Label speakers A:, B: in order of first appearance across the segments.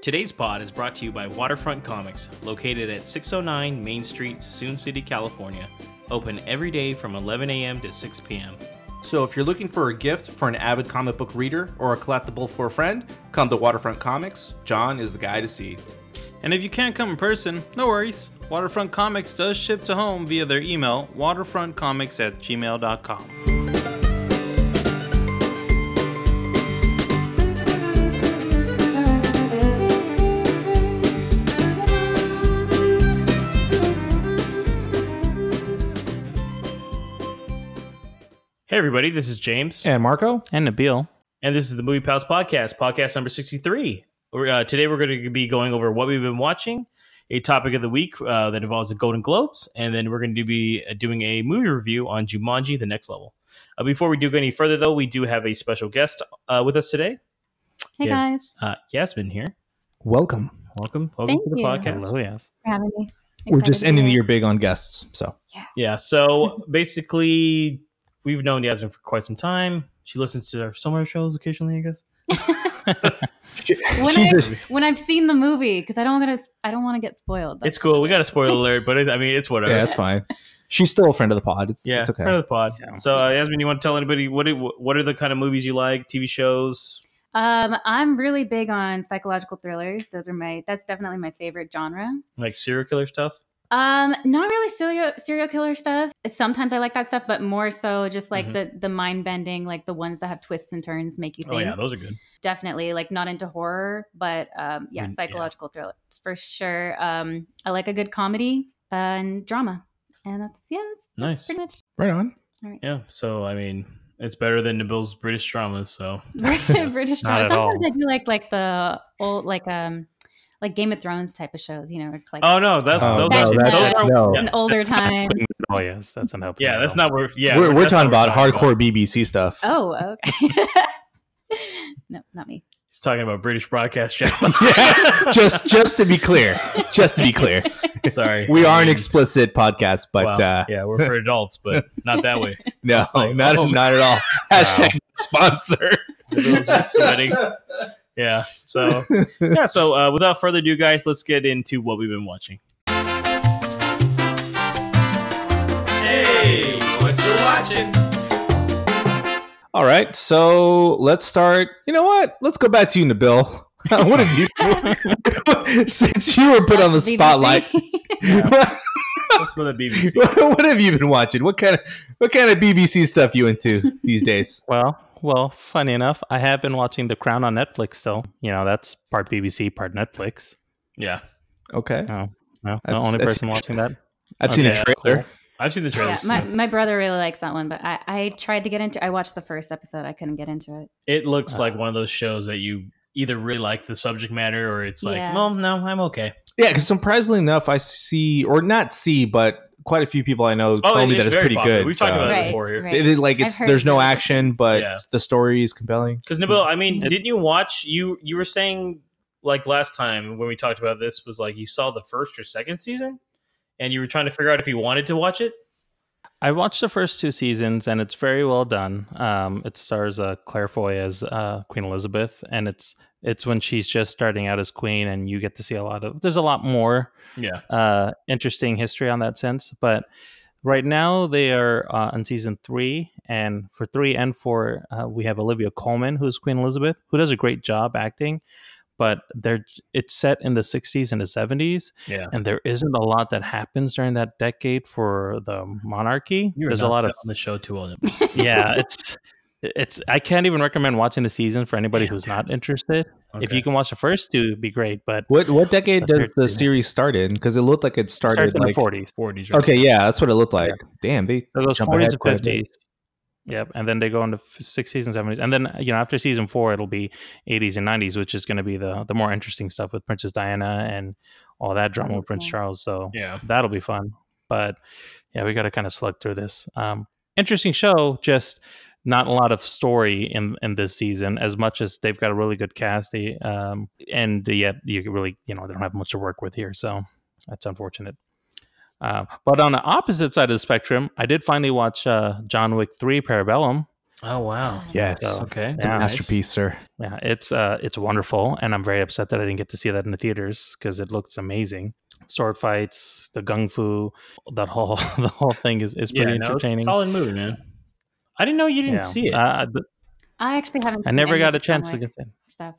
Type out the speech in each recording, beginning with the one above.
A: Today's pod is brought to you by Waterfront Comics, located at 609 Main Street, Sassoon City, California. Open every day from 11 a.m. to 6 p.m.
B: So if you're looking for a gift for an avid comic book reader or a collectible for a friend, come to Waterfront Comics. John is the guy to see.
C: And if you can't come in person, no worries. Waterfront Comics does ship to home via their email, waterfrontcomics at gmail.com.
A: Hey, everybody, this is James,
D: And Marco?
C: And Nabil.
A: and this is the Movie Pals Podcast, podcast number 63. We're, Uh, today, we're going to be going over what we've been watching, a topic of the week uh, that involves the Golden Globes, and then we're going to be uh, doing a movie review on Jumanji The Next Level. Uh, before we do go any further, though, we do have a special guest uh, with us today,
E: Hey
A: Yeah.
E: guys,
A: uh, Yasmin here.
D: Welcome.
A: Welcome, welcome
E: Thank
A: to the
E: you.
A: podcast.
C: yes.
E: for having me.
D: We're
E: Excited
D: just
E: to
D: ending the
E: be
D: year big on guests. So
A: Yeah. So basically, we've known Yasmin for quite some time. She listens to our summer shows occasionally, I guess.
E: here. when, I, when I've seen the movie, because I don't want to, I don't want to get spoiled.
A: it's cool. We got a spoiler alert, but it, I mean, it's whatever.
D: yeah, that's fine. She's still a friend of the pod. It's,
A: Yeah,
D: it's okay.
A: friend of the pod.
C: Yeah.
A: So uh, Yasmin, you want to tell anybody what it, what are the kind of movies you like, TV shows?
E: Um, I'm really big on psychological thrillers. Those are my. That's definitely my favorite genre.
A: Like serial killer stuff?
E: Um, not really serial serial killer stuff. Sometimes I like that stuff, but more so just like
A: Mhm.
E: the the mind bending, like the ones that have twists and turns make you think.
A: Oh, those are good.
E: definitely like not into horror but um yeah
A: Mm, yeah.
E: psychological thrillers for sure um i like a good comedy uh, and drama and that's yeah that's, that's
A: Nice.
E: pretty much
D: right on.
A: Yeah. So I mean, it's better than Nabil's British dramas. So
E: british
A: Not
E: drama
A: at
E: sometimes
A: all.
E: i do like like the old like um like game of thrones type of shows you know it's like
A: oh no, that's
E: Oh,
A: those,
E: no,
A: those
E: that's-
A: are
D: no.
E: an older time
C: Oh, yes. That's an helpful.
A: yeah, that's not where yeah
D: we're, we're
A: that's
D: talking
A: not
D: about
A: what we're
D: hardcore BBC stuff.
E: oh okay no not me
A: He's talking about British broadcast
D: Yeah,
A: channel.
D: just just to be clear, just to be clear,
A: sorry,
D: we are
A: I
D: an
A: mean,
D: explicit podcast, but
A: wow,
D: uh,
A: yeah, we're for adults, but not that way.
D: no,
A: like,
D: not,
A: oh.
D: not at all. Hashtag sponsor.
A: Everyone's just sweating. Yeah. So yeah. So uh, without further ado, guys, let's get into what we've been watching. Hey, what you watching?
D: All right, so let's start. You know what? Let's go back to you, Nabil. what have you since you were put on the
E: That's BBC.
D: spotlight?
A: That's from the BBC.
D: what have you been watching? What kind of what kind of BBC stuff you into these days?
C: Well, well, funny enough, I have been watching The Crown on Netflix still. You know, that's part BBC, part Netflix.
A: Yeah,
D: Okay,
C: No, the
D: That's-
C: only
D: that's-
C: person watching that.
D: I've seen a
A: Okay,
D: trailer.
A: I've seen the trailer.
E: yeah, my, my brother really likes that one but i i tried to get into i watched the first episode i couldn't get into it
A: it looks like one of those shows that you either really like the subject matter or it's like,
E: Yeah.
A: well, no, I'm okay.
D: Yeah, because surprisingly enough, I see or not see, but quite a few people I know
A: Oh,
D: tell me
A: it's
D: that it's
A: very
D: pretty
A: popular.
D: good.
A: We've talked about it
E: Right,
A: before here.
E: right.
D: It- it- like it's
E: I've heard
D: there's no
E: good
D: action,
E: things.
D: but
A: Yeah.
D: the story is compelling.
A: Because Nabil, I mean, didn't you watch? You you were saying like last time when we talked about this was like you saw the first or second season, and you were trying to figure out if you wanted to watch it.
C: I watched the first two seasons, and it's very well done. Um, it stars uh, Claire Foy as uh, Queen Elizabeth, and it's it's when she's just starting out as queen, and you get to see a lot of. There's a lot more
A: Yeah,
C: uh, interesting history on that sense, but right now they are uh, on season three, and for three and four, uh, we have Olivia Colman, who's Queen Elizabeth, who does a great job acting, but they're it's set in the 60s and the 70s,
A: yeah.
C: and there isn't a lot that happens during that decade for the monarchy.
A: You were
C: There's a
A: not
C: lot
A: set
C: of
A: on the show too well.
C: yeah, it's it's I can't even recommend watching the season for anybody who's not interested. If
A: Okay.
C: you can watch the first two, it'd be great, but
D: What what decade
C: That's
D: does
C: weird,
D: the
C: too.
D: series start in? Because it looked like it
C: it
D: started
C: starts in
D: like
C: the 40s.
A: 40s, right?
D: Okay, yeah, that's what it looked like. Damn, they
C: So those
D: jump
C: 40s
D: ahead
C: and
D: quite a bit.
C: 50s. Yep, and then they go into f- 60s and 70s, and then uh, you know after season four, it'll be 80s and 90s, which is going to be the the more interesting stuff with Princess Diana and all that drama with Prince
E: Okay.
C: Charles. So
A: Yeah.
C: that'll be fun. But yeah, we got to kind of slug through this. Um, interesting show, just not a lot of story in in this season. As much as they've got a really good cast, they, um, and yet you can really you know they don't have much to work with here, so that's unfortunate. Uh, but on the opposite side of the spectrum, I did finally watch uh, John Wick Three: Parabellum.
A: Oh wow.
D: Yes.
C: So-
A: Okay.
D: It's a
C: Yeah.
D: masterpiece, sir.
C: Yeah, it's uh, it's wonderful, and I'm very upset that I didn't get to see that in the theaters because it looks amazing. Sword fights, the gung fu, that whole the whole thing is, is
A: no,
C: pretty
A: it's a
C: entertaining.
A: solid movie, man. I didn't know you didn't
C: Yeah.
A: see it.
C: Uh, but
E: I actually haven't.
C: I
E: seen
C: never
E: any
C: got
E: of
C: a
E: the John
C: chance to
E: Wick
C: get in.
E: stuff.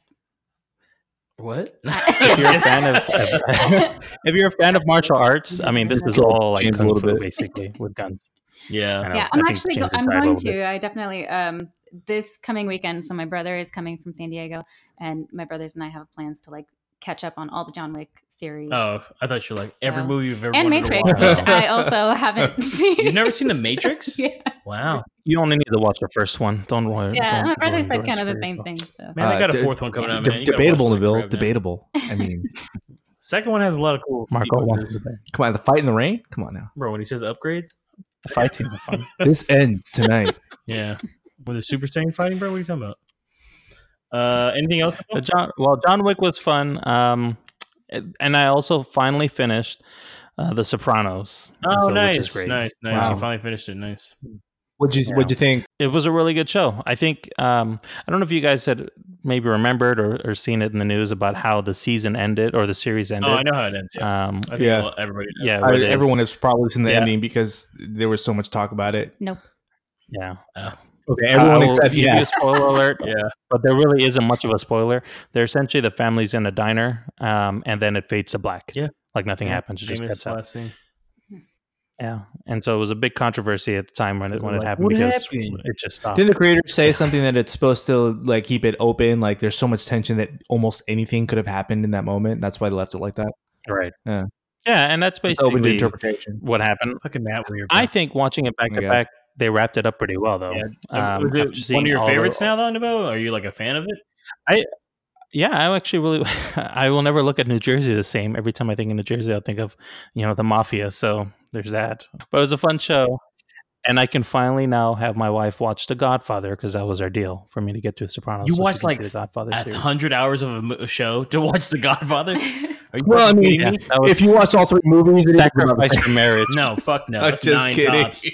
A: what?
C: If you're a fan of if you're a fan of martial arts, I mean, this is all like
D: Change a
C: kung
D: little
C: fu
D: bit.
C: basically with guns.
A: yeah.
C: I know,
E: yeah,
C: I
E: I'm
C: think
E: actually.
C: change
E: Go-
C: the
E: I'm
C: title
E: going
C: a bit.
E: to. I definitely. Um, this coming weekend. So my brother is coming from San Diego, and my brothers and I have plans to like catch up on all the John Wick series
A: Oh, I thought you were like every
E: So-
A: movie you've ever
E: and
A: wanted
E: Matrix,
A: to watch.
E: which I also haven't seen.
A: You've never seen The Matrix?
E: yeah,
A: Wow.
C: You only need to watch the first one. Don't worry.
E: yeah.
C: don't
E: My brother
C: ruin
E: said
C: rest
E: kind of
C: for
E: the same
C: yourself.
E: thing. So
A: Man, they
D: Uh,
A: got a
D: de-
A: fourth one coming out.
D: De-
A: man. You gotta watch
D: debatable,
A: that
D: Nabil.
A: crap, man.
D: Debatable. I mean,
A: Second one has a lot of cool
C: Marco wants
A: sequences.
C: to be-
D: come on, the fight in the rain. Come on now.
A: Bro, when he says upgrades,
C: the fight team. are fun.
D: This ends tonight.
A: yeah. With the Super Saiyan fighting, bro, what are you talking about? Uh, anything else?
C: The John, well, John Wick was fun. Um, and I also finally finished uh, The Sopranos.
A: Oh,
C: so- which is
A: nice,
C: great.
A: nice, nice.
D: Wow.
A: You finally finished it. Nice.
D: What'd you What'd you think?
C: It was a really good show. I think um, I don't know if you guys had maybe remembered or, or seen it in the news about how the season ended or the series ended.
A: Oh, I know how it ends. Yeah.
C: Um,
A: I think
D: yeah.
A: well, everybody knows.
C: yeah,
D: I,
C: where they-
D: everyone has probably seen the
C: Yeah.
D: ending because there was so much talk about it.
C: yeah.
D: Okay, everyone
C: I will
D: except
C: give you a
D: yes.
C: spoiler alert.
A: Yeah.
C: but there really isn't much of a spoiler. They're essentially the family's in a diner, um, and then it fades to black.
A: Yeah.
C: like nothing
A: Yeah,
C: happens. It just
A: Famous
C: cuts out.
A: last scene.
C: Yeah, and so it was a big controversy at the time when it when it
A: Like,
C: happened
A: what
C: because
A: happened?
C: it just stopped.
D: Did the creators say something that it's supposed to like keep it open? Like there's so much tension that almost anything could have happened in that moment. That's why they left it like that.
C: right.
D: Yeah.
C: Yeah, and that's
D: It's open to
C: basically
D: interpretation.
C: what happened.
A: Fucking that weird.
C: I think watching it back to
D: Yeah.
C: back, they wrapped it up pretty well though.
A: Yeah. uh,
C: Um,
A: Was it
C: after seeing
A: one of your
C: all the-
A: favorites now, though, Nabo? Are you like a fan of it?
C: Yeah, I actually really, I will never look at New Jersey the same. Every time I think of New Jersey, I'll think of, you know, the mafia. So there's that. But it was a fun show. And I can finally now have my wife watch The Godfather because that was our deal for me to get to Sopranos.
A: You
C: so she
A: watched,
C: can see
A: like,
C: The Godfather.
A: A
C: series.
A: hundred hours of a mo- a show to watch The Godfather? Are you
D: Well, I
A: fucking
D: mean,
A: kidding
C: Yeah,
A: me?
C: that was
D: if you watch all three movies, it is about the
C: sacrifice
D: same.
C: for marriage.
A: No, fuck no.
D: I'm
A: That's
D: just
A: nine
D: kidding.
A: tops.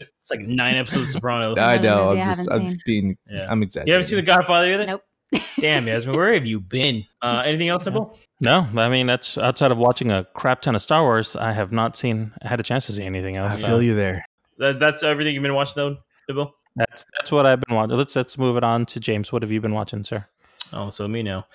A: It's like nine episodes of Soprano.
D: I
E: Another
D: know.
E: movie
D: I'm
E: I
D: just.
E: haven't
D: I'm
E: seen.
D: being.
A: Yeah.
D: I'm
A: You
D: exaggerating.
A: haven't seen The Godfather either?
E: Nope.
A: Damn, Yasmin, where have you been? Uh, anything else, Nibble?
C: No, I mean, that's outside of watching a crap ton of Star Wars, I have not seen, had a chance to see anything
D: I
C: else.
D: feel you there.
A: That, that's everything you've been watching, though, Nibble?
C: That's, that's what I've been watching. Let's, let's move it on to James. What have you been watching, sir?
A: Oh, so me now.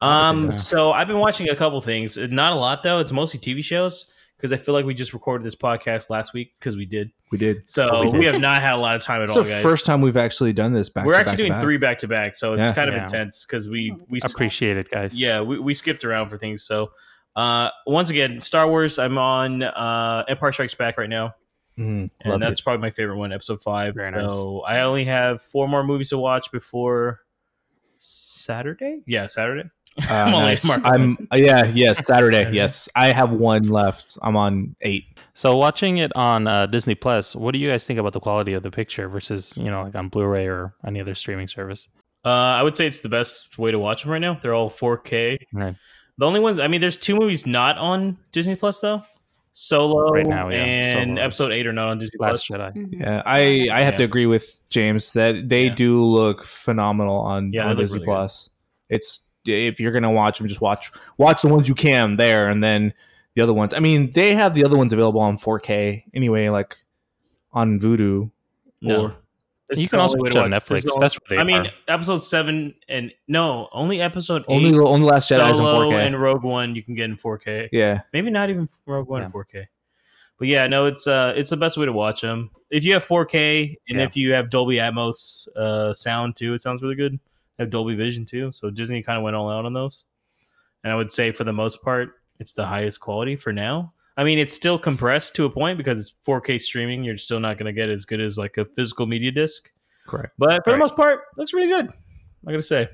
C: I'll do
A: Um,
C: that.
A: so I've been watching a couple things. Not a lot though. It's mostly TV shows because I feel like we just recorded this podcast last week because we did.
D: We did.
A: So
C: Oh, we
A: we,
C: did.
A: have not had a lot of time at
D: It's
A: all,
D: the
A: guys.
D: first time we've actually done this back.
A: We're
D: to
A: actually
D: back to
A: doing
D: back.
A: three back to back, so it's
D: Yeah.
A: kind of
C: Yeah.
A: intense because we we
C: Oh, Appreciate it, guys.
A: yeah we, we skipped around for things. So uh, once again, Star Wars. I'm on uh, Empire Strikes Back right now. and
D: Mm, love
A: that's
D: it.
A: probably my favorite one, episode five.
C: Very
A: So I only have four more movies to watch before Saturday. Yeah, Saturday.
D: Uh,
A: I'm only
D: nice.
A: Mark.
D: I'm- uh, yeah. Yes. Saturday.
A: Saturday.
D: yes. I have one left. I'm on eight.
C: So watching it on uh, Disney Plus, what do you guys think about the quality of the picture versus you know like on Blu-ray or any other streaming service?
A: Uh, I would say it's the best way to watch them right now. They're all 4K.
C: Right.
A: The only ones, I mean, there's two movies not on Disney Plus though. Solo
C: Right now, yeah,
A: and
C: Solo.
A: episode eight are not on Disney
C: Last
A: Plus.
C: Jedi.
E: Mhm.
D: Yeah, I, I have to
A: Yeah.
D: agree with James that they
A: Yeah.
D: do look phenomenal on,
A: Yeah, they
D: on
A: look
D: Disney
A: really good.
D: Plus. It's if you're gonna watch them, just watch watch the ones you can there, and then the other ones. I mean, they have the other ones available on 4K anyway, like on Vudu.
A: No.
D: Or
A: It's
C: You
A: the
C: can also
A: only way
C: watch
A: to
C: it on
A: It's
C: Netflix.
A: the only-
C: That's where they
A: I mean,
C: are.
A: episode seven and no, only episode
D: only
A: eight.
D: the only Last Jedi is on
A: Solo
D: 4K.
A: and Rogue One you can get in 4K.
D: yeah,
A: maybe not even Rogue One
C: Yeah.
A: 4K. But yeah, no, it's uh, it's the best way to watch them. If you have 4K and
C: Yeah.
A: if you have Dolby Atmos uh, sound too, it sounds really good. I have Dolby Vision too, so Disney kind of went all out on those. And I would say for the most part, it's the highest quality for now. I mean, it's still compressed to a point because it's 4K streaming. You're still not going to get as good as like a physical media disc.
D: correct.
A: But for the
C: Right.
A: most part, looks really good. I gotta say,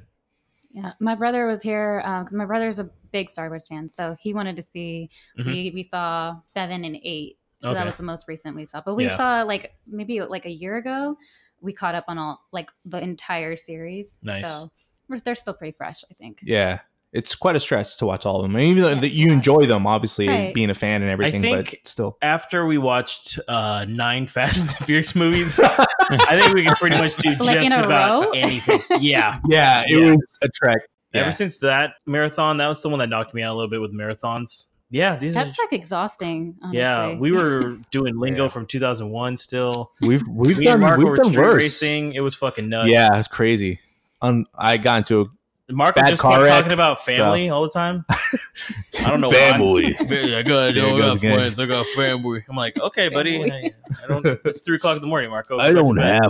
E: Yeah, my brother was here because my brother's a big Star Wars fan, so he wanted to see.
A: Mhm.
E: We we saw seven and eight, so
A: Okay.
E: that was the most recent we saw. But we
A: Yeah.
E: saw like maybe like a year ago, we caught up on all like the entire series.
A: Nice.
E: So we're, they're still pretty fresh, I think.
D: Yeah, it's quite a stretch to watch all of them. And even though
E: Yeah.
D: that you enjoy them, obviously
E: Right.
D: being a fan and everything,
A: think-
D: but still,
A: after we watched uh, nine Fast and the Furious movies, I think we can pretty much do
E: Like
A: just
E: in a
A: about
E: row?
A: anything. Yeah.
D: Yeah, it
A: Yeah.
D: was a trek.
A: Ever since that marathon, that was the one that knocked me out a little bit with marathons. Yeah, these
E: That's
A: are
E: like exhausting. Honestly.
A: yeah. We were doing lingo
D: Yeah.
A: from 2001 still.
D: We've we've
A: Me and
D: done
A: Marco
D: we've
A: were
D: done
A: street
D: worse.
A: racing. It was fucking nuts.
D: Yeah, it's crazy. Um, I got into a
A: Marco
D: Bad
A: just
D: car
A: kept
D: wreck
A: talking about family all the time. I don't know Why.
D: Family.
A: I got,
D: There it
A: I got
D: goes again.
A: friends. I got family. I'm like, okay, buddy. I,
E: Family.
A: I don't. It's three o'clock in the morning, Marco.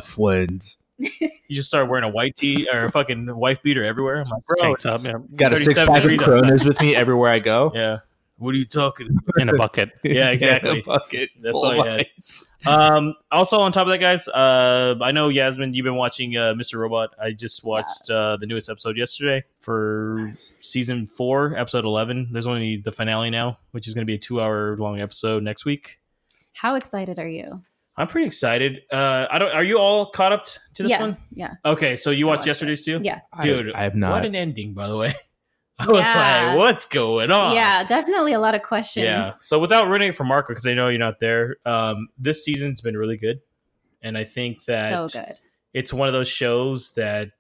D: friends.
A: You just start wearing a white tee or a fucking wife beater everywhere. I'm like, bro,
C: Tank top,
A: just-
C: yeah,
D: Got a six
A: 37
D: pack of
A: degrees
D: Coronas with me everywhere I go.
A: yeah. What are you talking? about?
C: in a bucket.
A: Yeah, exactly.
D: a bucket
A: That's
D: full
A: all
D: of
A: I had.
D: ice.
A: Um, also, on top of that, guys, uh, I know Yasmin, you've been watching uh, Mr. Robot. I just watched uh, the newest episode yesterday for season four, episode eleven. There's only the finale now, which is going to be a two-hour-long episode next week.
E: How excited are you?
A: I'm pretty excited. Uh, I don't. Are you all caught up to this
E: yeah,
A: one?
E: yeah,
A: Okay, so you
E: I
A: watched,
E: watched
A: yesterday's too,
E: yeah,
A: dude.
D: I, I have not.
A: What an ending, by the way. I was
E: Yeah.
A: like, what's going on?
E: yeah. Definitely a lot of questions.
A: Yeah. So without ruining it for Marco, because I know you're not there, um, this season's been really good, and I think that
E: so good.
A: it's one of those shows that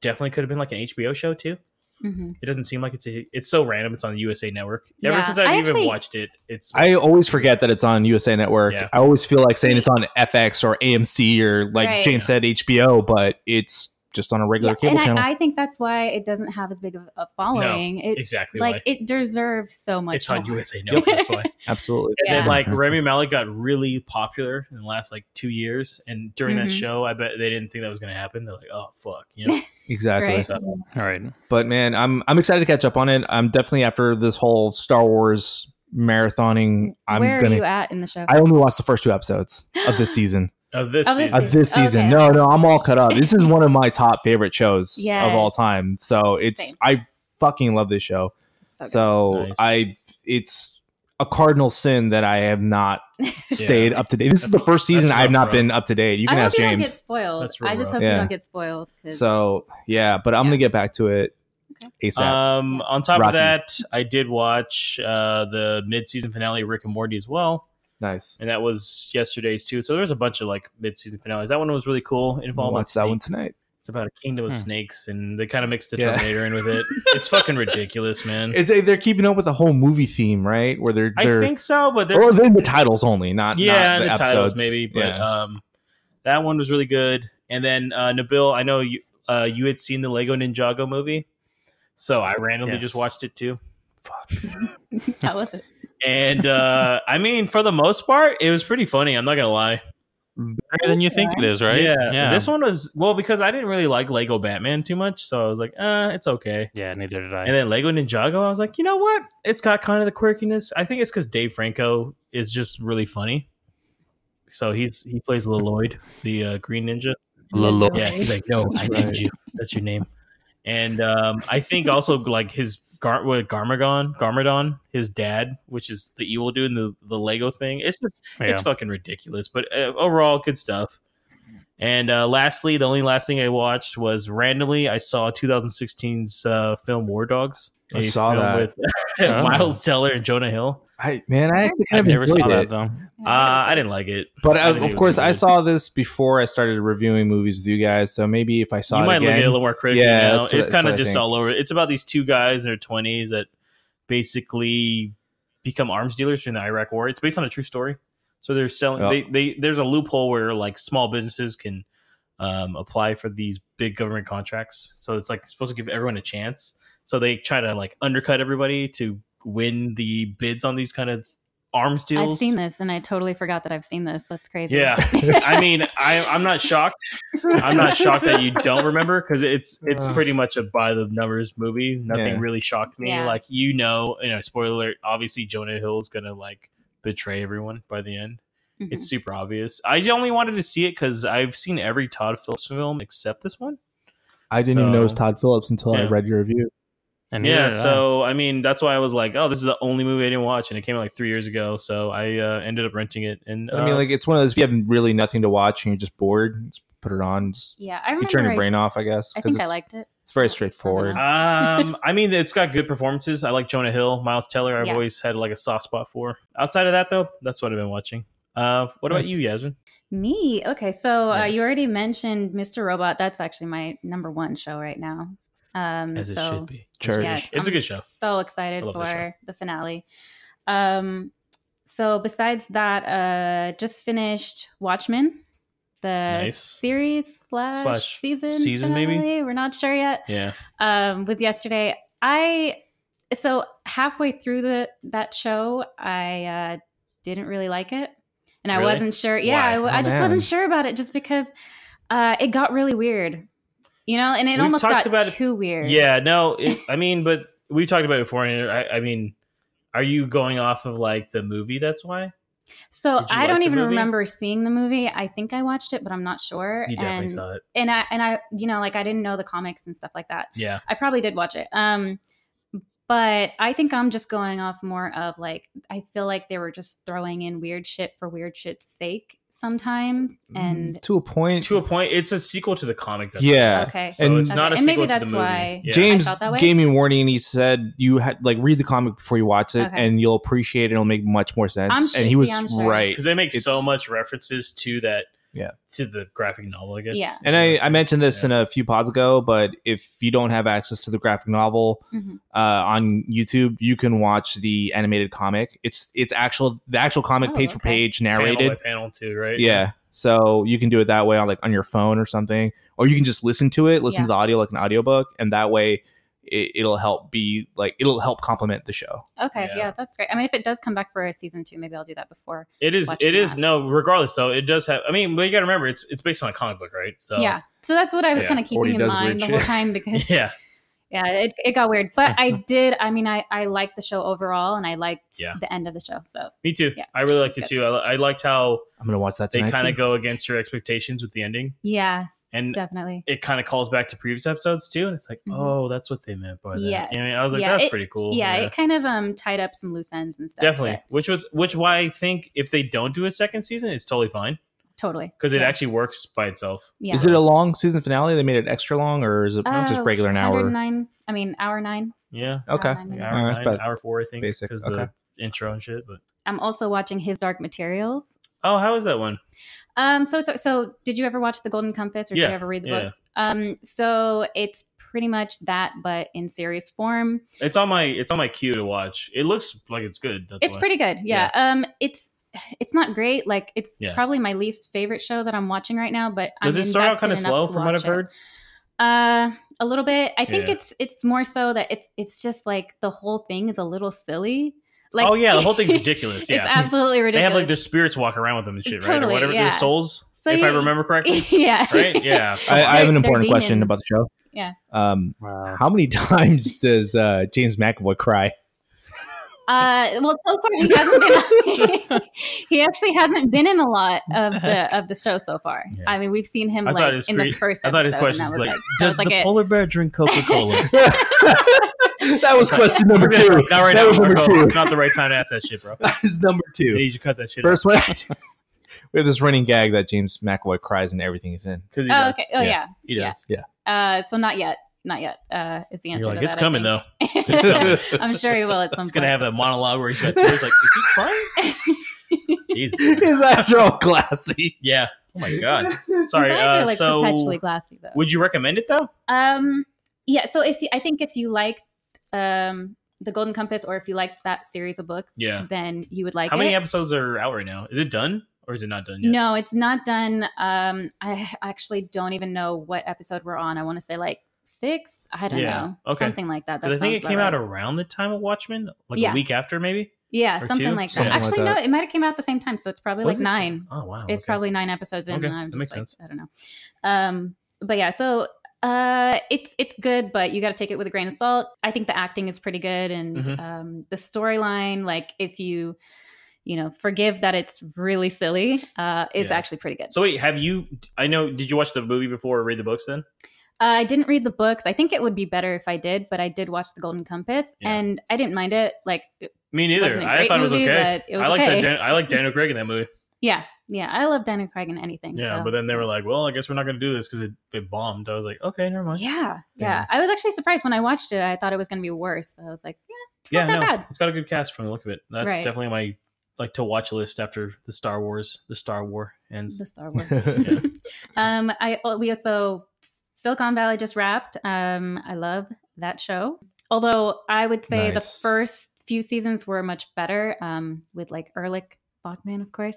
A: definitely could have been like an HBO show too.
E: Mhm.
A: It doesn't seem like it's a, it's so random. It's on the USA Network. Ever
E: Yeah,
A: since I've
E: I
A: even
E: actually-
A: watched it, it's
D: I always forget that it's on USA Network.
A: Yeah.
D: I always feel like saying it's on FX or AMC or like
E: Right.
D: James said HBO, but it's just on a regular
E: Yeah,
D: cable
E: and
D: channel.
E: I, I think that's why it doesn't have as big of a following. it,
A: exactly
E: like
A: why.
E: it deserves so much.
A: It's on
E: more.
A: USA Network. That's why.
D: Absolutely.
A: And then
E: Yeah.
A: like Remy Malik got really popular in the last like two years, and during that
E: Mhm.
A: show, I bet they didn't think that was going to happen. They're like, oh fuck, you know.
D: Exactly.
E: Right.
A: So-
C: All right.
D: But man, I'm I'm excited to catch up on it. I'm definitely after this whole Star Wars marathoning. I'm
E: Where
D: gonna.
E: are you at in the show?
D: I only watched the first two episodes of this season.
A: of this
E: Of this
A: season.
D: of this
E: Okay.
D: season. No, no, I'm all cut up. This is one of my top favorite shows of all
E: Yes.
D: time. So it's
E: Same.
D: I fucking love this show.
E: so good.
D: So
A: Nice.
D: I it's a cardinal sin that I have not stayed up to date. This is the
A: That's-
D: first season
A: that's
D: I have
A: rough,
D: not
A: bro.
D: been up to date. You can
E: I hope
D: ask
E: you don't get
D: James.
E: spoiled.
A: That's real
E: I just
A: rough.
E: hope
D: Yeah.
E: you don't get spoiled. 'cause-
D: So yeah, but I'm
E: Yeah.
D: gonna get back to it ASAP.
A: Um, on top of
D: Rocky.
A: that, I did watch uh, the mid-season finale of Rick and Morty as well,
D: nice.
A: and that was yesterday's too. So there's a bunch of like mid-season finales. That one was really cool. It
D: I'm
A: involved
D: gonna Watch
A: snakes.
D: that one tonight.
A: It's about a kingdom of
C: Hmm.
A: snakes, and they kind of mixed the
D: Yeah.
A: Terminator in with it. It's fucking ridiculous, man.
D: It's they're keeping up with the whole movie theme, right? Where they're
A: I
D: they're
A: think so, but they're
D: or then the titles only, not
A: yeah,
D: not
A: and the, titles
D: episodes.
A: maybe, but
D: Yeah.
A: um, that one was really good. And then uh, Nabil, I know you uh, you had seen the Lego Ninjago movie, so I randomly
C: Yes.
A: just watched it too.
E: that was it.
A: And uh, I mean, for the most part, it was pretty funny. I'm not gonna lie.
C: Better than you think it is, right?
A: Yeah, This one was well because I didn't really like Lego Batman too much, so I was like, uh, it's okay.
C: Yeah, neither did I.
A: And then Lego Ninjago, I was like, you know what? It's got kind of the quirkiness. I think it's because Dave Franco is just really funny. So he's he plays Lloyd, the uh, Green Ninja.
C: Lalo-
A: Yeah, he's like, no, I named you. That's your name. And um, I think also like his Gar- what, Garmagon, Garmadon, his dad, which is the evil dude in the, the Lego thing. It's just
C: yeah.
A: it's fucking ridiculous. But uh, overall, good stuff. And uh, lastly, the only last thing I watched was randomly I saw 2016's uh, film War Dogs.
D: I
A: a
D: saw
A: film
D: that.
A: with
C: Oh.
A: Miles Teller and Jonah Hill.
D: I man, I actually
C: I
D: kind of
C: never
D: enjoyed
C: saw that
D: it.
C: though.
A: Uh, I didn't like it.
D: But
A: I
D: I,
A: didn't
D: of
A: even
D: course,
A: think
D: I
A: it was-
D: saw this before I started reviewing movies with you guys. So maybe if I saw
A: you
D: it
A: might
D: again,
A: look at it a little more critically now.
D: Yeah, that's what-
A: it's
D: that's
A: kind
D: what
A: of
D: I
A: just
D: think.
A: all over. It's about these two guys in their twenties that basically become arms dealers during the Iraq War. It's based on a true story, so they're selling.
D: Oh.
A: They, they there's a loophole where like small businesses can um, apply for these big government contracts. So it's like supposed to give everyone a chance. So they try to like undercut everybody to win the bids on these kind of arms deals.
E: I've seen this, and I totally forgot that I've seen this. That's crazy.
A: Yeah, I mean, I, I'm not shocked. I'm not shocked that you don't remember because it's it's
D: Ugh.
A: pretty much a by the numbers movie. Nothing
D: Yeah.
A: really shocked me.
E: Yeah.
A: Like you know, you know, spoiler alert. Obviously, Jonah Hill is gonna like betray everyone by the end.
E: Mhm.
A: It's super obvious. I only wanted to see it because I've seen every Todd Phillips film except this one.
D: I didn't even know it was
A: So-
D: Todd Phillips until I
A: Yeah.
D: read your review.
C: And
A: yeah,
C: neither did I.
A: so I mean, that's why I was like, oh, this is the only movie I didn't watch, and it came out like three years ago. So I uh, ended up renting it, and
D: I mean,
A: uh,
D: like it's one of those. If you have really nothing to watch and you're just bored, just put it on. Just
E: yeah. I
D: you
E: remember.
D: turn your
E: I-
D: brain off, I guess.
E: I
D: 'cause
E: think I
D: it's-
E: liked it.
D: It's very straightforward.
E: know.
A: um, I mean, it's got good performances. I like Jonah Hill, Miles Teller. I've
E: Yeah.
A: always had like a soft spot for. Outside of that, though, that's what I've been watching. Uh, what about
D: Nice.
A: you, Yasmin?
E: Me. Okay. So uh,
A: Yes.
E: you already mentioned Mr. Robot. That's actually my number one show right now. Um,
A: As it
E: so,
A: should be.
D: Church.
E: Yes,
A: It's a
E: I'm
A: good show.
E: So
A: I
E: excited
A: love that
E: for the finale. Um, so besides that, uh, just finished Watchmen, the
A: Nice.
E: series slash,
A: Slash
E: season
A: season, maybe?
E: finale. We're not sure yet
A: Yeah.
E: um, was yesterday. I so halfway through the that show, I uh, didn't really like it, and I
A: Really?
E: wasn't sure. Yeah,
A: Why?
E: I, w-
D: Oh,
E: I just
D: man.
E: wasn't sure about it, just because uh, it got really weird, you know, and it
A: We've
E: almost
A: talked
E: got
A: about it-
E: too weird.
A: Yeah. No, it, I mean, but we talked about it before. And I, I mean, are you going off of like the movie? That's why.
E: So
A: Did you
E: I
A: like
E: don't
A: the
E: even
A: movie?
E: remember seeing the movie. I think I watched it, but I'm not sure.
A: You definitely
E: and,
A: saw it.
E: and I and I, you know, like I didn't know the comics and stuff like that.
A: Yeah.
E: I probably did watch it. Um, but I think I'm just going off more of like I feel like they were just throwing in weird shit for weird shit's sake sometimes.
A: Mm.
E: And
D: Mm, to a point,
A: To a point, it's a sequel to the comic. that's
D: yeah.
E: okay,
A: So
D: And-
A: it's not
E: Okay,
A: a
E: and maybe
A: sequel to the
E: that's
A: movie.
E: why-
A: Yeah.
D: James
E: I felt that way.
D: gave me warning. He said you had like read the comic before you watch it,
E: Okay.
D: and you'll appreciate it. It'll make much more sense.
E: I'm sure-
D: and he was
E: see, I'm sure.
D: right.
A: because they make so
D: It's-
A: much references to that
D: Yeah.
A: to the graphic novel i guess
E: Yeah.
D: And I, I mentioned this
A: Yeah.
D: in a few pods ago, but if you don't have access to the graphic novel
E: Mhm.
D: uh, on YouTube, you can watch the animated comic. It's it's actual the actual comic
E: Oh,
D: page for
E: okay.
D: page
A: panel by
D: narrated.
A: panel too right
D: Yeah. So you can do it that way on like on your phone or something, or you can just listen to it, listen
E: Yeah.
D: to the audio like an audiobook, and that way it, it'll help be like it'll help complement the show.
E: okay,
A: Yeah.
E: yeah. that's great. I mean, if it does come back for a season two, maybe I'll do that before.
A: it is
E: Watching
A: it is
E: that.
A: no regardless though it does have i mean but you gotta remember it's it's based on a comic book right so
E: yeah, so that's what I was
A: Yeah.
E: kind of
D: Or he
E: keeping in
D: does weird
E: mind the whole
D: shit.
E: time because
A: yeah
E: yeah, it, it got weird. But I did. I mean, I I liked the show overall, and I liked
A: Yeah.
E: the end of the show. So
A: me too
E: Yeah.
A: i really liked
E: That's
A: it too I, I liked how
D: I'm gonna watch that
A: they
D: tonight.
A: kind
D: too.
A: of go against your expectations with the ending
E: yeah,
A: and
E: definitely.
A: it kind of calls back to previous episodes too and it's like
E: Mhm.
A: oh that's what they meant by that
E: Yes.
A: and i was like
E: Yeah,
A: that's
E: it-
A: pretty cool
E: Yeah, it kind of um tied up some loose ends and stuff.
A: definitely
E: but
A: which was which why i think if they don't do a second season it's totally fine
E: totally
A: because it
E: Yeah.
A: actually works by itself
E: Yeah.
D: Is it a long season finale? They made it extra long, or is it
E: Uh,
D: just regular an hour?
E: 109 I mean, hour nine.
A: yeah
D: Okay.
E: Hour nine uh, minutes.
A: hour
D: All right,
A: nine,
D: but
A: hour four, I think,
D: basic,
A: because
D: okay.
A: the intro and shit. But
E: I'm also watching His Dark Materials.
A: oh, how is that one?
E: Um, so it's so. Did you ever watch The Golden Compass, or
A: Yeah,
E: did you ever read the
A: yeah.
E: books? Um, so it's pretty much that, but in series form.
A: It's on my it's on my queue to watch. It looks like it's good. That's
E: it's
A: why.
E: pretty good. Yeah. Um, it's it's not great. Like it's
A: Yeah.
E: probably my least favorite show that I'm watching right now. But
A: Does
E: I'm
A: it start out
E: invested
A: kind of
E: enough
A: slow
E: to
A: from what
E: watch
A: I've
E: it.
A: heard?
E: Uh, a little bit. I think
A: Yeah.
E: it's it's more so that it's it's just like the whole thing is a little silly. Like
A: oh yeah, the whole thing's ridiculous.
E: it's
A: Yeah,
E: absolutely
A: they
E: ridiculous.
A: have like their spirits walk around with them and shit, right? or
E: Totally,
A: whatever
E: yeah.
A: their souls,
E: so
A: if I
E: you-
A: remember correctly.
E: yeah,
A: right? Yeah.
D: I, I have an
E: They're-
D: important
E: they're
D: question
E: demons.
D: about the show.
E: Yeah.
D: Um,
C: Wow.
D: how many times does uh, James McAvoy cry?
E: Uh, well, so far he hasn't been. he actually hasn't been in a lot of the of the show so far.
A: Yeah.
E: I mean, we've seen him
A: I thought
E: like
A: his
E: in the
A: cre-
E: first.
A: I thought his
E: episode, and
A: question was
E: that was
A: like,
E: like, that
A: "Does
E: was like
A: the
E: it.
A: polar bear drink Coca Cola?"
D: that was question number two.
A: Not right
D: that
A: now.
D: was number
A: Marco.
D: two.
A: It's not the right time to ask that shit, bro.
D: That is number
A: You
D: two.
A: need to cut that shit.
D: First one. we have this running gag that James McAvoy cries in everything he's in.
A: because he
E: oh,
A: does.
E: okay. Oh, yeah.
A: He does.
E: Uh, so not yet. Not yet. Uh, is the answer.
A: You're like,
E: to
A: it's
E: that, I
A: coming though.
E: think." I'm sure he will at some
A: It's
E: point.
A: gonna have that monologue where he's got tears. Like, is he crying? Jesus.
D: His eyes are all glassy.
A: Yeah. Oh my god. Sorry.
E: His eyes
A: Uh,
E: are like perpetually
A: so,
E: glassy though.
A: would you recommend it though?
E: Um, yeah. So if you, I think if you liked um the Golden Compass, or if you liked that series of books,
A: Yeah.
E: then you would like
A: How
E: it.
A: many episodes are out right now? Is it done or is it not done yet?
E: No, it's not done. Um, I actually don't even know what episode we're on. I want to say like six. I don't
A: Yeah,
E: know.
A: okay.
E: Something like that. that
A: But I think it
E: sounds
A: came
E: about
A: out
E: right.
A: around the time of Watchmen, like
E: Yeah.
A: a week after, maybe.
E: yeah,
A: or
E: something
A: two?
E: like that.
A: Something
D: like
E: actually,
D: that.
E: no, it might have came out the same time. So it's probably
A: What
E: like
A: is it?
E: nine.
A: Oh wow,
E: it's
A: okay.
E: probably nine episodes in
A: Okay,
E: and I'm
A: that
E: just
A: makes
E: like,
A: sense.
E: I don't know. Um but yeah, so uh it's it's good, but you gotta take it with a grain of salt. I think the acting is pretty good and
A: Mhm.
E: um the storyline, like if you you know, forgive that it's really silly, uh is
A: Yeah.
E: actually pretty good.
A: So wait, have you? I know. Did you watch the movie before or read the books? Then
E: Uh, I didn't read the books. I think it would be better if I did, but I did watch The Golden Compass
A: Yeah.
E: and I didn't mind it. Like it
A: me
E: wasn't
A: neither.
E: a
A: I
E: great
A: thought it was
E: movie,
A: okay.
E: but it was
A: I like
E: okay.
A: that. Dan- I like Daniel Craig in that movie.
E: yeah. Yeah. I love Daniel Craig in anything.
A: Yeah,
E: so.
A: but then they were like, "Well, I guess we're not going to do this because it, it bombed." I was like, "Okay, never mind."
E: yeah, yeah. I was actually surprised when I watched it. I thought it was going to be worse. So I was like, yeah, it's
A: Yeah,
E: not that
A: no,
E: bad.
A: it's got a good cast from the look of it. That's
E: Right.
A: definitely my like to watch list after the Star Wars, the Star War ends.
E: the Star Wars. um, I oh, we also Silicon Valley just wrapped. Um, I love that show. Although I would say the
D: Nice.
E: first few seasons were much better. Um, with like Ehrlich Bachman, of course.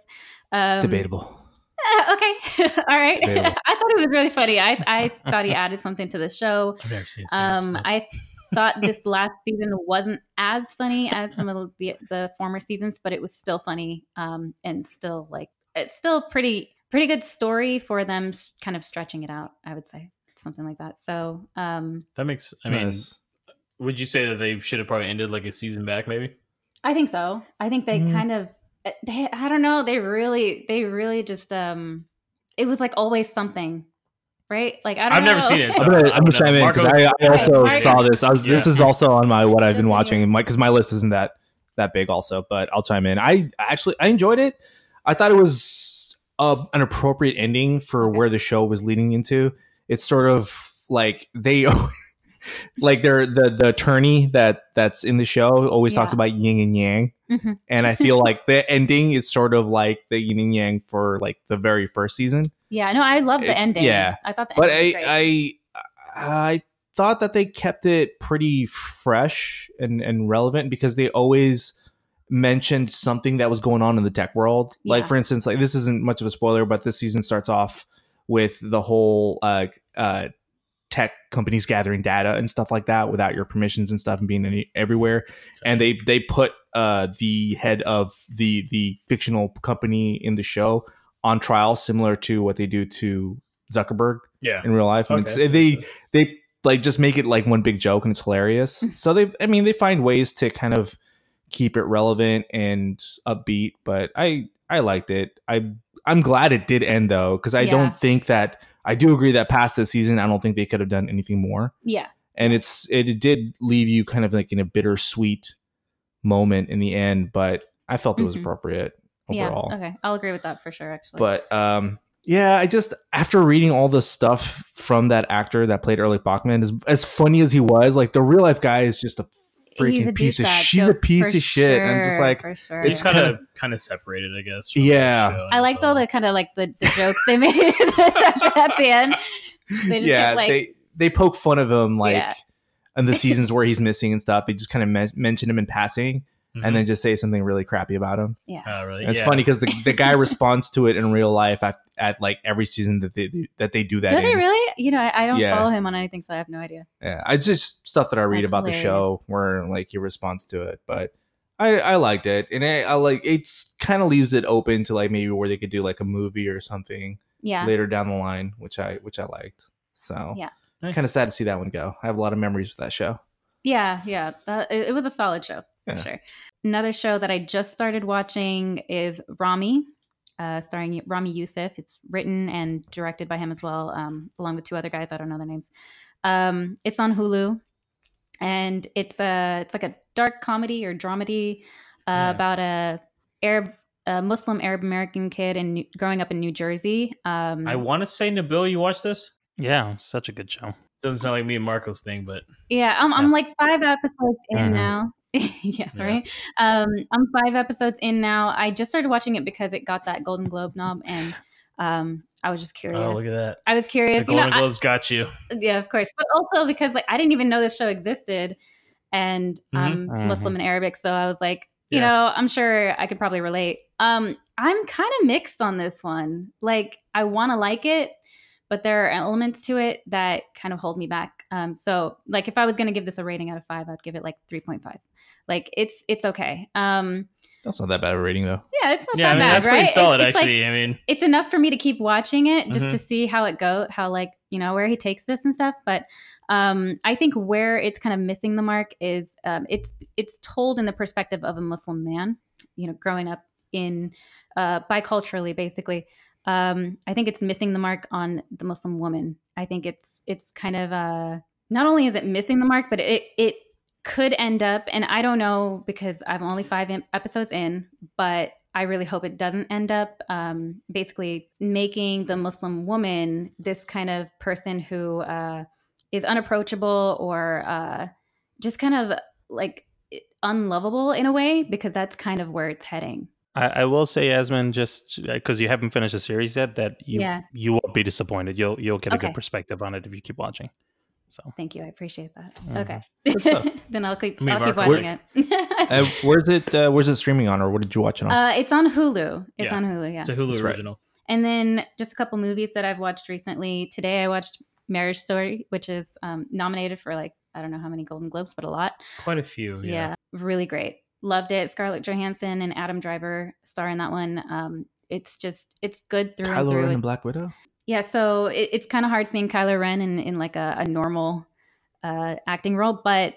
E: Um,
D: Debatable.
E: eh, okay, all right.
D: Debatable.
E: I thought it was really funny. I I thought he added something to the show.
A: I've never seen. a single
E: Um,
A: episode.
E: I thought this last season wasn't as funny as some of the the former seasons, but it was still funny um, and still like it's still pretty pretty good story for them, s- kind of stretching it out. I would say something like that. So um,
A: that makes. I mean, would you say that they should have probably ended like a season back? Maybe.
E: I think so. I think they
D: Mhm.
E: kind of eh, they I don't know. They really they really just um, it was like always something, right? Like I don't
A: I've never
E: know.
A: seen it, so-
D: I'm gonna, I'm gonna
A: Uh,
D: chime in
A: Marco-
D: because I, I also
E: Marco-
D: saw this. I was, This
A: Yeah.
D: is also on my what I've
E: Jump
D: been
E: in
D: watching,
E: here.
D: and my because my list isn't that that big also. But I'll chime in. I actually I enjoyed it. I thought it was uh an appropriate ending for where the show was leading into. It's sort of like they like they're the the attorney that that's in the show always talks
E: Yeah.
D: about yin and yang.
E: Mhm.
D: And I feel like the ending is sort of like the yin and yang for like the very first season
E: Yeah, no, I love the
D: It's-
E: ending.
D: yeah.
E: I thought the
D: but
E: ending was
D: I,
E: great.
D: I I thought that they kept it pretty fresh and and relevant because they always mentioned something that was going on in the tech world. Like
E: Yeah.
D: for instance, like this isn't much of a spoiler, but this season starts off with the whole uh uh tech companies gathering data and stuff like that without your permissions and stuff and being any, everywhere and they they put uh the head of the the fictional company in the show on trial similar to what they do to Zuckerberg
A: Yeah.
D: in real life. And
A: Okay.
D: it's, they they like just make it like one big joke and it's
A: Hmm.
D: hilarious. so they, I mean, they find ways to kind of keep it relevant and upbeat. But I I liked it. I I'm glad it did end though because I
E: Yeah.
D: don't think that I do agree that past this season I don't think they could have done anything more.
E: yeah.
D: And it's it did leave you kind of like in a bittersweet moment in the end, but I felt it was
E: Mhm.
D: appropriate overall
E: Yeah, okay, I'll agree with that for sure. Actually,
D: but um yeah i just after reading all the stuff from that actor that played Ehrlich bachman as, as funny as he was like the real life guy is just a freaking piece of
E: douchebag,
D: she's
E: though,
D: a piece
E: for
D: of shit and i'm just
E: sure,
D: like
E: for sure.
A: It's
D: it's
A: kind of
D: kinda-
A: kind of separated, I guess.
D: Yeah.
E: I liked
A: uh,
E: all the kind of like the, the jokes they made at the end. They just
D: yeah
E: get, like,
D: they they poke fun of him like
E: Yeah.
D: in the seasons where he's missing and stuff they just kind of men- mention him in passing and then just say something really crappy about him
E: yeah,
A: Uh, really,
D: and it's
A: yeah.
D: funny because the, the guy responds to it in real life at, at like every season that they that they do that
E: does
D: in.
E: it really? You know, I, I don't
D: Yeah.
E: follow him on anything, so I have no idea.
D: Yeah, I just stuff that I read
E: That's
D: about the show where like he responds to it, but I I liked it, and I, I like it's kind of leaves it open to like maybe where they could do like a movie or something
E: Yeah,
D: later down the line, which I which I liked. So
E: Yeah.
A: Nice.
D: kind of sad to see that one go. I have a lot of memories with that show.
E: yeah, yeah. That, it, it was a solid show for
D: Yeah.
E: sure. Another show that I just started watching is Rami. Uh, starring Rami Youssef. It's written and directed by him as well, um, along with two other guys. I don't know their names. Um, it's on Hulu, and it's a it's like a dark comedy or dramedy uh,
A: Yeah.
E: about a Arab a Muslim Arab American kid and New- growing up in New Jersey. Um,
A: I want to say, Nabil, you watch this?
C: Yeah, such a good show.
A: Doesn't sound like me and Marco's thing, but oh,
E: yeah, I'm, I'm
A: Yeah. Uh-huh.
E: like five episodes in
C: Mhm.
E: now. yeah,
A: Yeah.
E: right. Um, I'm five episodes in now. I just started watching it because it got that Golden Globe knob, and um, I was just curious.
A: oh, look at that.
E: I was
A: The
E: curious. You know,
A: Golden
E: I-
A: Globes got you.
E: yeah of course but also because like i didn't even know this show existed and i'm
C: Mhm.
E: muslim and arabic so i was like you
A: Mm-hmm. Yeah.
E: know i'm sure i could probably relate um i'm kind of mixed on this one like i want to like it but there are elements to it that kind of hold me back um so like if i was going to give this a rating out of five i'd give it like 3.5 like it's it's okay um
D: That's not that bad of a rating though.
E: yeah it's not
A: yeah, I
E: that
A: mean
E: bad
A: that's
E: right
A: pretty
E: It's-
A: solid,
E: it's, like,
A: actually. I mean,
E: it's enough for me to keep watching it just to
A: Mhm.
E: see how it go how like you know where he takes this and stuff but um i think where it's kind of missing the mark is um it's it's told in the perspective of a muslim man you know growing up in uh biculturally basically um i think it's missing the mark on the muslim woman i think it's it's kind of uh not only is it missing the mark but it it could end up and i don't know because i'm only five em- episodes in but i really hope it doesn't end up um, basically making the muslim woman this kind of person who uh, is unapproachable or uh, just kind of like unlovable in a way because that's kind of where it's heading
C: I, I will say, Yasmin, just because you haven't finished the series yet, that you
E: Yeah.
C: you won't be disappointed. You'll you'll get a
E: Okay.
C: good perspective on it if you keep watching. So
E: Thank you. I appreciate that.
C: Mhm.
B: Good stuff.
E: Okay. then I'll keep,
A: I mean,
E: I'll keep
A: Mark,
E: watching it.
D: Uh, where's it? Uh, where's it streaming on, or what did you watch it on?
E: uh, it's on Hulu. It's
A: Yeah.
E: on Hulu, yeah.
A: It's a Hulu
D: That's right.
A: original.
E: And then just a couple movies that I've watched recently. Today I watched Marriage Story, which is um, nominated for like, I don't know how many Golden Globes, but a lot.
A: Quite a
D: Oh,
A: few. Yeah.
E: Yeah. really great. Loved it. Scarlett Johansson and Adam Driver star in that one. Um, it's just it's good through and
D: Kylo
E: through.
D: Ren and
E: It's-
D: Black Widow.
E: Yeah, so it, it's kind of hard seeing Kylo Ren in, in like a, a normal uh, acting role, but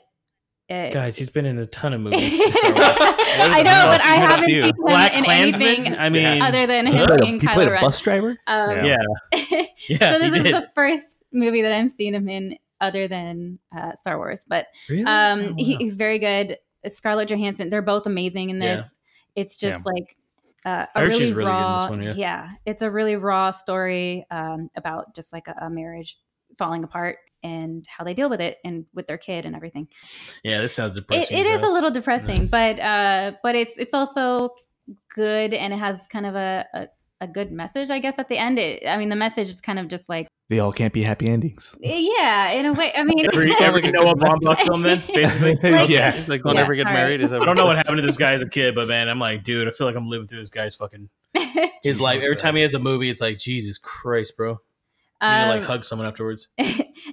E: it,
A: Guys, he's been in a ton of movies.
E: I know, but I haven't seen him
A: Black
E: in
A: Klansman.
E: anything
A: I mean, yeah,
E: other than
D: He
E: him
D: played a,
E: being
D: he played
E: Kylo
D: a
E: Ren.
D: bus driver.
E: Um,
A: yeah,
E: so this
A: he
E: is
A: did.
E: the first movie that I'm seeing him in other than uh, Star Wars, but
A: Really?
E: um,
A: Oh,
E: he,
A: wow.
E: he's very good. Scarlett Johansson, they're both amazing in
A: Yeah.
E: this. It's just like uh,
A: I
E: a
A: heard she's really good in
E: really,
A: this
E: raw,
A: one, yeah.
E: it's a really raw story um, about just like a, a marriage falling apart and how they deal with it and with their kid and everything.
A: yeah, this sounds
E: It,
A: depressing.
E: it is
A: so-
E: a little depressing, but uh, but it's it's also good and it has kind of a, a a good message, I guess. At the end, it, I mean, the message is kind of just like,
D: They all can't be happy endings.
E: yeah, in a way. I mean,
A: every every Noah Baumbach film then basically.
E: Like-
D: yeah.
C: like don't
E: Yeah,
C: ever get
E: all right.
C: married. Is that
A: I don't know what happened to this guy as a kid, but man, I'm like, dude, I feel like I'm living through this guy's fucking his life. Every time he has a movie, it's like Jesus Christ, bro. You need to like
E: Um,
A: hug someone afterwards.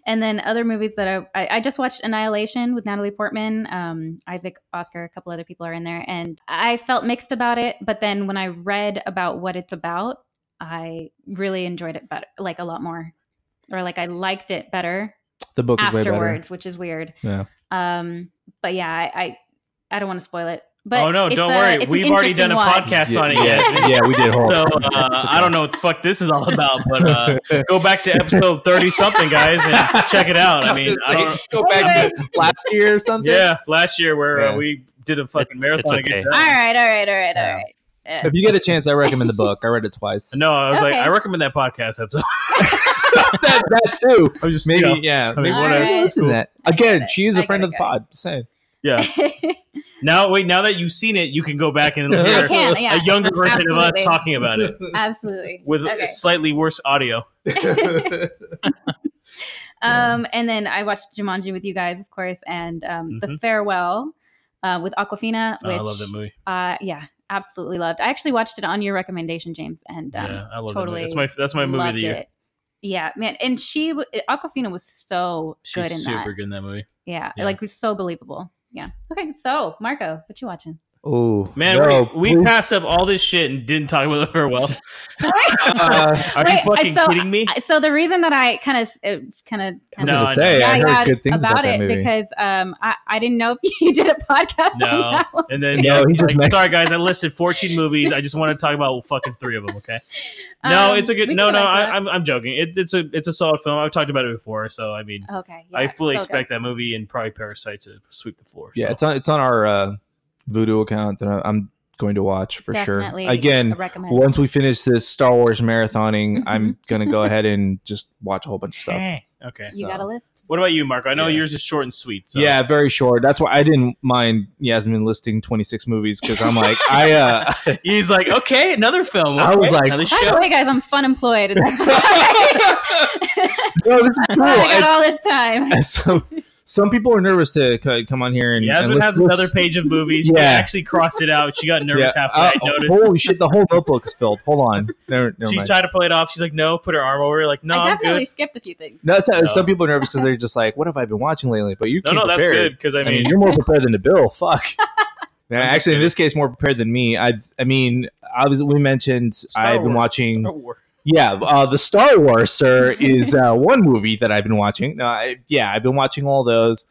E: and then other movies that I, I I just watched Annihilation with Natalie Portman, um, Isaac Oscar, a couple other people are in there, and I felt mixed about it. But then when I read about what it's about, I really enjoyed it better, like a lot more, or like I liked it better
D: The book is way better.
E: afterwards, which is weird.
D: Yeah.
E: Um, but yeah, I I, I don't want to spoil it. But
A: oh no,
E: it's
A: don't
E: a-
A: worry.
E: it's an
A: We've already done a
E: interesting watch.
A: podcast on it
D: yeah,
A: yet.
D: yeah, we did. Whole
A: So uh, I don't know what the fuck this is all about, but uh, go back to episode thirty something, guys, and check it out. I mean, I don't,
B: go
E: back
B: to
D: last year or something.
A: yeah, last year where uh,
D: Yeah.
A: we did a fucking marathon.
C: it's okay.
A: again.
E: All right, all right, all right, all right. Eh.
D: If you get a chance, I recommend the book. I read it twice.
A: No, I was like,
E: Okay.
A: I recommend that podcast episode.
D: that, that too.
A: I'm just
D: Maybe,
A: you know,
D: yeah.
A: mean,
D: maybe
E: All
D: whatever.
E: right.
D: Listen to that.
E: get
D: Again,
E: it.
D: she is
E: I
D: a
E: get
D: friend
E: it,
D: of the
E: guys.
D: pod. Same.
A: yeah. Now, wait, now that you've seen it, you can go back and hear
E: I can, yeah.
A: a younger version of us
E: Absolutely.
A: talking about it
E: Absolutely.
A: with
E: Okay.
A: slightly worse audio.
E: Um, and then I watched Jumanji with you guys, of course, and um, The Farewell uh, with Aquafina,
A: Mm-hmm. Oh,
E: which
A: I love that movie.
E: Uh, yeah, absolutely loved. I actually watched it on your recommendation, James, and um,
A: yeah, I love
E: totally
A: that movie. That's my that's my movie of
E: loved
A: the year.
E: it. Yeah, man, and she w- Aquafina was so
A: She's
E: good in
A: super
E: that.
A: good in that movie.
E: Yeah,
A: Yeah.
E: like was so believable. Yeah. Okay, so Marco, what you watching?
D: Oh
A: Man,
D: no,
A: we, we
D: please.
A: passed up all this shit and didn't talk about the farewell.
D: Uh,
A: Are
E: Wait,
A: you fucking
E: so
A: kidding me?
E: I- So the reason that I uh, kind of kind
D: I was
A: No,
E: of
D: gonna say I heard good things about,
E: about,
D: that
E: it
D: movie.
E: because um, I, I didn't know if you did a podcast
A: No.
E: on that one.
A: And then
D: No,
A: yeah,
D: he just
A: like,
D: makes-
A: sorry guys, I listed 14 movies. I just want to talk about fucking three of them. Okay. No,
E: Um,
A: it's a good.
E: we
A: No,
E: can
A: no,
E: go back to
A: I,
E: that.
A: I'm I'm joking. It, it's a it's a solid film. I've talked about it before, so I mean,
E: Okay. yeah,
A: I fully
E: so
A: expect that movie and probably Parasite to sweep the floor.
D: yeah,
A: so.
D: it's on it's on our uh, Voodoo account that I- I'm going to watch for
E: good. Definitely
D: sure. Again,
E: recommend. Mm-hmm.
D: once we finish this Star Wars marathoning, I'm gonna go ahead and just watch a whole bunch of stuff.
A: Eh, okay.
E: you got a list?
A: What about you, Marco? I know
D: Yeah.
A: yours is short and sweet. So.
D: Yeah, very short. That's why I didn't mind Yasmin listing 26 movies because I'm like, I uh,
A: He's like, okay, another film.
D: I was
A: okay,
D: like-
A: another
E: By
A: show.
E: the way, guys, I'm fun employed. and That's why
D: no, this is cool.
E: I got
D: It's-
E: all this time.
D: some some people are nervous to co- come on here and, and
A: Yasmin
D: list-
A: has
D: list-
A: another page of movies. She
D: Yeah.
A: actually crossed it out. She got nervous
D: Yeah.
A: halfway.
D: Uh,
A: I noticed.
D: holy shit! The whole notebook is filled. Hold on. Never, never
A: She's
D: mind.
A: trying to play it off. She's like, no, put her arm over. her, Like, no,
E: I
A: I'm
E: definitely
A: good.
E: skipped a few things.
D: No, so,
A: No.
D: some people are nervous because they're just like, "What have I been watching lately?" But you
A: No,
D: came
A: no, that's
D: prepared.
A: good because I
D: I mean,
A: mean,
D: you're more prepared than the bill. Fuck. Nah,
A: just
D: actually, in this case, more prepared than me. I, I mean, I was. We mentioned
A: Star
D: I've been
A: Wars.
D: watching.
A: Star Wars.
D: Yeah, uh, the Star Wars, sir, is uh, one movie that I've been watching. No, I, yeah, I've been watching all those.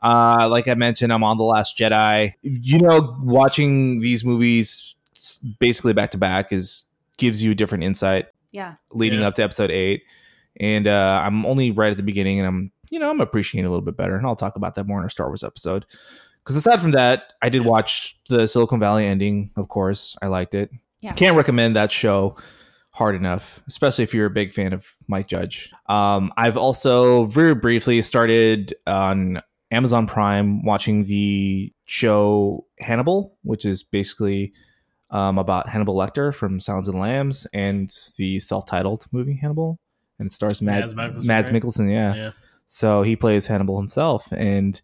D: Uh, like I mentioned, I'm on The Last Jedi. You know, watching these movies s- basically back to back is gives you a different insight
E: Yeah.
D: leading
A: Yeah.
D: up to episode eight. And uh, I'm only right at the beginning, and I'm you know I'm appreciating it a little bit better, and I'll talk about that more in our Star Wars episode. Because aside from that, I did watch the Silicon Valley ending. Of course, I liked it.
E: Yeah.
D: Can't recommend that show hard enough, especially if you're a big fan of Mike Judge. Um, I've also very briefly started on Amazon Prime watching the show Hannibal, which is basically um, about Hannibal Lecter from Sounds and Lambs and the self-titled movie Hannibal, and it stars Mads,
A: Mads Mikkelsen,
D: Mads
A: right?
D: Mikkelsen. Yeah.
A: Yeah.
D: so he plays Hannibal himself, and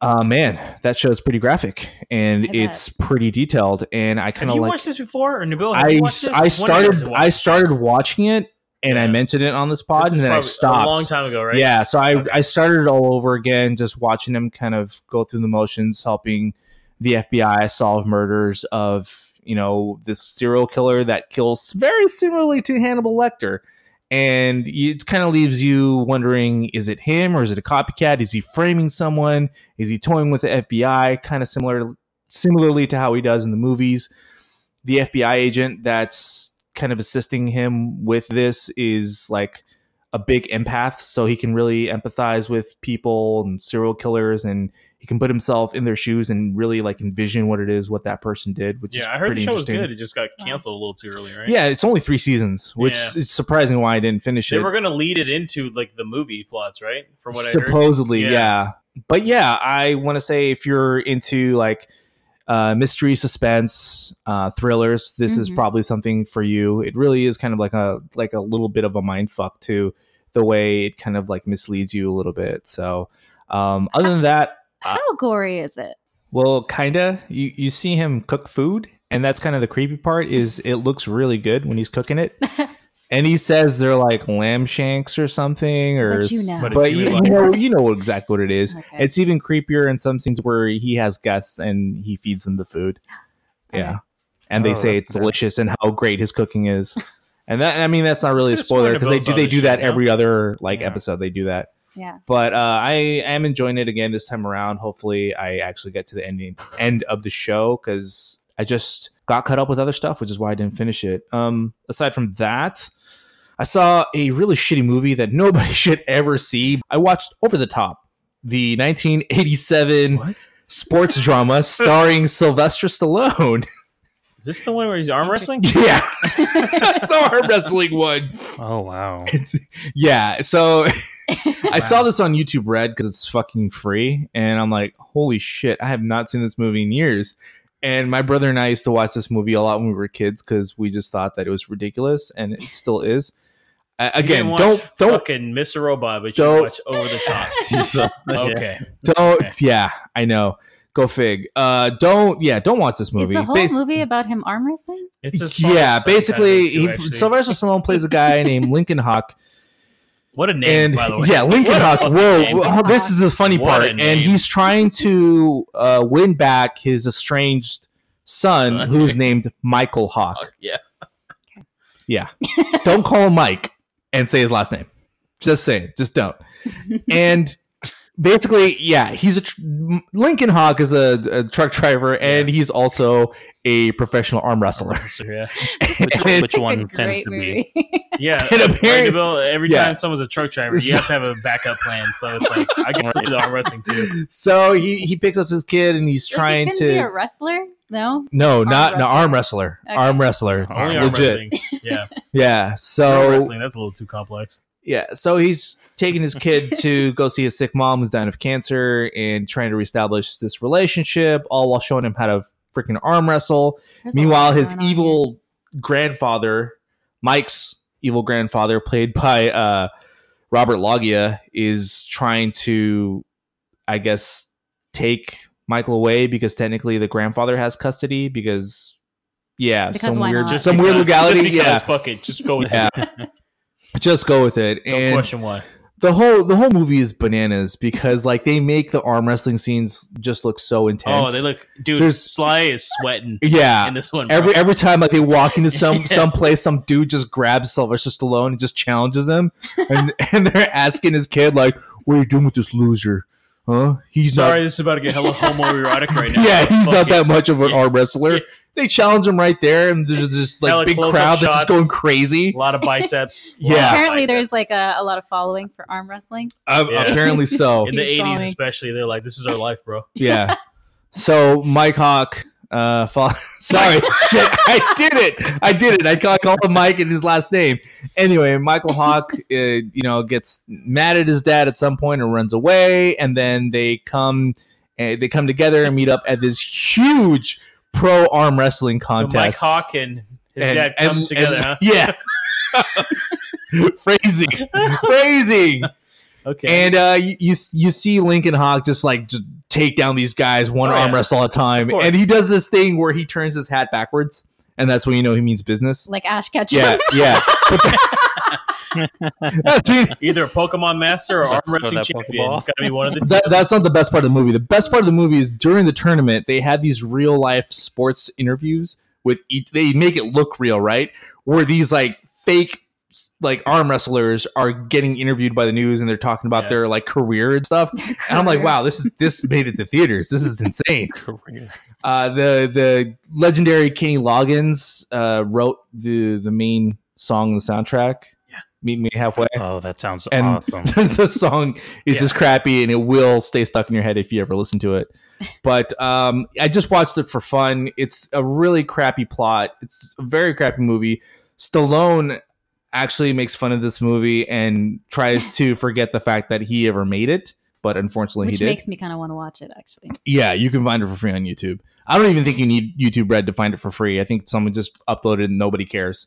D: uh, man, that show's pretty graphic and
E: I bet.
D: it's pretty detailed. And I
A: Have
D: kind of
A: you
D: like
A: watched this before, or Nabil? have you
D: I,
A: watched this?
D: I
A: One of you
D: started
A: has
D: I
A: watched
D: started watching it and I
A: Yeah.
D: mentioned it on this
A: it.
D: pod
A: This is
D: and then I
A: probably
D: stopped.
A: a long time ago, right?
D: Yeah, so I,
A: Okay.
D: I started it all over again, just watching him kind of go through the motions, helping the FBI solve murders of you know this serial killer that kills very similarly to Hannibal Lecter, and it kind of leaves you wondering: is it him or is it a copycat? Is he framing someone? Is he toying with the FBI? Kind of similar, similarly to how he does in the movies. The FBI agent that's kind of assisting him with this is like a big empath, so he can really empathize with people and serial killers, and he can put himself in their shoes and really like envision what it is what that person did. Which is
A: Yeah, I heard the
D: pretty
A: show was
D: interesting.
A: good. It just got canceled a little too early, right?
D: Yeah, it's only three seasons, which
A: Yeah.
D: is surprising why I didn't finish
A: They
D: it.
A: were going to lead it into like the movie plots, right? From what I heard.
D: Supposedly,
A: Yeah.
D: yeah. But yeah, I want to say if you're into like uh, mystery, suspense, uh, thrillers, this is
E: Mhm.
D: probably something for you. It really is kind of like a like a little bit of a mind fuck too, the way it kind of like misleads you a little bit. So um, other than that,
E: How gory is it?
D: well, kinda you you see him cook food, and that's kind of the creepy part. Is it looks really good when he's cooking it. And he says they're like lamb shanks or something, or
E: But you
D: s-
E: know.
A: But
D: but
A: it's
D: you,
A: really
D: you
A: like-
D: know, you know exactly what it is.
E: Okay.
D: It's even creepier in some scenes where he has guests and he feeds them the food.
E: Okay.
D: Yeah, and they
C: Oh,
D: say
C: that's
D: it's delicious and how great his cooking is. And that I mean that's not really a
A: It's
D: spoiler because they
A: Spoilerville's
D: do they
A: on
D: do
A: this
D: that
A: show, no?
D: every other like
C: Yeah.
D: episode they do that.
E: Yeah.
D: But uh, I am enjoying it again this time around. Hopefully, I actually get to the ending end of the show because I just got caught up with other stuff, which is why I didn't finish it. Um, aside from that, I saw a really shitty movie that nobody should ever see. I watched Over the Top, the 1987
A: What?
D: sports drama starring Sylvester Stallone.
A: Is this the one where he's arm wrestling?
D: yeah, that's the arm wrestling one.
C: Oh wow.
D: It's, yeah, so I saw this on YouTube Red because it's fucking free, and I'm like, holy shit, I have not seen this movie in years. And my brother and I used to watch this movie a lot when we were kids because we just thought that it was ridiculous, and it still is. Uh,
A: You didn't
D: again,
A: watch
D: don't don't
A: fucking miss a robot, but you
D: Don't-
A: watch over the top. okay.
D: don't.
A: okay.
D: Yeah, I know. Go fig. Uh, don't. Yeah, don't watch this movie.
E: Is the whole
D: Bas-
E: movie about him arm wrestling?
A: It's as far
D: yeah,
A: as some kind
D: basically,
A: of it, too,
D: he,
A: actually.
D: Sylvester Stallone plays a guy named Lincoln Hawk,
A: what a name,
D: and
A: by the way.
D: yeah, Lincoln
A: What a
D: Hawk.
A: fucking
D: Whoa,
A: name.
D: whoa, this is the funny
A: What a
D: part,
A: name.
D: and he's trying to uh, win back his estranged son,
A: Son.
D: who's named Michael Hawk.
A: Fuck, yeah.
D: Yeah, don't call him Mike and say his last name. Just saying, just don't. And basically, yeah, he's a tr- Lincoln Hawk is a, a truck driver, and he's also a professional arm wrestler.
A: So, yeah.
C: Which,
D: And-
C: which one
E: It's a
C: tends
E: great
C: to be?
E: movie.
A: Yeah.
D: And
A: like,
D: apparently-
A: Bill, every
D: yeah.
A: time someone's a truck driver, you have to have a backup plan. So it's like, I can see the arm wrestling too.
D: So he he picks up his kid, and he's trying
E: Like, he
D: to
E: couldn't be a wrestler. No,
D: No, not
E: wrestler.
D: an arm wrestler.
E: Okay.
D: Arm wrestler. It's
A: Only arm
D: legit. Oh.
A: wrestling. Yeah.
D: Yeah.
A: Arm
D: So
A: wrestling, that's a little too complex.
D: yeah. So he's taking his kid to go see his sick mom who's dying of cancer and trying to reestablish this relationship, all while showing him how to freaking arm wrestle.
E: There's a
D: Meanwhile,
E: lot
D: his
E: going on
D: evil grandfather, Mike's evil grandfather, played by uh, Robert Loggia, is trying to, I guess, take Michael away because technically the grandfather has custody because, yeah,
E: Because
D: some
E: why
D: weird,
E: not?
A: Just
D: some weird
A: because-
D: legality.
A: just because,
D: yeah,
A: Fuck it. Just go with
D: Yeah.
A: it.
D: just go with it.
A: Don't
D: and
A: question why.
D: the whole the whole movie is bananas because like they make the arm wrestling scenes just look so intense.
A: Oh, they look, dude.
D: There's-
A: Sly is sweating
D: yeah.
A: in this one. bro.
D: Every every time like they walk into some
A: Yeah.
D: some place, some dude just grabs Sylvester Stallone and just challenges him, and and they're asking his kid like, "What are you doing with this loser? Huh? He's
A: Sorry, this is about to get hella homoerotic right
D: not,
A: now.
D: yeah, he's
A: Fuck
D: not
A: it.
D: that much of an
A: Yeah.
D: arm wrestler."
A: Yeah.
D: They challenge him right there, and there's just like
A: Hella
D: big
A: close-up
D: crowd that's
A: shots.
D: just going crazy.
A: A lot of biceps.
D: Yeah.
A: Lot of
E: Apparently,
A: biceps.
E: there's like a, a lot of following for arm wrestling.
D: Uh,
A: Yeah.
D: Apparently so.
A: in the
E: Huge
A: eighties,
E: following.
A: especially. They're like, "This is our life, bro."
D: yeah. So Mike Hawk, uh, fall- sorry, shit, I did it, I did it. I ca- I called him Mike in his last name. Anyway, Michael Hawk, uh, you know, gets mad at his dad at some point and runs eh, away, and then they come, uh, they come together and meet up at this huge pro arm wrestling
A: So Mike
D: contest.
A: Hawk and his
D: and-
A: dad come
D: and-
A: together,
D: and-
A: huh?
D: Yeah. phrasing, phrasing,
A: Okay.
D: and uh, you you s- you see Lincoln Hawk just like just take down these guys one
A: Oh,
D: arm
A: yeah.
D: wrestle at a time,
A: Of course.
D: and he does this thing where he turns his hat backwards, and that's when you know he means business.
E: like Ash Ketchum.
D: Yeah, yeah. But that- that's, really-
A: Either a Pokemon Master or arm
C: Let's throw
A: wrestling
C: that
A: champion.
C: Pokeball.
A: It's got to be one of the
D: that- that's not the best part of the movie. The best part of the movie is during the tournament, they have these real life sports interviews with each, they make it look real, right? Where these like fake like arm wrestlers are getting interviewed by the news and they're talking about
A: Yeah.
D: their like career and stuff. And I'm like, wow, this is this made it to theaters. This is insane.
C: Career.
D: Uh, the the legendary Kenny Loggins uh, wrote the the main song on the soundtrack. Yeah. Meet me halfway.
C: Oh, that sounds
D: And-
C: awesome.
D: the song is just crappy and it will stay stuck in your head if you ever listen to it. But um, I just watched it for fun. It's a really crappy plot. It's a very crappy movie. Stallone actually makes fun of this movie and tries to forget the fact that he ever made it, but unfortunately
E: Which
D: he did.
E: makes me kind of want to watch it actually.
D: yeah, you can find it for free on YouTube. I don't even think you need YouTube Red to find it for free. I think someone just uploaded and nobody cares.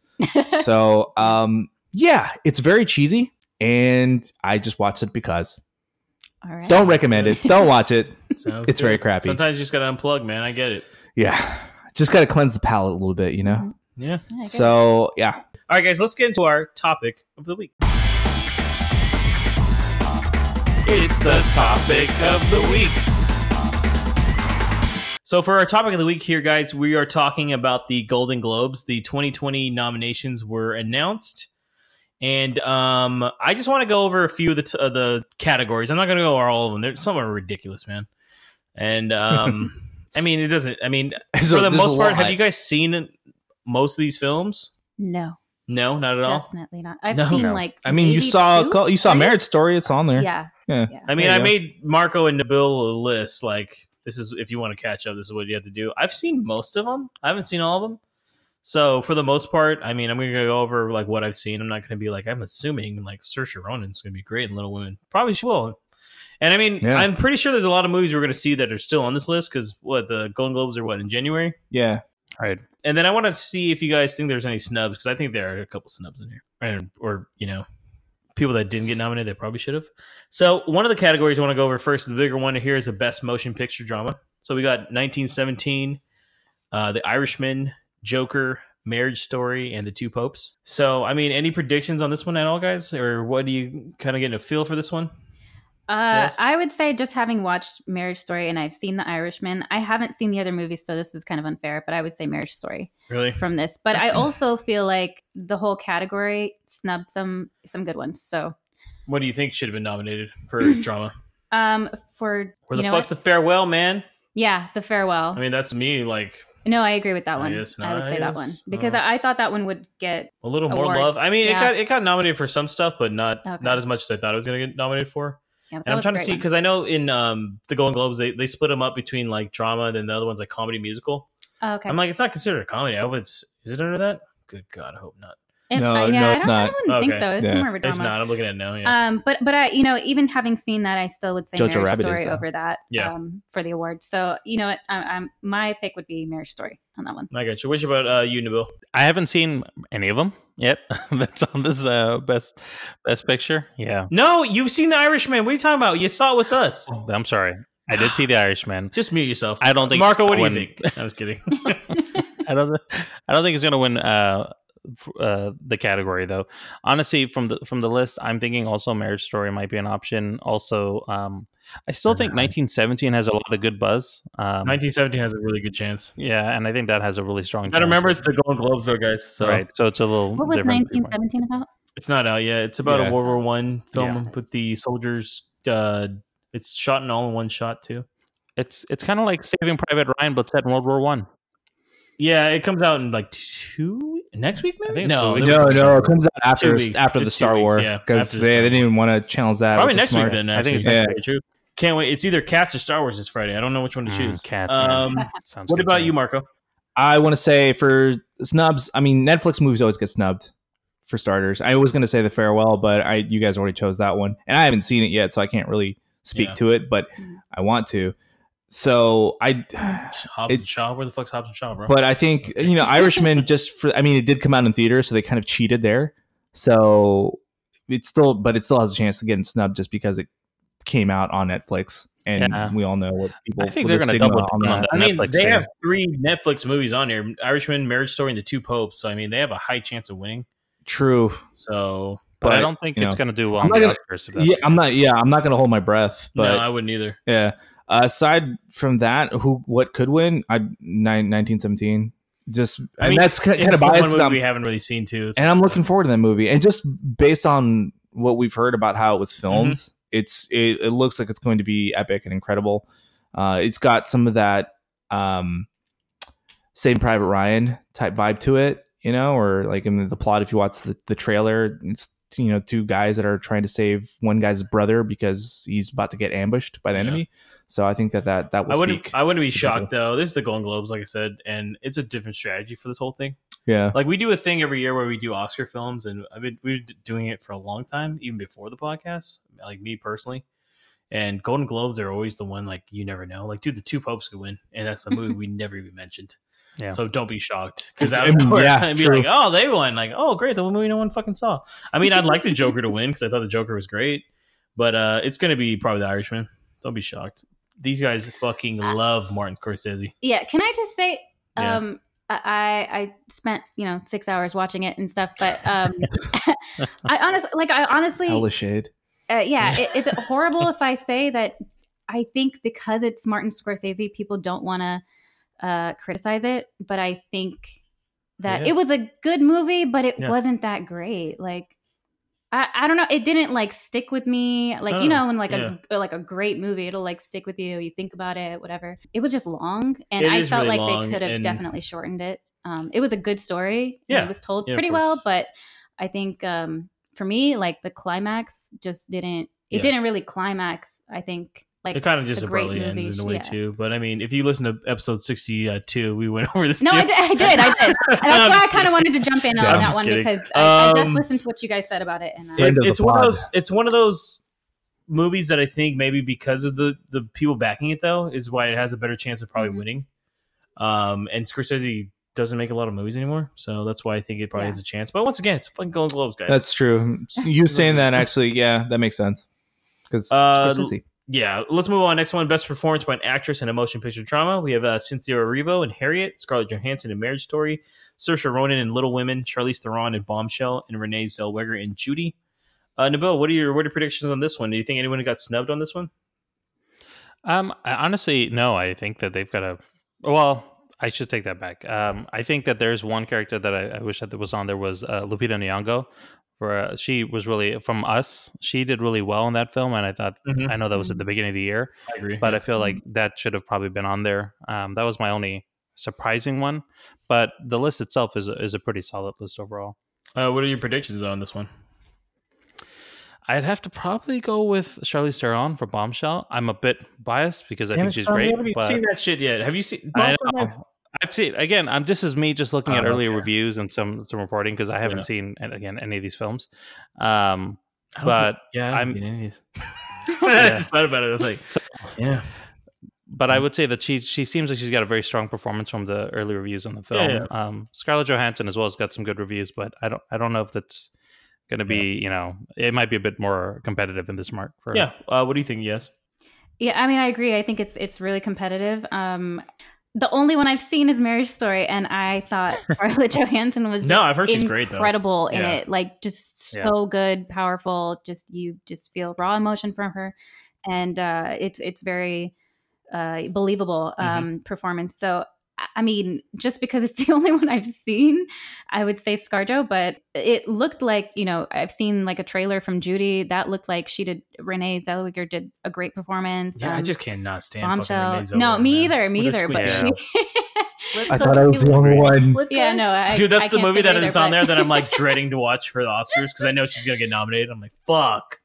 D: so um, yeah, it's very cheesy, and I just watched it because.
E: All right.
D: Don't recommend it. Don't watch it.
A: Sounds
D: It's
A: good.
D: very crappy.
A: Sometimes you just got to unplug, man. I get it.
D: Yeah. Just got to cleanse the palate a little bit, you know?
A: Yeah.
E: Yeah, Mm-hmm, I agree.
D: So, yeah.
A: All right, guys, let's get into our topic of the week. It's the topic of the week. So, for our topic of the week here, guys, we are talking about the Golden Globes. The 2020 nominations were announced. And um, I just want to go over a few of the, t- uh, the categories. I'm not going to go over all of them. They're, some are ridiculous, man. And um, I mean, it doesn't. I mean,
D: So
A: for the
D: there's a
A: most part, have
D: lot.
A: you guys seen most of these films?
E: no,
A: No, not at all.
E: definitely not. I've
A: No.
E: seen
D: No.
E: like.
D: I mean, you
E: maybe
D: saw
E: two?
D: co- you saw
E: Right?
D: Marriage Story. It's on there.
E: Yeah.
D: Yeah.
A: I mean,
D: There
A: I
D: you go.
A: made Marco and Nabil a list. Like, this is if you want to catch up, this is what you have to do. I've seen most of them. I haven't seen all of them. So for the most part, I mean, I'm gonna go over like what I've seen. I'm not gonna be like I'm assuming like Saoirse Ronan's gonna be great in Little Women. Probably she will. And I mean,
D: Yeah.
A: I'm pretty sure there's a lot of movies we're gonna see that are still on this list because what the Golden Globes are what in January.
D: Yeah.
C: All right.
A: And then I want to see if you guys think there's any snubs because I think there are a couple snubs in here, and or you know, people that didn't get nominated that probably should have. So one of the categories I want to go over first, the bigger one here is the best motion picture drama. So we got 1917, uh, The Irishman, Joker, Marriage Story, and The Two Popes. So I mean, any predictions on this one at all, guys, or what do you kind of getting a feel for this one?
E: Uh,
A: Yes.
E: I would say just having watched Marriage Story and I've seen The Irishman. I haven't seen the other movies, so this is kind of unfair. But I would say Marriage Story
A: Really?
E: from this. But I also feel like the whole category snubbed some some good ones. So
A: What do you think should have been nominated for drama?
E: um, for
A: Where
E: you
A: the
E: know
A: fuck's
E: what?
A: the farewell, man?
E: yeah, the farewell.
A: I mean, that's me like
E: no, I agree with that
A: I
E: one.
A: guess
E: I would
A: not,
E: say
A: yes.
E: that one because
A: Uh,
E: I, I thought that one would get
A: a little more
E: awards.
A: love. I mean,
E: Yeah.
A: it got it got nominated for some stuff, but not
E: Okay.
A: not as much as I thought it was going to get nominated for.
E: Yeah, but that
A: And I'm
E: was a
A: trying to
E: great
A: see
E: one.
A: because I know in um, the Golden Globes they, they split them up between like drama and then the other ones like comedy musical.
E: Oh, okay.
A: I'm like, it's not considered a comedy. I hope it's is it under that? Good God, I hope not.
E: It-
D: No,
E: I-
D: no,
E: I
D: it's
E: don't-
D: not.
E: I wouldn't think
A: Okay.
E: so. It's
D: Yeah.
E: more of a drama.
A: It's not. I'm looking at it now. Yeah.
E: Um, but but I, you know, even having seen that, I still would say
D: Jojo
E: Marriage
D: Rabbit is,
E: Story
D: though.
E: over that
A: Yeah.
E: um, for the award. So you know, I, I'm my pick would be Marriage Story on that one.
A: I got you. What about uh, you, Nabil?
C: I haven't seen any of them yet. That's on this uh, best best picture. Yeah.
A: No, you've seen The Irishman. What are you talking about? You saw it with us.
C: I'm sorry. I did see The Irishman.
A: Just mute yourself.
C: I don't think
A: Marco,
C: it's
A: what do you
C: when-
A: think? I was kidding.
C: I don't. I don't think it's going to win uh, f- uh, the category though. Honestly, from the from the list, I'm thinking also Marriage Story might be an option. Also, um, I still think 1917 has a lot of good buzz. Um,
A: 1917 has a really good chance.
C: yeah, and I think that has a really strong.
A: I remember
C: chance.
A: it's the Golden Globes though, guys. So
C: right. So it's a little.
E: What was
C: different.
E: 1917 about?
A: It's not out yet. It's about
D: Yeah.
A: a World War One film
E: Yeah.
A: with the soldiers. Uh, it's shot in all in one shot too.
C: It's it's kind of like Saving Private Ryan, but set in World War One.
A: Yeah, it comes out in like two next week. Maybe
C: I think it's
A: no,
C: two weeks.
A: there-
D: No, no, it comes out after
A: Two weeks.
D: after the
A: It's two
D: Star
A: weeks,
D: War
A: yeah.
D: because
A: After the
D: they,
A: Star
D: they didn't even want to challenge that.
A: probably
D: which is
A: next
D: smart.
A: week. Then
C: I
A: actually.
C: think it's
A: yeah.
D: next
A: True. Can't wait. It's either Cats or Star Wars this Friday. I don't know which one to choose.
C: Mm, cats.
A: Um,
C: yeah. Sounds
A: what
C: good to
A: about
C: me.
A: you, Marco?
D: I want to say for snubs, I mean Netflix movies always get snubbed for starters. I was going to say The Farewell, but I you guys already chose that one, and I haven't seen it yet, so I can't really speak
A: Yeah.
D: to it, but
E: Mm.
D: I want to. So I,
A: Hobbs
D: It-
A: and Shaw. Where the fuck's Hobbs and Shaw, bro?
D: but I think you know Irishman just for I mean it did come out in theaters, so they kind of cheated there. So it's still, but it still has a chance to get snubbed just because it came out on Netflix, and
C: Yeah.
D: we all know what people.
C: I think
D: what
C: they're
D: the
C: going to
D: stigma
C: double down on that.
A: I mean,
C: Netflix
A: they
C: thing.
A: have three Netflix movies on here: Irishman, Marriage Story, and The Two Popes. So I mean, they have a high chance of winning.
D: True,
A: So
C: but,
D: but,
C: I don't think
D: you
C: it's
D: know,
C: going to do well
D: I'm
C: on the
D: not gonna-
C: Oscars. If that's
D: yeah,
C: the
D: I'm
C: case.
D: not. Yeah, I'm not going to hold my breath, but
A: no, I wouldn't either.
D: yeah. Uh, aside from that, who what could win? I nine, 1917. Just
A: I
D: and
A: mean,
D: that's kind
A: It's
D: of
A: the
D: biased.
A: one
D: 'cause
A: movie
D: I'm-
A: we haven't really seen too. It's-
D: and I'm looking forward to that movie. And just based on what we've heard about how it
A: Mm-hmm.
D: was filmed, it's it, it looks like it's going to be epic and incredible. Uh, it's got some of that um, same Private Ryan type vibe to it, you know, or like in the plot. If you watch the, the trailer, it's you know two guys that are trying to save one guy's brother because he's about to get ambushed by the
A: Yeah.
D: enemy. So I think that that that will
A: I wouldn't.
D: speak.
A: I wouldn't be
D: to
A: shocked though. This is the Golden Globes, like I said, and it's a different strategy for this whole thing.
D: yeah,
A: Like we do a thing every year where we do Oscar films, and I've been we've been doing it for a long time, even before the podcast. Like me personally, and Golden Globes are always the one like you never know. Like, dude, the two popes could win, and that's a movie we never even mentioned.
C: Yeah.
A: So don't be shocked because
D: I
A: that
D: mean,
A: would
D: yeah,
A: I'd be
D: true.
A: like, oh, they won. Like, oh, great, the one movie no one fucking saw. I mean, I'd like the Joker to win because I thought the Joker was great, but uh, it's gonna be probably the Irishman. Don't be shocked. These guys fucking love Martin Scorsese.
E: Yeah. Can I just say,
A: Yeah.
E: um, I I I spent you know six hours watching it and stuff, but um, I honestly like I honestly
D: hellish shade.
E: uh, yeah, i- is it horrible if I say that I think because it's Martin Scorsese, people don't want to uh, criticize it, but I think that
A: Yeah.
E: it was a good movie, but it
A: Yeah.
E: wasn't that great. Like, I, I don't know. It didn't like stick with me. Like
A: Oh,
E: you know, when like a like a great movie, it'll like stick with you. You think about it, whatever. It was just long, and
A: It
E: I
A: is
E: felt
A: really
E: like
A: long,
E: they could have
A: and-
E: definitely shortened it. Um, it was a good story. and
A: Yeah.
E: it was told
A: Yeah, of
E: pretty well,
A: course.
E: but I think um, for me, like the climax just didn't. It
A: Yeah.
E: didn't really climax. I think like
A: It kind of just
E: the great
A: abruptly ends
E: movies,
A: in a way
E: yeah.
A: too. But I mean, if you listen to episode sixty-two, we went over this.
E: no,
A: too. Um,
E: I did, I did, I did. And
A: I'm
E: That's why I
A: just
E: kind
A: kidding.
E: of wanted to jump in on
D: Yeah, I'm
E: that
A: just
E: one
A: kidding.
E: because I, I just
A: Um,
E: listened to what you guys said about it, and uh, I,
A: It-
D: End of the
A: it's one of
D: pod.
A: those. It's one of those movies that I think maybe because of the the people backing it though is why it has a better chance of probably
E: Mhm.
A: winning. Um, and Scorsese doesn't make a lot of movies anymore, so that's why I think it probably
E: Yeah.
A: has a chance. But once again, it's fucking Golden Globes, guys.
D: That's true. You saying that actually, yeah, that makes sense. Because
A: Uh,
D: Scorsese.
A: yeah. Let's move on. Next one: best performance by an actress in a motion picture drama. We have uh, Cynthia Erivo in Harriet, Scarlett Johansson in Marriage Story, Saoirse Ronan in Little Women, Charlize Theron in Bombshell, and Renee Zellweger in Judy. Uh, Nabil, what are your what are your predictions on this one? Do you think anyone got snubbed on this one?
C: Um, I, honestly, no. I think that they've got a. Well, I should take that back. Um, I think that there's one character that I, I wish that was on there was uh, Lupita Nyong'o. Where uh, she was really from us, she did really well in that film, and I thought
A: Mhm.
C: I know that was at the beginning of the year,
A: I agree.
C: but I feel like that should have probably been on there. Um, that was my only surprising one, but the list itself is a- is a pretty solid list overall.
A: Uh, what are your predictions on this one?
C: I'd have to probably go with Charlize Theron for Bombshell. I'm a bit biased because I think she's great.
A: haven't even
C: but-
A: seen that shit yet. Have you seen?
C: I know. I've seen again. I'm this is me just looking at
A: Oh,
C: earlier
A: okay.
C: reviews and some some reporting because I haven't
A: Yeah.
C: seen and again any of these films. Um, but
A: yeah,
C: I haven't I'm-
A: I
C: Yeah.
A: just thought about it. I was like, yeah,
C: but
A: Mm.
C: I would say that she she seems like she's got a very strong performance from the early reviews on the film.
A: Yeah,
C: Um, Scarlett Johansson as well has got some good reviews, but I don't I don't know if that's going to be you know it might be a bit more competitive in this mark. For,
A: yeah. Uh, what do you think? Yes.
E: yeah, I mean, I agree. I think it's it's really competitive. Um, the only one I've seen is Marriage Story, and I thought Scarlett Johansson was just
A: No, I've heard she's great though.
E: incredible in
A: Yeah.
E: it. Like just
C: Yeah.
E: so good, powerful. Just you just feel raw emotion from her, and uh, it's it's very uh, believable
A: Mm-hmm.
E: um, performance. So I- I mean, just because it's the only one I've seen, I would say ScarJo. But it looked like you know I've seen like a trailer from Judy that looked like she did. Renee Zellweger did a great performance.
A: Yeah, I
E: um,
A: just cannot stand
E: bombshell.
A: Fucking Renee
E: No,
A: Zellweger,
E: me
A: man.
E: either. Me
A: With her
E: either. But
C: squeaky
E: she,
D: I thought I was the only one.
E: yeah, no, I,
A: Dude, that's
E: I
A: the
E: can't
A: movie
E: stand
A: that
E: her either,
A: is on
E: but-
A: there that I'm like dreading to watch for the Oscars because I know she's gonna get nominated. I'm like, fuck.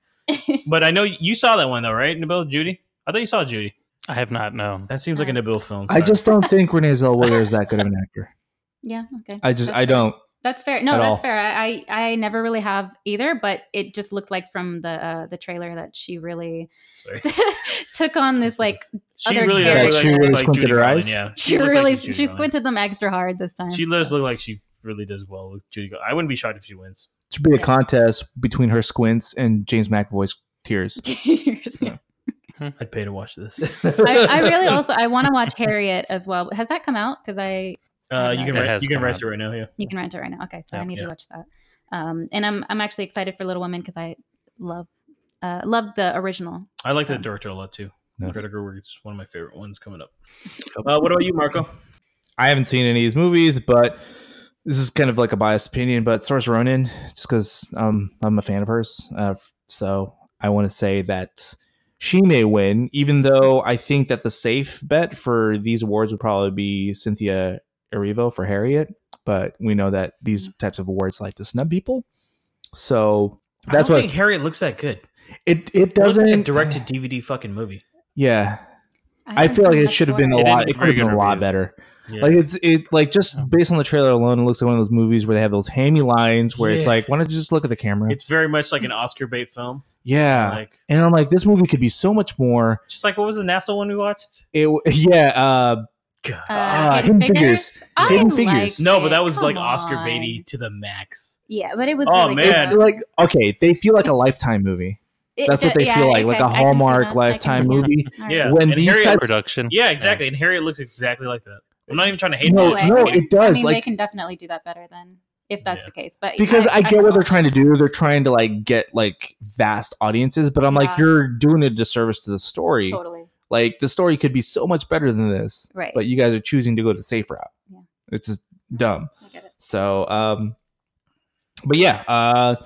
A: But I know you saw that one though, right, Nabil? Judy? I thought you saw Judy.
C: I have not known.
A: That
E: Uh,
A: seems like a Nabil film.
D: I
A: sorry.
D: just don't think Renee Zellweger is that good of an actor.
E: yeah, okay.
D: I just
E: That's
D: I
E: fair.
D: don't.
E: That's fair. No,
D: At
E: that's
D: all.
E: fair. I, I I never really have either, but it just looked like from the uh, the trailer that she really
A: Sorry.
E: took on this like
A: She
E: Other
A: really
E: characters.
A: does look
D: She
A: like,
D: really
A: like
D: squinted
A: Judy
D: her
A: Garland,
D: eyes?
A: Yeah,
E: she
A: looks like
E: really
A: she's Judy
E: she
A: Garland.
E: squinted them extra hard this time.
A: She does look like she really does well with Judy. Garland. I wouldn't be shocked if she wins.
D: should be a
E: Yeah.
D: contest between her squints and James McAvoy's tears.
E: Yeah.
A: I'd pay to watch this.
E: I, I really also I want to watch Harriet as well. Has that come out? Because I
A: Uh, you can
C: It
A: rent,
C: has
A: you can
C: come
A: rest
C: out.
A: it right now. Yeah,
E: you can rent it right now. Okay, so
C: Yeah.
E: I need
A: Yeah.
E: to watch that. Um, and I'm I'm actually excited for Little Women because I love uh love the original.
A: I like
E: So-
A: that director a lot too.
D: Nice.
A: Greta Gerwig's one of my favorite ones coming up. Uh, what about you, Marco?
D: I haven't seen any of these movies, but this is kind of like a biased opinion. But Saoirse Ronan, just because um, I'm a fan of hers, uh, so I want to say that she may win. Even though I think that the safe bet for these awards would probably be Cynthia Erivo for Harriet, but we know that these types of awards like to snub people. So that's
A: I don't
D: what
A: think Harriet looks that good.
D: it it
A: It wasn't a
D: doesn't
A: directed DVD fucking movie.
D: Yeah, I feel like it should have been a
E: uh,
C: It
D: lot.
C: didn't get
D: It could
C: very
D: have been
C: good
D: a lot
C: reviews.
D: better.
A: Yeah. Um,
D: Like it's it like just based on the trailer alone, it looks like one of those movies where they have those hammy lines where it's
A: Yeah.
D: like, why don't you just look at the camera?
A: It's very much like an Oscar bait film.
D: yeah,
A: Like
D: and I'm like, this movie could be so much more.
A: just like what was the NASA one we watched?
D: It w- yeah, uh,
A: God.
D: Ah,
E: Hidden
D: Hidden
E: Figures.
D: Figures.
E: I
D: Hidden
E: liked
D: Figures.
A: no, but that was
E: it.
A: like
E: Come
A: Oscar
E: on.
A: baity to the max.
E: Yeah, but it was.
A: Oh,
E: really
A: man.
E: good.
D: it's like okay, they feel like a lifetime movie.
E: It-
D: That's what
E: uh,
D: they
E: yeah,
D: feel like,
E: okay,
D: like
E: I
D: a
E: can see that. I
D: Hallmark
E: can
D: lifetime
E: see that.
D: movie.
E: All right.
A: Yeah,
D: When
A: and
D: these
A: Harriet,
D: types-
C: production.
A: yeah, exactly. And Harriet looks exactly like that. I'm not even trying to hate.
D: No,
A: her.
E: Anyway,
D: no,
E: I mean-
D: it does.
E: I mean, they
D: like
E: can definitely do that better then, if that's
A: Yeah.
E: the case. But
D: because I, get
E: don't
D: what
E: know.
D: they're trying to do. They're trying to like get like vast audiences, but I'm
E: Yeah.
D: like, you're doing a disservice to the story.
E: Totally
D: Like the story could be so much better than this,
E: right.
D: but you guys are choosing to go the safe route.
E: Yeah.
D: It's just dumb.
E: I get it.
D: So, um, but yeah, uh,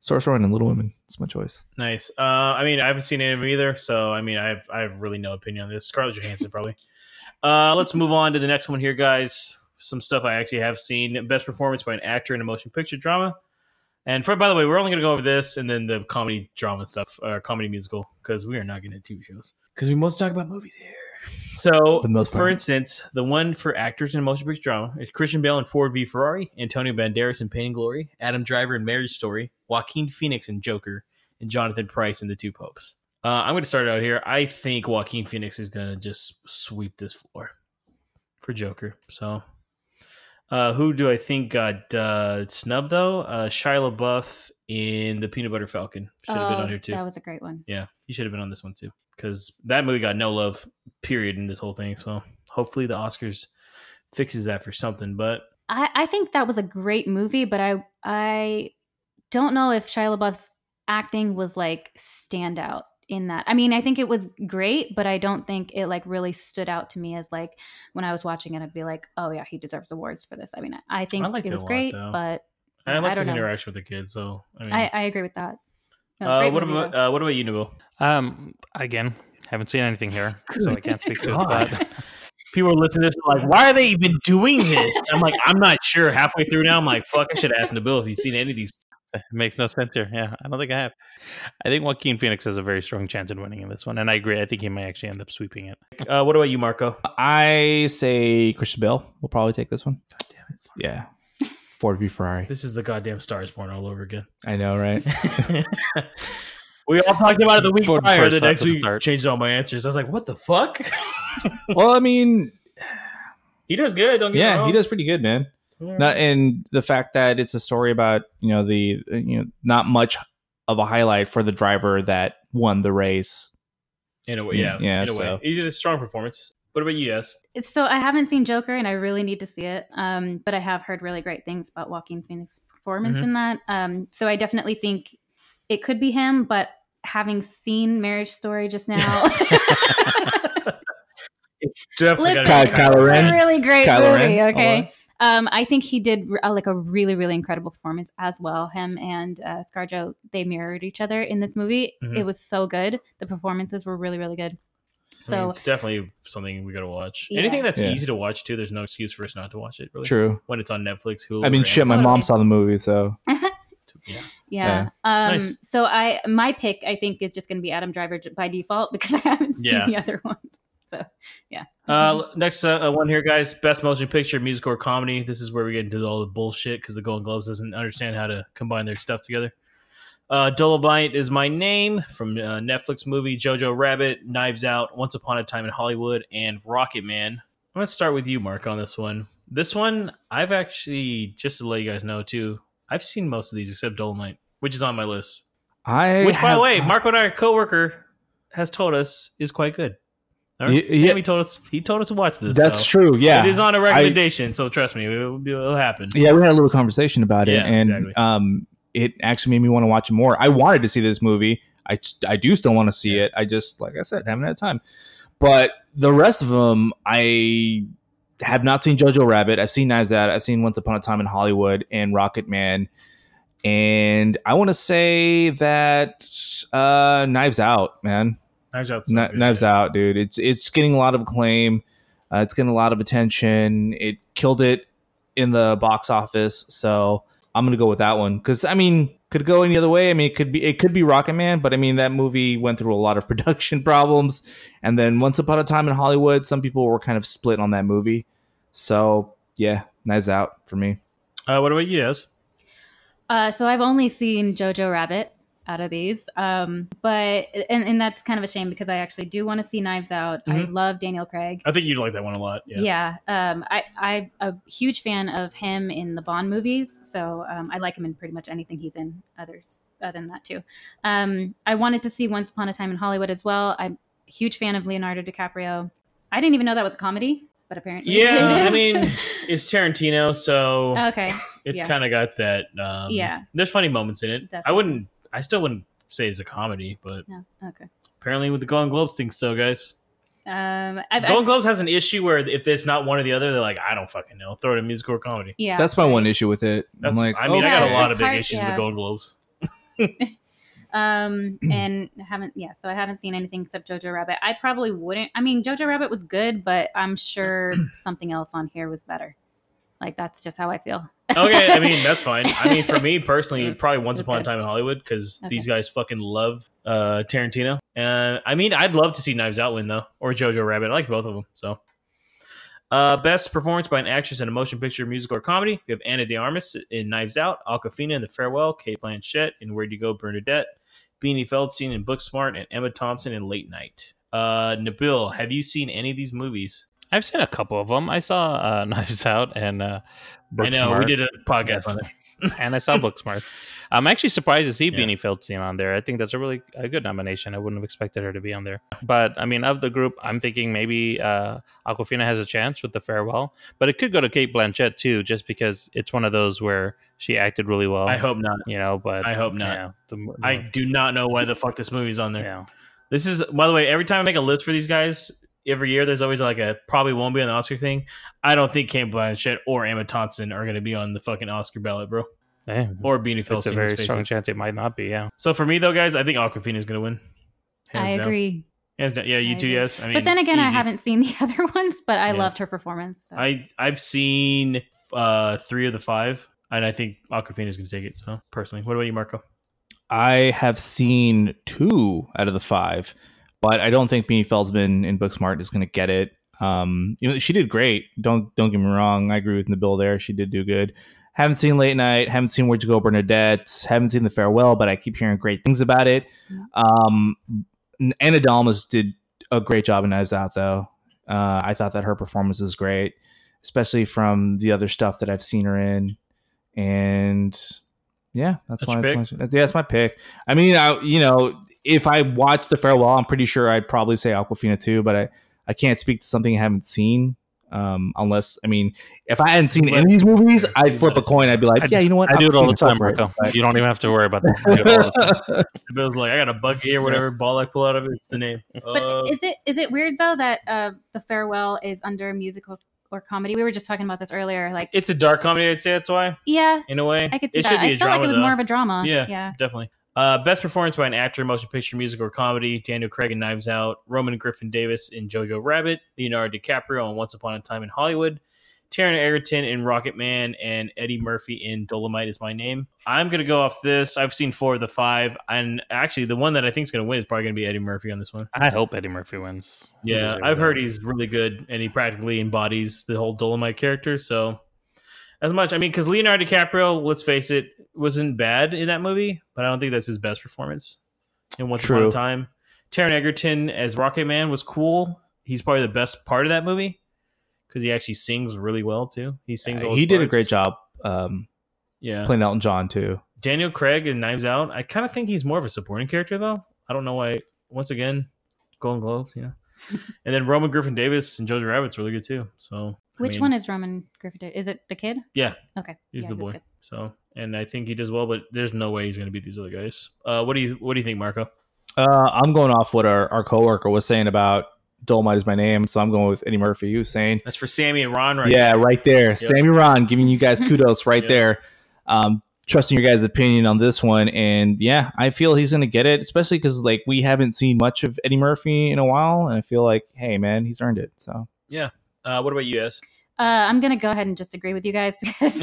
D: Source Run and Little Women. It's my choice.
A: Nice. Uh, I mean, I haven't seen any of them either, so I mean, I have I have really no opinion on this. Scarlett Johansson probably. Uh, let's move on to the next one here, guys. Some stuff I actually have seen: best performance by an actor in a motion picture drama. And for by the way, we're only going to go over this and then the comedy drama stuff, or comedy musical, because we are not getting into TV shows because we mostly talk about movies here. So,
D: For the most
A: for
D: part.
A: instance, the one for actors in a motion picture drama is Christian Bale in Ford v Ferrari, Antonio Banderas in Pain and Glory, Adam Driver in Marriage Story, Joaquin Phoenix in Joker, and Jonathan Price in The Two Popes. Uh, I'm going to start out here. I think Joaquin Phoenix is going to just sweep this floor for Joker. So, uh, who do I think got uh, snubbed though? Uh, Shia LaBeouf in The Peanut Butter Falcon should have been
E: Oh,
A: on here too.
E: That was a great one.
A: Yeah, he should have been on this one too because that movie got no love. Period in this whole thing. So hopefully the Oscars fixes that for something. But
E: I, I think that was a great movie, but I I don't know if Shia LaBeouf's acting was like standout in that. I mean, I think it was great, but I don't think it like really stood out to me as like when I was watching it, I'd be like, oh yeah, he deserves awards for this. I mean, I, I think
A: liked
E: it
A: it a
E: was
A: lot,
E: great,
A: though.
E: but
A: I
E: I
A: like
E: don't
A: his
E: know.
A: interaction with the kid. So I mean,
E: I, I agree with that. No,
A: uh,
E: great
A: what
E: movie,
A: about
E: though.
A: uh, what about you, Nabil?
C: Um, again, haven't seen anything here, so I can't speak to it.
A: uh,
C: But
A: People are listening to this like, why are they even doing this? I'm like, I'm not sure. Halfway through now, I'm like, fuck, I should ask Nabil if he's seen any of these.
C: it makes no sense here. Yeah, I don't think I have. I think Joaquin Phoenix has a very strong chance in winning in this one, and I agree. I think he may actually end up sweeping it.
A: Uh, what about you, Marco?
D: I say Christian Bale will probably take this one.
A: God damn it.
D: Yeah. Ford v Ferrari.
A: This is the goddamn Stars Born all over again.
D: I know, right?
A: we all talked about it the week
C: Ford
A: prior. The
C: first,
A: next
C: second,
A: week,
C: third.
A: changed all my answers. I was like, what the fuck?
D: well, I mean,
A: he does good. Don't get me
D: yeah,
A: wrong.
D: he does pretty good, man.
A: Yeah.
D: Not and the fact that it's a story about you know the you know not much of a highlight for the driver that won the race.
A: In a way, yeah,
D: Yeah, yeah,
A: in a way,
D: so-
A: he's a strong performance. What about you guys?
E: It's- so I haven't seen Joker and I really need to see it. Um, but I have heard really great things about Joaquin Phoenix's performance
A: Mhm.
E: in that. Um, so I definitely think it could be him, but having seen Marriage Story just now,
A: It's definitely
E: Listen,
A: gotta be
D: Ky- Kylo Ren.
E: a really great
D: Kylo
E: movie.
D: Ren,
E: Okay, um, I think he did uh, like a really, really incredible performance as well. Him and uh, ScarJo they mirrored each other in this movie.
A: Mhm.
E: It was so good. The performances were really, really good.
A: I mean,
E: So
A: it's definitely something we got to watch.
E: Yeah.
A: Anything that's
D: Yeah.
A: easy to watch too, there's no excuse for us not to watch it. Really,
D: True.
A: when it's on Netflix, Hulu.
D: I mean,
A: or
D: shit. My
A: Amazon.
D: mom saw the movie, so
A: Yeah.
E: Yeah. Um,
A: Nice.
E: So I my pick I think is just going to be Adam Driver j- by default because I haven't seen
A: Yeah.
E: the other ones. so yeah.
A: Uh, next uh, one here, guys. Best motion picture, music or comedy. This is where we get into all the bullshit because the Golden Globes doesn't understand how to combine their stuff together. Uh, Dolomite is my name from uh, Netflix movie Jojo Rabbit, Knives Out, Once Upon a Time in Hollywood, and Rocket Man. I'm gonna start with you, Mark, on this one. This one, I've actually just to let you guys know too. I've seen most of these except Dolomite, which is on my list.
D: I
A: Which, by
D: have-
A: the way, Marco and our coworker has told us is quite good. All right?
D: Y- yeah.
A: Sammy told us he told us to watch this.
D: That's
A: so.
D: true. Yeah,
A: It is on a recommendation, so trust me, it'll, it'll happen.
D: Yeah, we had a little conversation about it,
A: Yeah,
D: and
A: exactly.
D: um, it actually made me want to watch it more. I wanted to see this movie. I I do still want to see it. I just, like I said, haven't had time. But the rest of them, I have not seen Jojo Rabbit. I've seen Knives Out. I've seen Once Upon a Time in Hollywood and Rocket Man. And I want to say that uh, Knives Out, man.
A: Knives out.
D: Kn- Knives Out, dude. It's it's getting a lot of acclaim. Uh, it's getting a lot of attention. It killed it in the box office, so I'm gonna go with that one. Because I mean, could go any other way. I mean, it could be it could be Rocket Man, but I mean that movie went through a lot of production problems. And then Once Upon a Time in Hollywood, some people were kind of split on that movie. So yeah, Knives Out for me.
A: Uh, what about you, guys?
E: Uh, so I've only seen Jojo Rabbit out of these, um, but and, and that's kind of a shame because I actually do want to see Knives Out. I
A: Mhm.
E: love Daniel Craig.
A: I think you'd like that one a lot. Yeah.
E: Yeah, um, I, I'm a huge fan of him in the Bond movies, so um, I like him in pretty much anything he's in. Others other than that too. Um, I wanted to see Once Upon a Time in Hollywood as well. I'm a huge fan of Leonardo DiCaprio. I didn't even know that was a comedy, but apparently, it
A: Yeah, I
E: is.
A: mean, it's Tarantino, so
E: okay,
A: it's
E: Oh, yeah.
A: kind of got that. Um,
E: Yeah.
A: There's funny moments in it. I
E: Definitely.
A: wouldn't. I still wouldn't say it's a comedy, but
E: no, okay.
A: apparently with the Golden Globes thing, so guys,
E: Um, I've,
A: Golden
E: I've,
A: Globes has an issue where if it's not one or the other, they're like, I don't fucking know. Throw it in music or comedy.
E: yeah,
D: That's my
E: right.
D: one issue with it.
A: That's.
D: I'm like,
A: I mean,
E: oh,
A: I got a
E: yeah,
A: lot
E: it's
A: of big
E: hard-
A: issues with
E: yeah.
A: Golden Globes.
E: um and haven't yeah so i haven't seen anything except jojo rabbit i probably wouldn't i mean jojo rabbit was good but i'm sure something else on here was better like that's just how i feel
A: okay, I mean that's fine. I mean for me personally,
E: It was-
A: probably Once
E: it was
A: Upon a
E: good.
A: Time in Hollywood because
E: Okay.
A: these guys fucking love uh, Tarantino, and I mean I'd love to see Knives Out win though or Jojo Rabbit. I like both of them. So, uh, best performance by an actress in a motion picture, musical, or comedy. We have Anna De Armas in Knives Out, Aquafina in The Farewell, Kate Blanchett in Where Do You Go, Bernadette, Beanie Feldstein in Booksmart, and Emma Thompson in Late Night. Uh, Nabil, have you seen any of these movies?
C: I've seen a couple of them. I saw uh, Knives Out and uh,
A: I know we
C: Booksmart.
A: did a podcast on it.
C: and I saw Booksmart. I'm actually surprised to see
A: Yeah.
C: Beanie Feldstein on there. I think that's a really a good nomination. I wouldn't have expected her to be on there. But I mean, of the group, I'm thinking maybe uh, Aquafina has a chance with the farewell, but it could go to Kate Blanchett too, just because it's one of those where she acted really well.
A: I hope not.
C: you know, but
A: I hope not.
C: yeah, the mo-
A: I do not know why the fuck this movie's on there.
C: yeah.
A: This is, by the way, every time I make a list for these guys, every year there's always like a probably won't be on the Oscar thing. I don't think Cam Blanchett or Emma Thompson are going to be on the fucking Oscar ballot, bro,
C: Hey,
A: or Beanie
C: it's Mm-hmm. a
A: Feldstein.
C: very
A: let's face
C: strong
A: it.
C: chance it might not be. Yeah,
A: So for me though, guys, I think Aquafina is going to win.
E: i
A: down.
E: agree
A: Hands down. Yeah, you
E: I
A: too.
E: agree.
A: Yes, I mean,
E: but then again i
A: easy.
E: haven't seen the other ones but i
A: Yeah.
E: loved her performance so.
A: I I've seen uh three of the five, and I think Aquafina is going to take it. So personally, what about you, Marco?
D: I have seen two out of the five, but I don't think Beanie Feldman in Booksmart is going to get it. Um, you know, she did great. Don't don't get me wrong. I agree with Nabil there. She did do good. Haven't seen Late Night. Haven't seen Where'd You Go, Bernadette. Haven't seen The Farewell, but I keep hearing great things about it. Um, Anna Dalmas did a great job in Knives Out, though. Uh, I thought that her performance was great, especially from the other stuff that I've seen her in. And yeah, that's,
A: That's
D: why.
A: your
D: it's
A: pick?
D: my- that's- yeah, that's my pick. I mean, I you know, if I watched The Farewell, I'm pretty sure I'd probably say Aquafina too, but I I can't speak to something I haven't seen. Um, unless I mean, if I hadn't seen any of these movies, I'd flip a coin. I'd be like,
C: I-
D: yeah, you know what?
C: I do it all the
D: Aquafina, go
C: time,
D: for it.
C: Marco. You don't even have to worry about that. I do it all the time.
A: The Bill's like, I got a bug here, whatever ball I pull out of it. It's the name.
E: but
A: Uh,
E: is it is it weird though that uh the farewell is under musical or comedy we were just talking about this earlier like
A: it's a dark comedy. I'd say that's why.
E: yeah
A: in a way.
E: i could see
A: it
E: that
A: should be a
E: i felt like
A: drama,
E: it was
A: though.
E: more of a drama
A: Yeah.
E: yeah
A: definitely. Uh, best performance by an actor, motion picture, music, or comedy: Daniel Craig in Knives Out, Roman Griffin Davis in Jojo Rabbit, Leonardo DiCaprio in Once Upon a Time in Hollywood, Taryn Egerton in Rocket Man, and Eddie Murphy in Dolomite is my name. I'm gonna go off this. I've seen four of the five, and actually the one that I think is gonna win is probably gonna be Eddie Murphy on this one.
C: I hope Eddie Murphy wins. He
A: Yeah,
C: deserved
A: I've
C: it.
A: heard he's really good, and he practically embodies the whole Dolomite character. So, as much, I mean, because Leonardo DiCaprio, let's face it, wasn't bad in that movie, but I don't think that's his best performance. And once upon
D: True.
A: a time, Taron Egerton as Rocket Man was cool. He's probably the best part of that movie because he actually sings really well too. He sings. all
D: Uh, he
A: his
D: did a
A: parts.
D: great job um,
A: Yeah,
D: playing Elton John too.
A: Daniel Craig in Knives Out. I kind of think he's more of a supporting character though. I don't know why. Once again, Golden Globes, you know. and then Roman Griffin Davis and Jojo Rabbit's really good too. So I
E: Which
A: mean,
E: one is Roman Griffith? Is it the kid?
A: Yeah.
E: Okay.
A: He's
E: Yeah,
A: the
E: that's
A: boy.
E: good.
A: So and I think he does well, but there's no way he's going to beat these other guys. Uh, what do you What do you think, Marco?
D: Uh, I'm going off what our, our coworker was saying about Dolomite is my name, so I'm going with Eddie Murphy. He was saying,
A: That's for Sammy and Ron, right?
D: yeah, right there, Sammy Ron, giving you guys kudos right
A: Yeah.
D: there. Um, trusting your guys' opinion on this one, and yeah, I feel he's going to get it, especially because like we haven't seen much of Eddie Murphy in a while, and I feel like, hey man, he's earned it. So
A: Uh, what about you guys?
E: Uh, I'm gonna go ahead and just agree with you guys because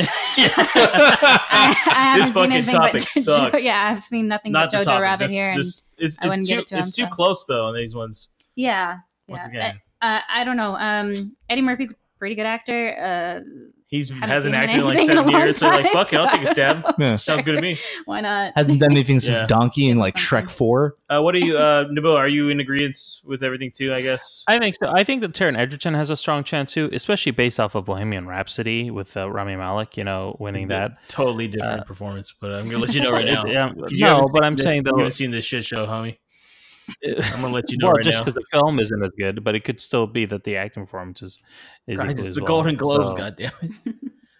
E: I, I haven't
A: this
E: seen
A: fucking
E: anything but
A: topic
E: Jo-
A: sucks.
E: yeah, I've seen nothing
A: Not the
E: but Jojo
A: topic.
E: Rabbit
A: This-
E: here, and
A: this- it's,
E: I
A: it's
E: wouldn't
A: too,
E: give it to
A: It's
E: him,
A: too
E: so.
A: close though on these ones.
E: yeah,
A: Once
E: yeah.
A: again,
E: Uh, I don't know. Um, Eddie Murphy's a pretty good actor. Uh,
A: he's
E: haven't
A: hasn't
E: seen him in
A: acted in like
E: anything in a
A: seven
E: long
A: years. So like,
E: time,
A: fuck it, I'll take a stab.
D: yeah.
A: Sounds good to me.
E: Why not?
D: hasn't done anything since
A: Yeah.
D: Donkey and like
E: Something.
D: Shrek Four.
A: Uh, what are you, uh, Nabo? Are you in agreement with everything too? I guess.
C: I think so. I think that Taron Egerton has a strong chance too, especially based off of Bohemian Rhapsody with uh, Rami Malek. You know, winning that.
A: totally different performance, but I'm gonna let you know right now.
C: It- yeah,
A: 'Cause you
C: no,
A: haven't
C: but
A: seen
C: I'm
A: this-
C: saying
A: you
C: though,
A: haven't seen this shit show, homie. I'm gonna let you know
C: well,
A: right
C: just
A: now.
C: because the film isn't as good, but it could still be that the acting performance is is
A: Guys,
C: equally
A: it's
C: as
A: the
C: well.
A: Golden Globes,
C: So-
A: goddamn it.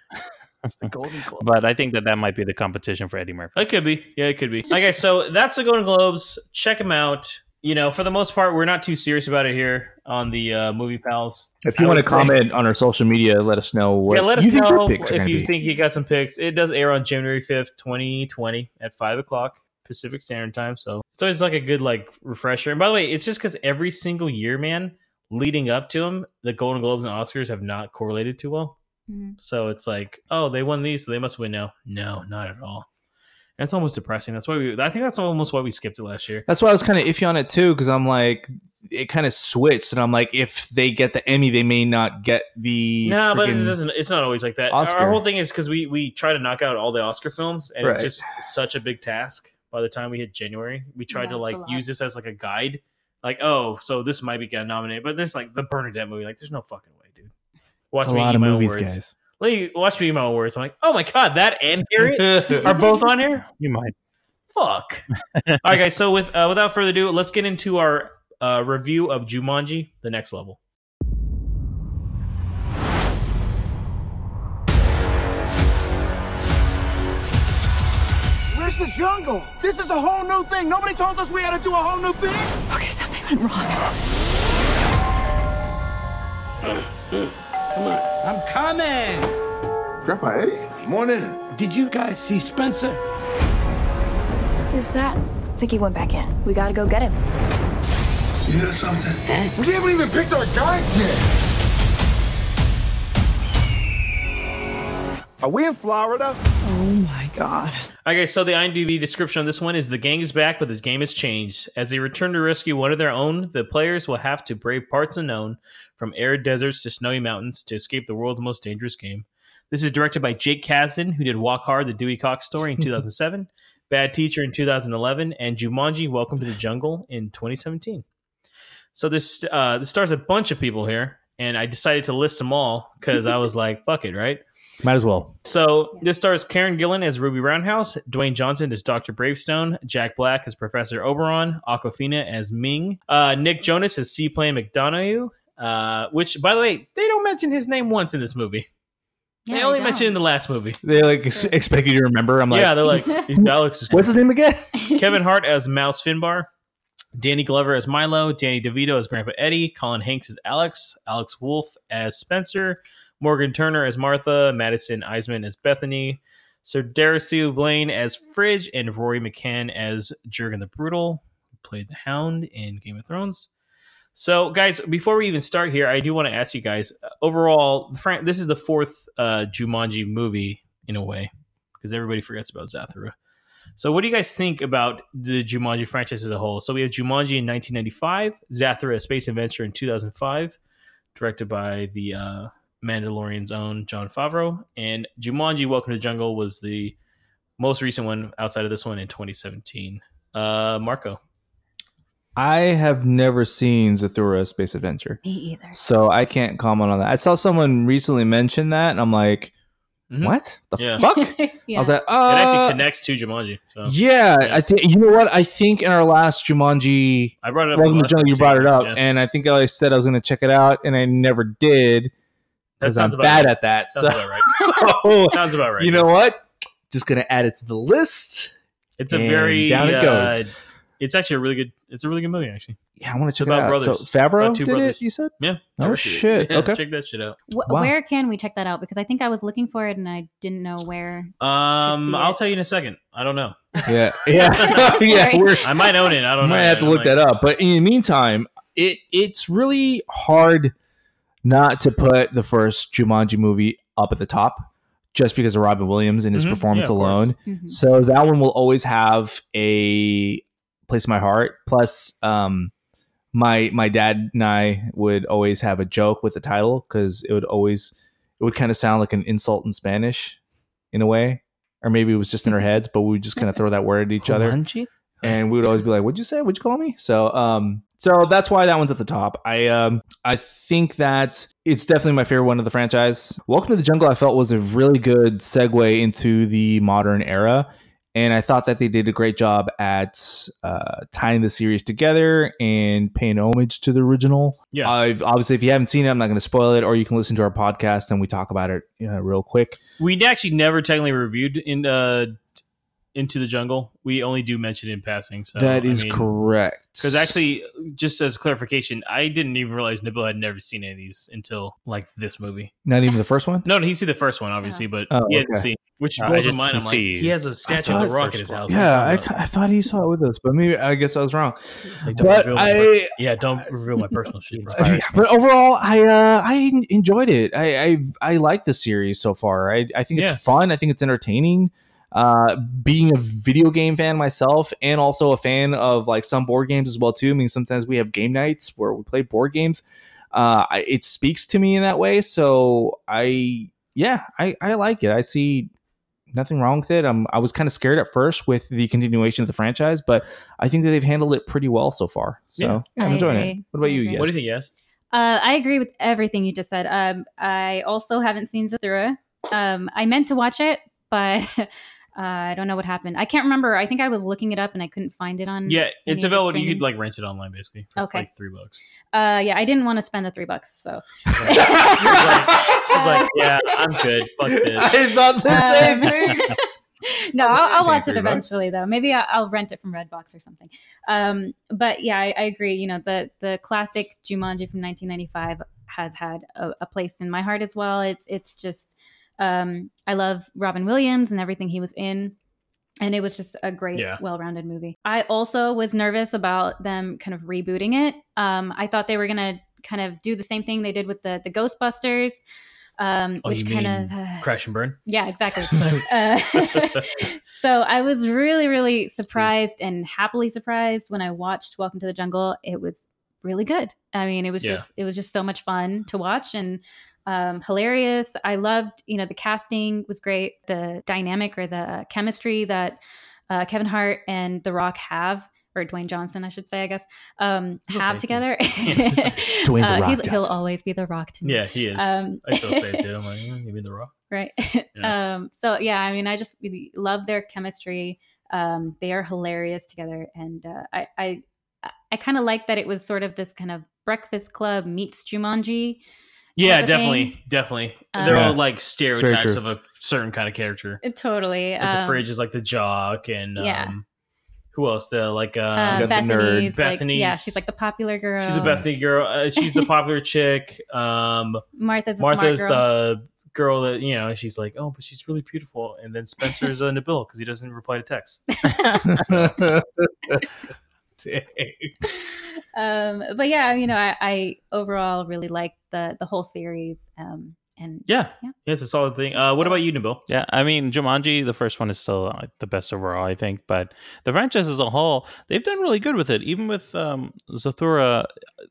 A: It's the Golden Globes.
C: But I think that that might be the competition for Eddie Murphy.
A: It could be. Yeah, it could be. Okay, so that's the Golden Globes. Check them out. You know, for the most part, we're not too serious about it here on the uh, Movie Pals.
D: If
A: I
D: you want to
A: would say-
D: comment on our social media, let us know what
A: yeah, let us
D: you think
A: know
D: your picks are
A: if
D: gonna
A: you
D: be.
A: think you got some picks. It does air on January 5th, 2020 at 5 o'clock Pacific Standard Time. So it's always like a good like refresher. And by the way, it's just because every single year, man, leading up to them, the Golden Globes and Oscars have not correlated too well.
E: Mhm.
A: So it's like, oh, they won these, so they must win now. No, not at all. That's almost depressing. That's why we. I think that's almost why we skipped it last year.
D: That's why I was kind of iffy on it too, because I'm like, it kind of switched, and I'm like, if they get the Emmy, they may not get the.
A: No, but it
D: freaking-
A: doesn't. It's not always like that.
D: Oscar.
A: Our whole thing is because we we try to knock out all the Oscar films, and it's
D: Right.
A: just such a big task. By the time we hit January, we tried
E: Yeah,
A: to
E: it's
A: like
E: a lot.
A: use this as like a guide. Like, oh, so this might be getting nominated, but there's like the Bernadette movie. Like, there's no fucking way, dude. Watch
D: It's a
A: me
D: lot
A: eat
D: of
A: my
D: movies,
A: own words.
D: guys.
A: Let me watch me eat my own words. I'm like, oh my god, that and Harriet are both on here.
C: You might.
A: Fuck. All right, guys. So with uh, without further ado, let's get into our uh, review of Jumanji: The Next Level.
F: Where's the jungle? This is a whole new thing. Nobody told us we had to do a whole new thing.
G: Okay, something went wrong.
H: I'm coming.
I: Grandpa Eddie? Morning.
H: Did you guys see Spencer?
G: Who's that? I think he went back in. We gotta go get him.
I: You know something? We haven't even picked our guys yet.
F: Are we in Florida?
A: All right, guys. So the IMDb description on this one is: the gang is back, but the game has changed. As they return to rescue one of their own, the players will have to brave parts unknown, from arid deserts to snowy mountains, to escape the world's most dangerous game. This is directed by Jake Kasdan, who did Walk Hard: The Dewey Cox Story in 2007, Bad Teacher in 2011, and Jumanji: Welcome to the Jungle in 2017. So this uh, this stars a bunch of people here, and I decided to list them all because I was like, "Fuck it," right?
D: Might as well.
A: So this stars Karen Gillan as Ruby Roundhouse, Dwayne Johnson as Dr. Bravestone, Jack Black as Professor Oberon, Aquafina as Ming, uh, Nick Jonas as Seaplane McDonough, uh, which, by the way, they don't mention his name once in this movie. they
E: Yeah, they
A: only
E: don't.
A: mention it in the last movie.
D: They like ex-
E: Sure.
D: expect you to remember. I'm like,
A: yeah, they're like, Alex is
D: what's his name again?
A: Kevin Hart as Mouse Finbar, Danny Glover as Milo, Danny DeVito as Grandpa Eddie, Colin Hanks as Alex, Alex Wolf as Spencer, Morgan Turner as Martha, Madison Eisman as Bethany, Sir Darisu Blaine as Fridge, and Rory McCann as Jurgen the Brutal, who played the Hound in Game of Thrones. So, guys, before we even start here, I do want to ask you guys uh, overall. Frank, this is the fourth uh, Jumanji movie in a way because everybody forgets about Zathura. So, what do you guys think about the Jumanji franchise as a whole? So, we have Jumanji in 1995, Zathura: A Space Adventure in 2005, directed by the uh, Mandalorian's own John Favreau, and Jumanji: Welcome to the Jungle was the most recent one outside of this one in 2017. Uh, Marco,
D: I have never seen Zathura Space Adventure,
E: Me either.
D: so I can't comment on that. I saw someone recently mention that, and I'm like,
A: Mhm.
D: what the
A: Yeah.
D: fuck?
E: yeah.
D: I was like,
A: it
D: oh,
A: actually connects to Jumanji. So
D: yeah,
A: Yeah.
D: I think you know what? I think in our last Jumanji,
A: I brought it up.
D: Welcome to
A: last
D: Jungle, you
A: time,
D: brought it
A: too.
D: up,
A: Yeah.
D: and I think I said I was going to check it out, and I never did
A: That
D: because I'm
A: sounds about
D: bad
A: right.
D: at that.
A: Sounds about right.
D: So,
A: Sounds about right.
D: you know what? Just going to add it to the list.
A: it's a
D: and
A: very
D: down it
A: uh,
D: goes.
A: it's actually a really good. It's a really good movie actually.
D: Yeah, I want to check
A: About
D: it out.
A: brothers.
D: So Favreau
A: About two
D: did
A: brothers.
D: it. You said
A: Yeah.
D: Oh,
A: Directed it.
D: shit.
A: Yeah,
D: Okay.
A: Check that shit out.
E: Wh-
D: wow.
E: Where can we check that out? Because I think I was looking for it and I didn't know where.
A: Um,
E: To see
A: I'll
E: it.
A: tell you in a second. I don't know.
D: yeah, yeah, yeah.
E: Sorry.
D: We're,
A: I might own it. I
D: I
A: don't know.
D: might have to
A: man.
D: look
A: I'm
D: that
A: like-
D: up. But in the meantime, it it's really hard not to put the first Jumanji movie up at the top, just because of Robin Williams and his
A: Mhm.
D: performance
A: Yeah, of course.
D: alone.
E: Mhm.
D: So that one will always have a place in my heart. Plus, um, my my dad and I would always have a joke with the title because it would always it would kind of sound like an insult in Spanish, in a way, or maybe it was just in our heads. But we would just kind of throw that word at each other,
A: Jumanji?
D: and we would always be like, "What'd you say? What'd you call me?" So, um, so that's why that one's at the top. I um, I think that it's definitely my favorite one of the franchise. Welcome to the Jungle, I felt was a really good segue into the modern era. And I thought that they did a great job at uh, tying the series together and paying homage to the original.
A: Yeah.
D: I've, obviously, if you haven't seen it, I'm not going to spoil it, or you can listen to our podcast and we talk about it uh, real quick.
A: We actually never technically reviewed in uh into the jungle. We only do mention it in passing. So
D: that is
A: correct.
D: correct.
A: Because actually, just as clarification, I didn't even realize Nibble had never seen any of these until like this movie.
D: not even the first one.
A: No, no, he's seen the first one, obviously, but
D: Oh,
A: he hadn't
D: okay.
A: seen. Which
C: No, Uh-huh. Uh, I
A: blows my
C: just
A: mind. I'm like,
C: see-
A: he has a statue of
D: thought
A: the rock
C: first
A: in his
C: one.
A: house.
D: Yeah, I,
A: What are you talking
D: ca- I thought he saw it with us, but maybe I guess I was wrong.
A: about?
D: But
A: It's like, don't reveal my
D: I,
A: per- yeah, don't reveal my personal shit. bro.
D: Yeah, but overall, I uh, I en- enjoyed it. I I, I like the series so far. I, I think it's
A: Yeah.
D: fun. I think it's entertaining. Uh, being a video game fan myself, and also a fan of like some board games as well too. I mean, sometimes we have game nights where we play board games. Uh, I, it speaks to me in that way. So I yeah, I I like it. I see nothing wrong with it. i I was kind of scared at first with the continuation of the franchise, but I think that they've handled it pretty well so far. So
A: Yeah.
D: yeah, I'm
E: I
D: enjoying it.
E: agree.
D: What about
E: I
D: you?
E: agree.
D: Yes.
A: What do you think, Yes?
E: Uh, I agree with everything you just said. Um, I also haven't seen Zathura. Um, I meant to watch it, but uh, I don't know what happened. I can't remember. I think I was looking it up and I couldn't find it on.
A: Yeah,
E: Any of
A: it's
E: the
A: available. You
E: streaming?
A: could like rent it online basically for
E: Mm, Okay.
A: like three bucks.
E: Uh, yeah, I didn't want to spend the three bucks. So.
A: She's like, she's like, yeah, I'm good. Fuck this.
D: I thought
E: Uh,
D: the same thing.
E: no, I'll, I'll watch it
D: Three bucks?
E: eventually, though. Maybe I'll, I'll rent it from Redbox or something. Um, but yeah, I, I agree. You know, the the classic Jumanji from 1995 has had a, a place in my heart as well. It's it's just um, I love Robin Williams and everything he was in. And it was just a great,
A: Yeah.
E: well-rounded movie. I also was nervous about them kind of rebooting it. Um, I thought they were gonna kind of do the same thing they did with the the Ghostbusters, um,
A: Oh,
E: which
A: you
E: kind
A: mean
E: of uh,
A: Crash and burn.
E: yeah, exactly. Uh, so I was really, really surprised and happily surprised when I watched Welcome to the Jungle. It was really good. I mean, it was
A: Yeah.
E: just it was just so much fun to watch and um, hilarious. I loved, you know, the casting was great. The dynamic or the uh, chemistry that uh, Kevin Hart and The Rock have. Or Dwayne Johnson, I should say, I guess, um,
A: thank
E: have
A: you.
E: together.
D: The
E: Uh,
D: Rock
E: he's- he'll
D: Johnson.
E: always be the Rock to me.
A: Yeah, he is.
E: Um,
A: I still say it too. I'm like, mm, you mean the rock?
E: right
A: Yeah.
E: um so yeah i mean i just really love their chemistry um they are hilarious together and uh, i i i kind of like that it was sort of this kind of breakfast club meets jumanji
A: Yeah,
E: of thing.
A: definitely, definitely.
E: Um,
A: They're
D: Yeah.
A: all like stereotypes
D: true.
A: of a certain kind of character.
E: It totally um,
A: Like the fridge is like the jock, and
E: Uh, yeah.
A: um, who else? The like uh,
E: um,
D: You got the nerd.
E: Bethany's, like, yeah
A: Bethany's-
E: she's like the popular girl
A: she's the Bethany girl. Uh, she's the popular chick. Um,
E: martha's a
A: Martha's
E: smart girl.
A: the girl that you know. She's like, oh, but she's really beautiful. And then Spencer's uh, Nabil because he doesn't reply to texts.
E: um, but yeah, you know, I, I overall really liked the the whole series. Um, and
A: Yeah.
E: Yeah.
A: It's a solid thing. Uh, what about you, Nabil?
C: Yeah, I mean, Jumanji, the first one is still uh, the best overall, I think. But the franchise as a whole, they've done really good with it. Even with um, Zathura,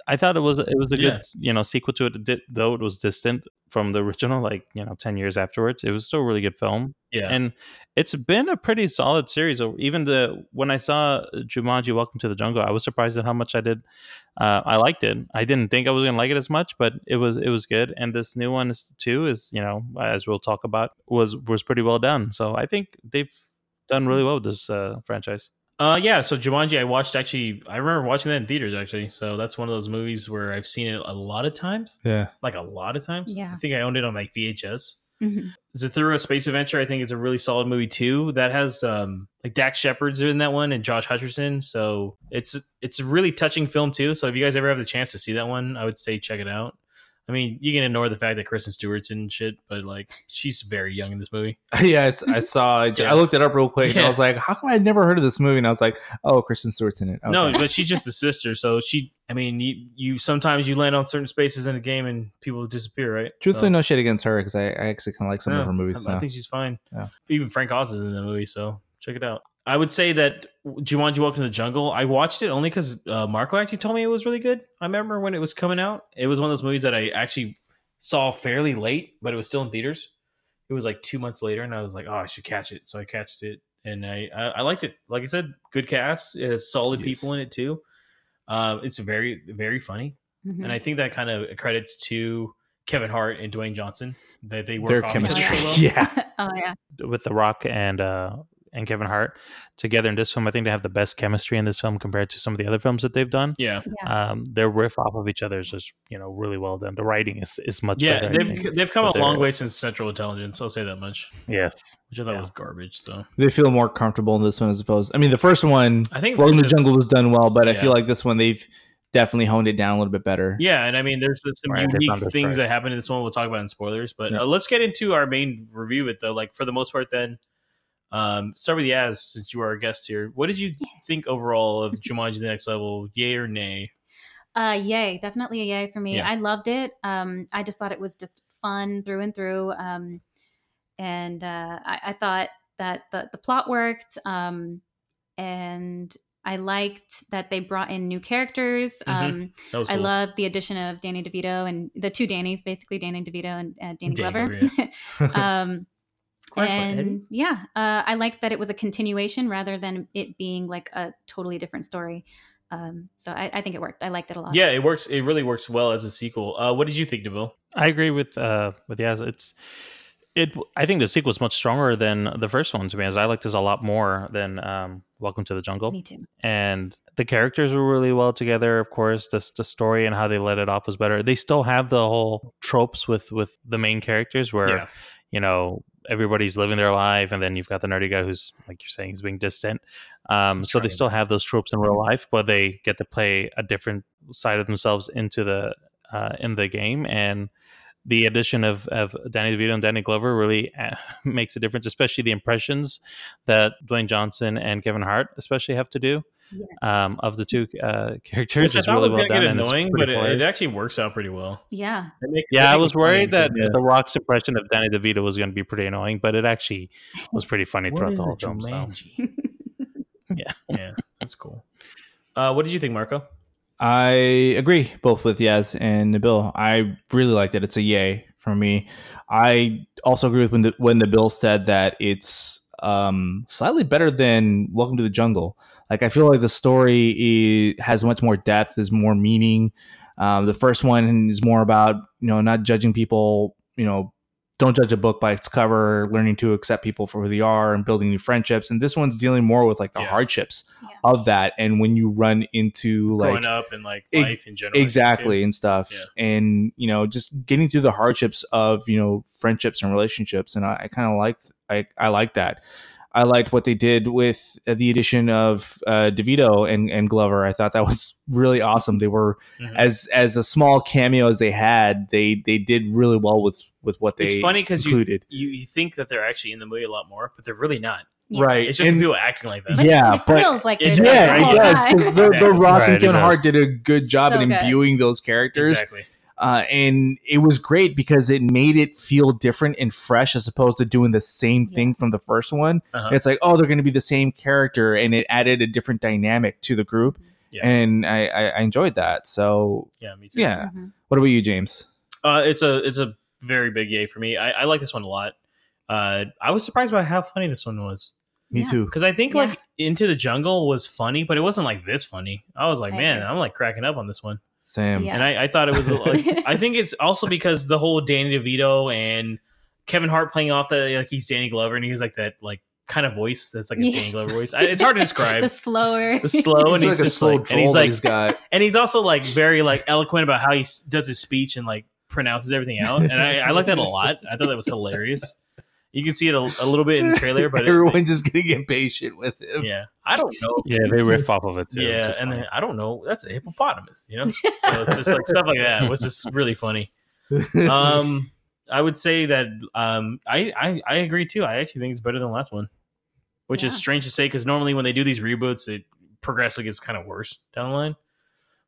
C: I thought it was it was a
A: Yeah.
C: good you know sequel to it, di- though it was distant from the original, like you know, ten years afterwards. It was still a really good film,
A: Yeah.
C: and it's been a pretty solid series. O- Even the when I saw uh, Jumanji: Welcome to the Jungle, I was surprised at how much I did. Uh, I liked it. I didn't think I was gonna like it as much, but it was it was good. And this new one is too is you know as we'll talk about was was pretty well done. So I think they've done really well with this uh, franchise.
A: Uh, yeah. So Jumanji, I watched actually. I remember watching that in theaters actually. So that's one of those movies where I've seen it a lot of times,
D: Yeah.
A: like a lot of times.
E: Yeah.
A: I think I owned it on like VHS.
E: Mhm.
A: Zathura Space Adventure, I think, is a really solid movie too. That has um like Dax Shepard's in that one and Josh Hutcherson. So it's it's a really touching film too. So if you guys ever have the chance to see that one, I would say check it out. I mean, you can ignore the fact that Kristen Stewart's in shit, but like she's very young in this movie.
D: yeah, I s- I, saw. it. I looked it up real quick, and
A: Yeah.
D: I was like, "How come I never heard of this movie?" And I was like, "Oh, Kristen Stewart's in it." Okay.
A: No, but she's just a sister. So she, I mean, you, you sometimes you land on certain spaces in a game and people disappear, right?
D: truthfully,
A: So-
D: no shit against her because I, I actually kind of like some
A: No,
D: of her movies.
A: Oh. I, I
D: so.
A: think she's fine.
D: Yeah.
A: Even Frank Oz is in the movie, so check it out. I would say that Jumanji: Welcome to the Jungle. I watched it only because uh, Marco actually told me it was really good. I remember when it was coming out. It was one of those movies that I actually saw fairly late, but it was still in theaters. It was like two months later, and I was like, "Oh, I should catch it." So I catched it, and I I, I liked it. Like I said, good cast. It has solid
D: Yes.
A: people in it too. Uh, it's very very funny
E: mhm.
A: and I think that kind of credits to Kevin Hart and Dwayne Johnson that they work
D: Their
A: off
D: chemistry.
A: each other so well.
D: yeah.
E: oh yeah.
C: with The Rock and uh, and Kevin Hart together in this film. I think they have the best chemistry in this film compared to some of the other films that they've done.
A: Yeah,
E: Yeah.
C: Um, their riff off of each other is just you know really well done. The writing is is much
A: yeah,
C: better. I think.
A: they've they've come
C: But
A: a long
C: they're-
A: way since Central Intelligence. I'll say that much,
C: yes,
A: which I thought
C: Yeah.
A: was garbage. So
D: they feel more comfortable in this one as opposed. I mean, the first one,
A: I think
D: Welcome to the
A: there's-
D: Jungle was done well, but I
A: Yeah.
D: feel like this one they've definitely honed it down a little bit better.
A: Yeah, and I mean, there's some
C: Right, they
A: unique
C: found their
A: things
C: stride.
A: that happen in this one. We'll talk about in spoilers, but
D: Yeah.
A: uh, let's get into our main review. Of it though, like for the most part, then um, start with Yaz since you are our guest here. What did you think overall of Jumanji: The Next Level? Yay or nay?
E: Uh, yay! Definitely a yay for me.
A: Yeah.
E: I loved it. Um, I just thought it was just fun through and through. Um, and uh, I, I thought that the the plot worked. Um, and I liked that they brought in new characters.
A: Mhm.
E: Um,
A: That was
E: I
A: cool.
E: love the addition of Danny DeVito and the two Dannys, basically Danny DeVito and uh,
A: Danny
E: Danny Glover. um,
A: Quite right, Eddie.
E: and yeah, uh, I like that it was a continuation rather than it being like a totally different story. Um, so I, I think it worked. I liked it a lot.
A: Yeah, it works. It really works well as a sequel. Uh, what did you think, Deville?
C: I agree with uh with Yaz. It's it. I think the sequel is much stronger than the first one. To be honest, I liked this a lot more than um, Welcome to the
A: Oh.
C: Jungle.
E: Me too.
C: and the characters were really well together of course the, the story and how they let it off was better they still have the whole tropes with with the main characters where
A: Yeah.
C: you know everybody's living their life and then you've got the nerdy guy who's like you're saying is being distant um, so they
A: trying.
C: still have those tropes in
A: Mm-hmm.
C: real life but they get to play a different side of themselves into the uh, in the game and the addition of, of Danny DeVito and Danny Glover really uh, makes a difference, especially the impressions that Dwayne Johnson and Kevin Hart especially have to do
E: Yeah.
C: um, of the two uh, characters
A: Which I
C: is
A: thought
C: really
A: was gonna
C: well done.
A: get
C: and it's
A: annoying,
C: pretty
A: but it,
C: polished.
A: it actually works out pretty well.
E: Yeah.
A: They make-
C: yeah,
A: they
C: I
A: make
C: was
A: it
C: worried that
A: funny.
C: The Rock's impression of Danny DeVito was going to be pretty annoying, but it actually was pretty funny
A: What
C: throughout
A: is
C: the
A: a
C: whole film. So.
A: Jumanji?
C: Yeah.
A: yeah, that's cool. Uh, what did you think, Marco?
D: I agree both with Yaz and Nabil. I really liked it. It's a yay for me. I also agree with when the, when Nabil said that it's um, slightly better than Welcome to the Jungle. Like I feel like the story i has much more depth, is more meaning. Um, the first one is more about you know not judging people. You know, don't judge a book by its cover. Learning to accept people for who they are and building new friendships. And this one's dealing more with like the
A: Yeah.
D: hardships
E: Yeah.
D: of that. And when you run into like
A: Growing up and like
D: ex-
A: life in general.
D: exactly and stuff
A: Yeah.
D: and you know just getting through the hardships of you know friendships and relationships and i, I kind of liked i i like that i liked what they did with uh, the addition of uh devito and and glover i thought that was really awesome they were
A: Mhm.
D: as as a small cameo as they had they they did really well with with what they
A: It's funny because you,
D: included
A: you you think that they're actually in the movie a lot more, but they're really not.
D: right?
A: It's just
D: And-
A: people acting like that.
E: But
D: yeah,
E: it
D: but
E: feels like
A: it-
E: they're
A: yeah,
E: there
D: yeah,
E: the whole
D: yes,
E: time.
D: because the, the
A: Exactly.
D: Rock and
C: Right, it
D: Kevin
C: does.
D: Hart did a good job
E: So
D: at
E: good.
D: imbuing those characters,
A: Exactly.
D: uh, and it was great because it made it feel different and fresh as opposed to doing the same
E: Yeah.
D: thing from the first one.
A: Uh-huh.
D: It's like, oh, they're going to be the same character, and it added a different dynamic to the group,
A: Yeah.
D: and I, I, I enjoyed that. So
A: Yeah, me too.
D: yeah,
E: Mhm.
D: what about you, James?
A: Uh, it's a it's a very big yay for me. I, I like this one a lot. Uh, I was surprised by how funny this one was
D: Me
E: Yeah.
D: too.
A: because I think
E: Yeah.
A: like Into the Jungle was funny, but it wasn't like this funny. I was like,
E: I
A: man,
E: agree.
A: I'm like cracking up on this one,
D: Sam.
E: Yeah.
A: and I, I thought it was. Like, I think it's also because the whole Danny DeVito and Kevin Hart playing off that like he's Danny Glover and he's like that like kind of voice that's like a
E: Yeah.
A: Danny Glover voice. I, it's hard to describe.
E: the slower.
A: It's slow and he's,
D: like a
A: just
D: slow
A: like, and
D: droll
A: he's
D: that
A: like
D: he's got.
A: and he's also like very like eloquent about how he s- does his speech and like pronounces everything out and i, I like that a lot i thought that was hilarious you can see it a, a little bit in the trailer but it-
D: everyone's just getting impatient with him.
A: yeah i don't know
C: Yeah, they riff off of it. Too. It's
A: yeah
C: just
A: and
C: funny.
A: then i don't know that's a hippopotamus you know so it's just like stuff like that was just really funny um i would say that um i i, I agree too i actually think it's better than the last one which is
E: Yeah.
A: strange to say because normally when they do these reboots it progressively gets kind of worse down the line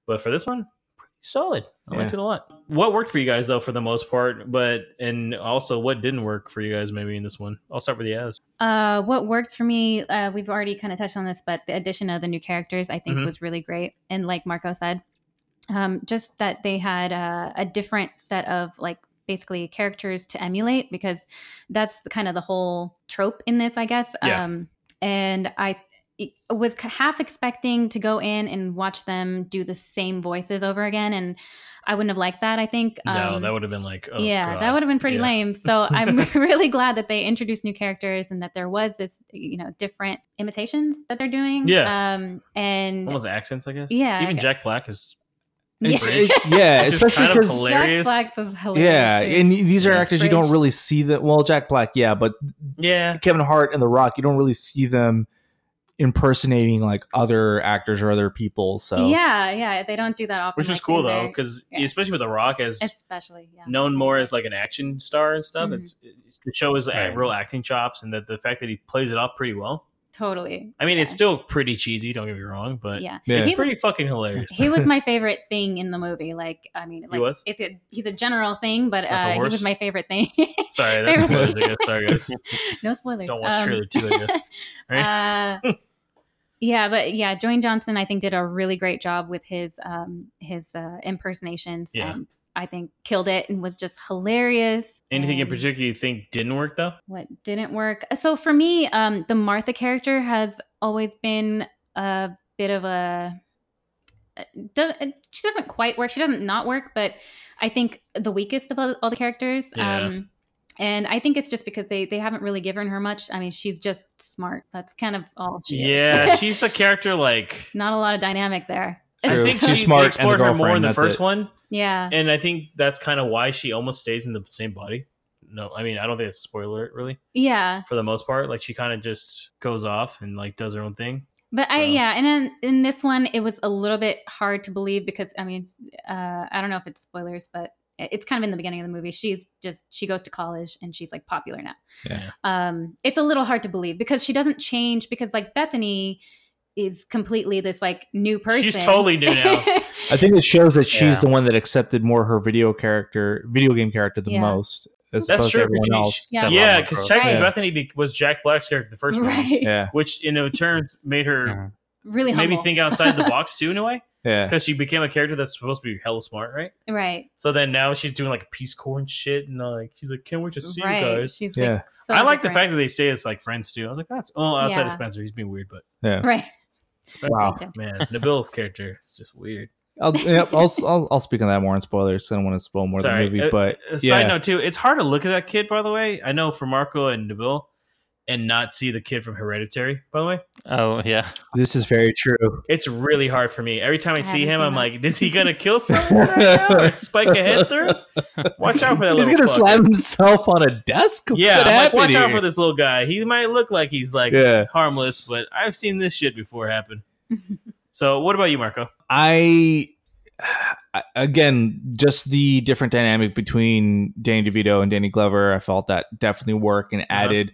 A: but for this one pretty solid i liked it a lot what worked for you guys though for the most part but and also what didn't work for you guys maybe in this one i'll start with the as
E: Uh, what worked for me, uh, we've already kind of touched on this, but the addition of the new characters, I think,
A: Mhm.
E: was really great. And like Marco said, um, just that they had uh, a different set of like basically characters to emulate because that's the, kind of the whole trope in this, I guess.
A: Yeah.
E: Um, and I it- was k- half expecting to go in and watch them do the same voices over again, and I wouldn't have liked that. I think
A: no
E: um,
A: that would have been like oh,
E: yeah, that
A: God.
E: would have been pretty
A: Yeah.
E: lame. So I'm really glad that they introduced new characters and that there was this, you know, different imitations that they're doing.
A: Yeah.
E: Um, and
A: almost accents i guess
E: Yeah, I
A: even
E: guess.
A: jack black is
E: yeah,
D: It's- it- yeah,
A: Which is
D: especially
A: kind of
D: because
A: hilarious.
E: Jack Black's was hilarious.
D: yeah,
E: dude.
D: and these are
E: Yes,
D: actors you don't
E: Bridge.
D: really see that. Well, Jack Black, yeah, but
A: yeah
D: Kevin Hart and The Rock, you don't really see them impersonating like other actors or other people. So
E: yeah, yeah, they don't do that often.
A: which is
E: like,
A: cool
E: they're-
A: though because
E: yeah.
A: especially with the rock as
E: especially yeah.
A: known more as like an action star and stuff
E: Mhm.
A: it's, it's to show his uh,
C: Right.
A: real acting chops and that the fact that he plays it off pretty well
E: totally.
A: i mean it's
E: Yeah.
A: still pretty cheesy don't get me wrong but
E: yeah.
D: Yeah.
A: it's
E: He was-
A: pretty fucking hilarious
E: He was my favorite thing in the movie. Like, I mean, like
A: was?
E: it's a, he's a general thing, but
A: Not the
E: uh, he was
A: horse?
E: my favorite thing.
A: sorry that's
E: Favorite-
A: spoilers, I guess. sorry guys
E: no spoilers.
A: don't watch
E: Um,
A: trailer two i guess right
E: Uh, yeah, but yeah, Dwayne Johnson, I think, did a really great job with his um, his uh, impersonations.
A: Yeah.
E: And I think killed it and was just hilarious.
A: anything in
E: And
A: particular you think didn't work though
E: What didn't work? So for me, um, the Martha character has always been a bit of a. Does, she doesn't quite work. She doesn't not work, but I think the weakest of all, all the characters.
A: Yeah.
E: Um, and I think it's just because they they haven't really given her much. I mean, she's just smart. That's kind of all she is
A: yeah she's the character like
E: not a lot of dynamic there.
A: I
D: True.
A: think
D: She's
A: she
D: smart
A: they
D: and
A: explored
D: the
A: her more in
D: girlfriend,
A: the
D: that's
A: first
D: it.
A: one,
E: Yeah.
A: and I think that's kind of why she almost stays in the same body. No, I mean I don't think it's a spoiler alert, really.
E: Yeah.
A: for the most part. Like she kind of just goes off and like does her own thing.
E: But I
A: So-
E: yeah, and in, in this one it was a little bit hard to believe because I mean, it's, uh I don't know if it's spoilers, but it- it's kind of in the beginning of the movie. She's just she goes to college and she's like popular now.
D: Yeah.
E: Um it's a little hard to believe because she doesn't change because like Bethany is completely this like new person.
A: She's totally new now.
D: I think it shows that she's
C: Yeah.
D: the one that accepted more her video character, video game character, the
E: Yeah.
D: most as
A: That's
D: opposed
A: true.
D: to everyone
A: because
D: else.
A: she-
E: Yeah.
A: yeah, because technically
E: Right.
A: Bethany be- was Jack Black's character the first one,
E: right.
D: Yeah,
A: which in a turn made her
C: Mhm.
E: Really humble.
A: maybe think outside the box too in a way
D: yeah.
A: because she became a character that's supposed to be hella smart, right?
E: right.
A: So then now she's doing like Peace Corps and shit, and uh, like she's like, "Can't wait to see
E: right.
A: you guys."
E: She's
D: Yeah.
E: like so
A: I like the
E: different.
A: fact that they stay as like friends too. I was like, "That's oh, outside
E: Yeah.
A: of Spencer, he's being weird, but
E: Right.
A: Spencer,
D: Wow.
A: man, Nabil's character is just weird."
D: I'll, yep, I'll, I'll I'll speak on that more in spoilers. 'cause I don't want to spoil more
A: Sorry.
D: of the movie,
A: Uh,
D: but
A: uh, side
D: yeah,
A: note too, it's hard to look at that kid. By the way, I know for Marco and Nabil, and not see the kid from Hereditary. By the way,
C: Oh yeah,
D: this is very true.
A: it's really hard for me. Every time I,
E: I
A: see him,
E: haven't seen
A: I'm
E: that.
A: like, is he gonna kill someone right now or spike a head through? Watch out for that.
D: He's
A: little
D: gonna
A: fucker.
D: slap himself on a desk.
A: Yeah,
D: what
A: I'm like,
D: happened
A: watch out
D: here?
A: for this little guy. He might look like he's like
D: Yeah.
A: harmless, but I've seen this shit before happen. so, what about you, Marco?
D: I again just the different
A: Uh-huh.
D: dynamic between Danny DeVito and Danny Glover. I felt that definitely worked and added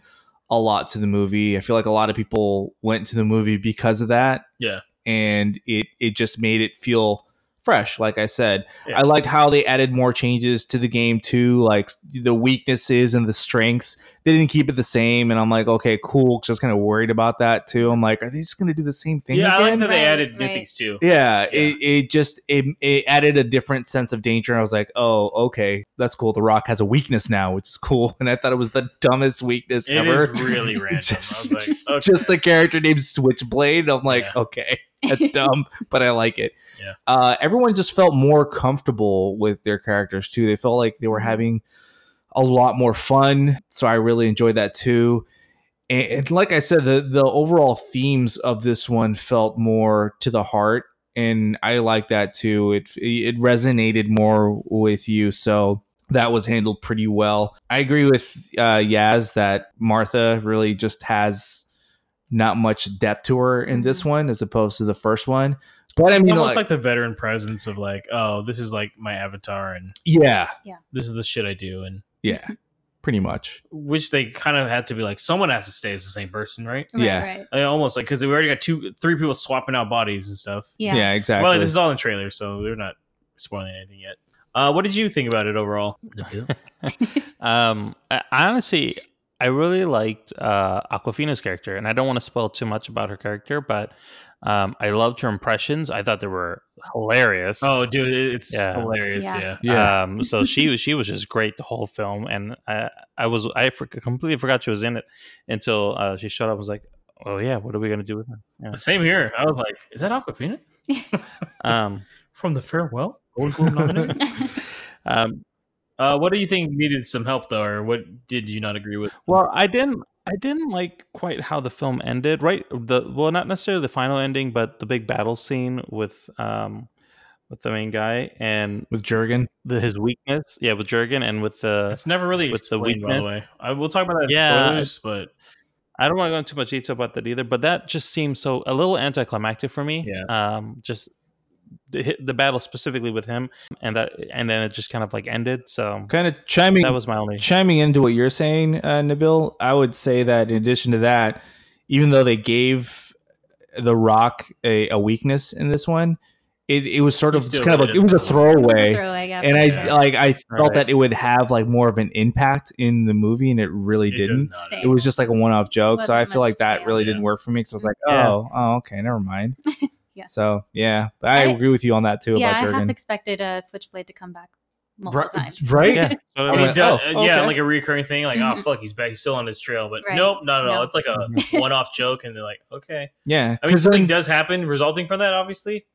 D: a lot to the movie. I feel like a lot of people went to the movie because of that.
A: Yeah.
D: And it it just made it feel fresh, like I said.
A: Yeah.
D: I liked how they added more changes to the game too, like the weaknesses and the strengths. They didn't keep it the same and I'm like, okay, cool. Cause I was kind of worried about that too. I'm like, are they just gonna do the same thing?
A: yeah, I like
D: again?
A: that they
E: Right,
A: added new
E: right.
A: things too.
D: yeah,
A: Yeah.
D: It, it just it, it added a different sense of danger. I was like, oh, okay, that's cool. The Rock has a weakness now, which is cool. And I thought it was the dumbest weakness
A: It
D: ever.
A: is really random.
D: just,
A: I was like, okay.
D: just a character named Switchblade. I'm like,
A: Yeah.
D: okay, that's dumb, but I like it.
A: Yeah.
D: Uh, everyone just felt more comfortable with their characters too. They felt like they
A: Mm-hmm.
D: were having a lot more fun. So I really enjoyed that too. And, and like I said, the the overall themes of this one felt more to the heart, and I like that too. It it resonated more with you. So that was handled pretty well. I agree with uh, Yaz that Martha really just has not much depth to her in
E: Mm-hmm.
D: this one as opposed to the first one. But I mean,
A: almost
D: like,
A: like the veteran presence of like, oh, this is like my avatar, and
D: yeah,
A: this is the shit I do, and
D: yeah, pretty much.
A: which they kind of had to be like, someone has to stay as the same person, right?
E: Right,
D: Yeah.
E: right.
A: I mean, almost like because we already got two, three people swapping out bodies and stuff.
E: Yeah.
D: yeah exactly.
A: Well, this is all in the trailer, so they're not spoiling anything yet. Uh, what did you think about it overall?
C: um, I, I honestly, I really liked uh, Aquafina's character, and I don't want to spoil too much about her character, but um, I loved her impressions. I thought they were hilarious.
A: oh, dude, it- it's
C: Yeah.
A: hilarious.
E: Yeah.
A: Yeah.
C: yeah. Um, so she was she was just great the whole film, and I I was I for, completely forgot she was in it until uh, she showed up. and was like, oh yeah, what are we gonna do with her?
A: Same here. I was like, is that Aquafina
C: Um,
A: from The Farewell? Golden Globe nominated?
C: um,
A: uh, what do you think needed some help though, or what did you not agree with?
C: Well, I didn't. I didn't like quite how the film ended. Right. The well, not necessarily the final ending, but the big battle scene with um with the main guy and
D: with Jurgen.
C: the, his weakness. Yeah, with Jurgen and with
D: uh,
C: the.
A: It's never really
C: With the
A: explained, by the way. I, we'll talk about that. in
C: Yeah.
A: spoilers, but
C: I don't want to go into much detail about that either, but that just seems so a little anticlimactic for me.
A: Yeah.
C: Um. Just the hit- the battle specifically with him, and that, and then it just kind of like ended. So
D: Kind of chiming
C: that was my only.
D: chiming into what you're saying, uh, Nabil, I would say that in addition to that, even though they gave The Rock a, a weakness in this one, it, it was sort
A: He
D: of it's
A: still
D: kind of like
A: really
D: it was a
A: doesn't know.
D: throwaway.
E: Throwaway, yeah.
D: and I
A: Yeah.
D: like I felt
C: Right.
D: that it would have like more of an impact in the movie, and it really
A: does
D: didn't.
A: not.
E: Same.
D: It was just like a one-off joke, so
E: Wasn't
D: I feel
E: much
D: like that
E: there.
D: really
A: Yeah.
D: didn't work for me because I was like,
C: Yeah.
D: oh, oh, okay, never mind.
E: Yeah.
D: So yeah, but I,
E: I-
D: agree with you on that too
E: yeah, I
D: about
E: half
D: Jurgen.
E: expected uh, Switchblade to come back multiple times.
D: right?
C: Yeah. So
D: I
A: He
D: went,
A: does-
D: "Oh,
A: uh, yeah,
D: okay."
A: like a recurring thing. Like, oh
E: Mhm.
A: fuck, he's back. He's still on his trail, but
E: Right.
A: nope, not at all.
E: No.
A: It's like a one-off joke, and they're like, okay.
D: Yeah,
A: I mean,
D: 'cause
A: something
D: then-
A: does happen resulting from that, obviously.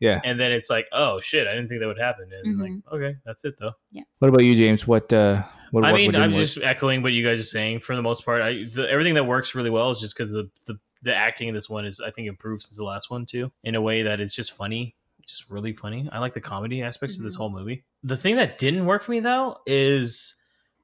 D: Yeah.
A: And then it's like, oh shit, I didn't think that would happen. And
E: Mm-hmm.
A: like, okay, that's it though.
D: what about you, James? What? Uh, what?
A: I
D: what-
A: mean,
D: what
A: I'm
D: didn't work?
A: just echoing what you guys are saying for the most part. I the, everything that works really well is just because the, the the acting in this one is I think improved since the last one too in a way that it's just funny, just really funny. I like the comedy aspects of this
E: Mhm.
A: whole movie. The thing that didn't work for me though is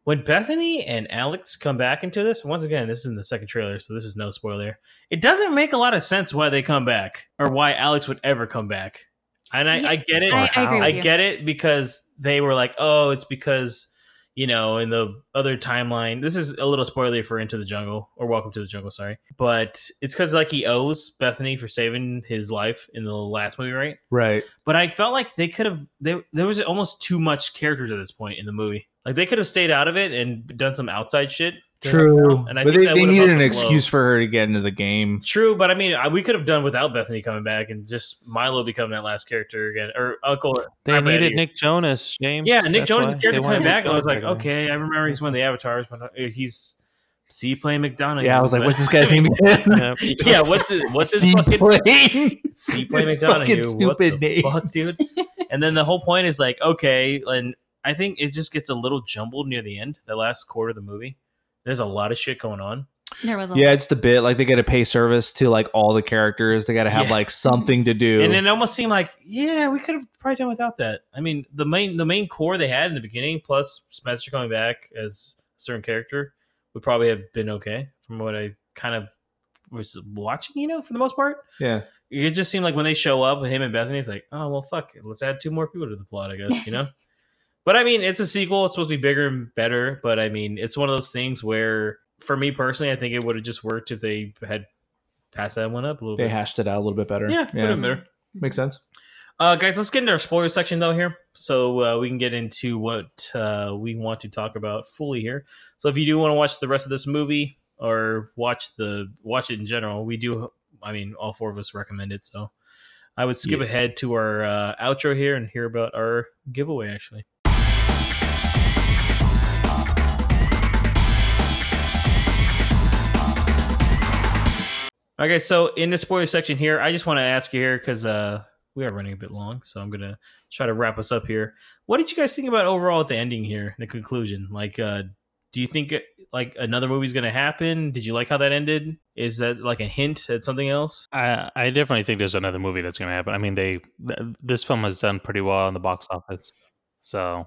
A: when Bethany and Alex come back into this. Once again, this is in the second trailer, so this is no spoiler. It doesn't make a lot of sense why they come back or why Alex would ever come back. And I,
E: Yeah,
A: I get it.
E: I, I agree with
A: I
E: you.
A: get it because they were like, oh, it's because, you know, in the other timeline, this is a little spoilery for Into the Jungle or Welcome to the Jungle, sorry. But it's because, like, he owes Bethany for saving his life in the last movie, right?
D: right.
A: But I felt like they could have, they, there was almost too much characters at this point in the movie. Like, they could have stayed out of it and done some outside shit. to help
D: True,
A: out, "Oh," And I
D: but
A: think
D: they,
A: that
D: they
A: would've
D: needed
A: helped
D: an
A: the flow.
D: excuse for her to get into the game.
A: True, but I mean, I, we could have done without Bethany coming back and just Milo becoming that last character again, or Uncle.
C: they
A: Crabbe
C: needed
A: Eddie.
C: Nick Jonas, James.
A: Yeah, Nick
C: that's
A: Jonas'
C: why
A: character
C: they wanted
A: coming
C: Nick
A: back. I was
C: Jonas
A: like,
C: back in.
A: okay, I remember he's one of the avatars, but uh, he's C plane McDonough.
D: Yeah, I was like, what's this guy's name?
C: Yeah.
A: yeah, what's his what's his fucking
D: plane?
A: C plane McDonough?
D: His fucking stupid
A: what the
D: names.
A: fuck, dude. And then the whole point is like, okay, and I think it just gets a little jumbled near the end, the last quarter of the movie. There's a lot of shit going on.
E: There was a
D: Yeah, it's the bit like they got to pay service to like all the characters. They got to have
A: Yeah.
D: like something to do.
A: And it almost seemed like, yeah, we could have probably done without that. I mean, the main the main core they had in the beginning, plus Spencer coming back as a certain character, would probably have been okay from what I kind of was watching. You know, for the most part,
D: yeah,
A: it just seemed like when they show up with him and Bethany, it's like, oh well, fuck, it. let's add two more people to the plot, I guess. You know. But I mean, it's a sequel. It's supposed to be bigger and better. But I mean, it's one of those things where for me personally, I think it would have just worked if they had passed that one up a little
D: They
A: bit.
D: hashed it out a little bit better.
A: Yeah, would have better.
D: makes sense.
A: Uh, guys, let's get into our spoiler section though here, so uh, we can get into what uh, we want to talk about fully here. So if you do want to watch the rest of this movie or watch the watch it in general, we do. I mean, all four of us recommend it, so I would skip
D: Yes.
A: ahead to our uh, outro here and hear about our giveaway. Actually, all right, guys. So in the spoiler section here, I just want to ask you here because uh, we are running a bit long, so I'm gonna try to wrap us up here. What did you guys think about overall at the ending here, the conclusion? Like, uh, do you think like another movie's gonna happen? Did you like how that ended? Is that like a hint at something else?
C: I, I definitely think there's another movie that's going to happen. I mean, they th- this film has done pretty well in the box office, so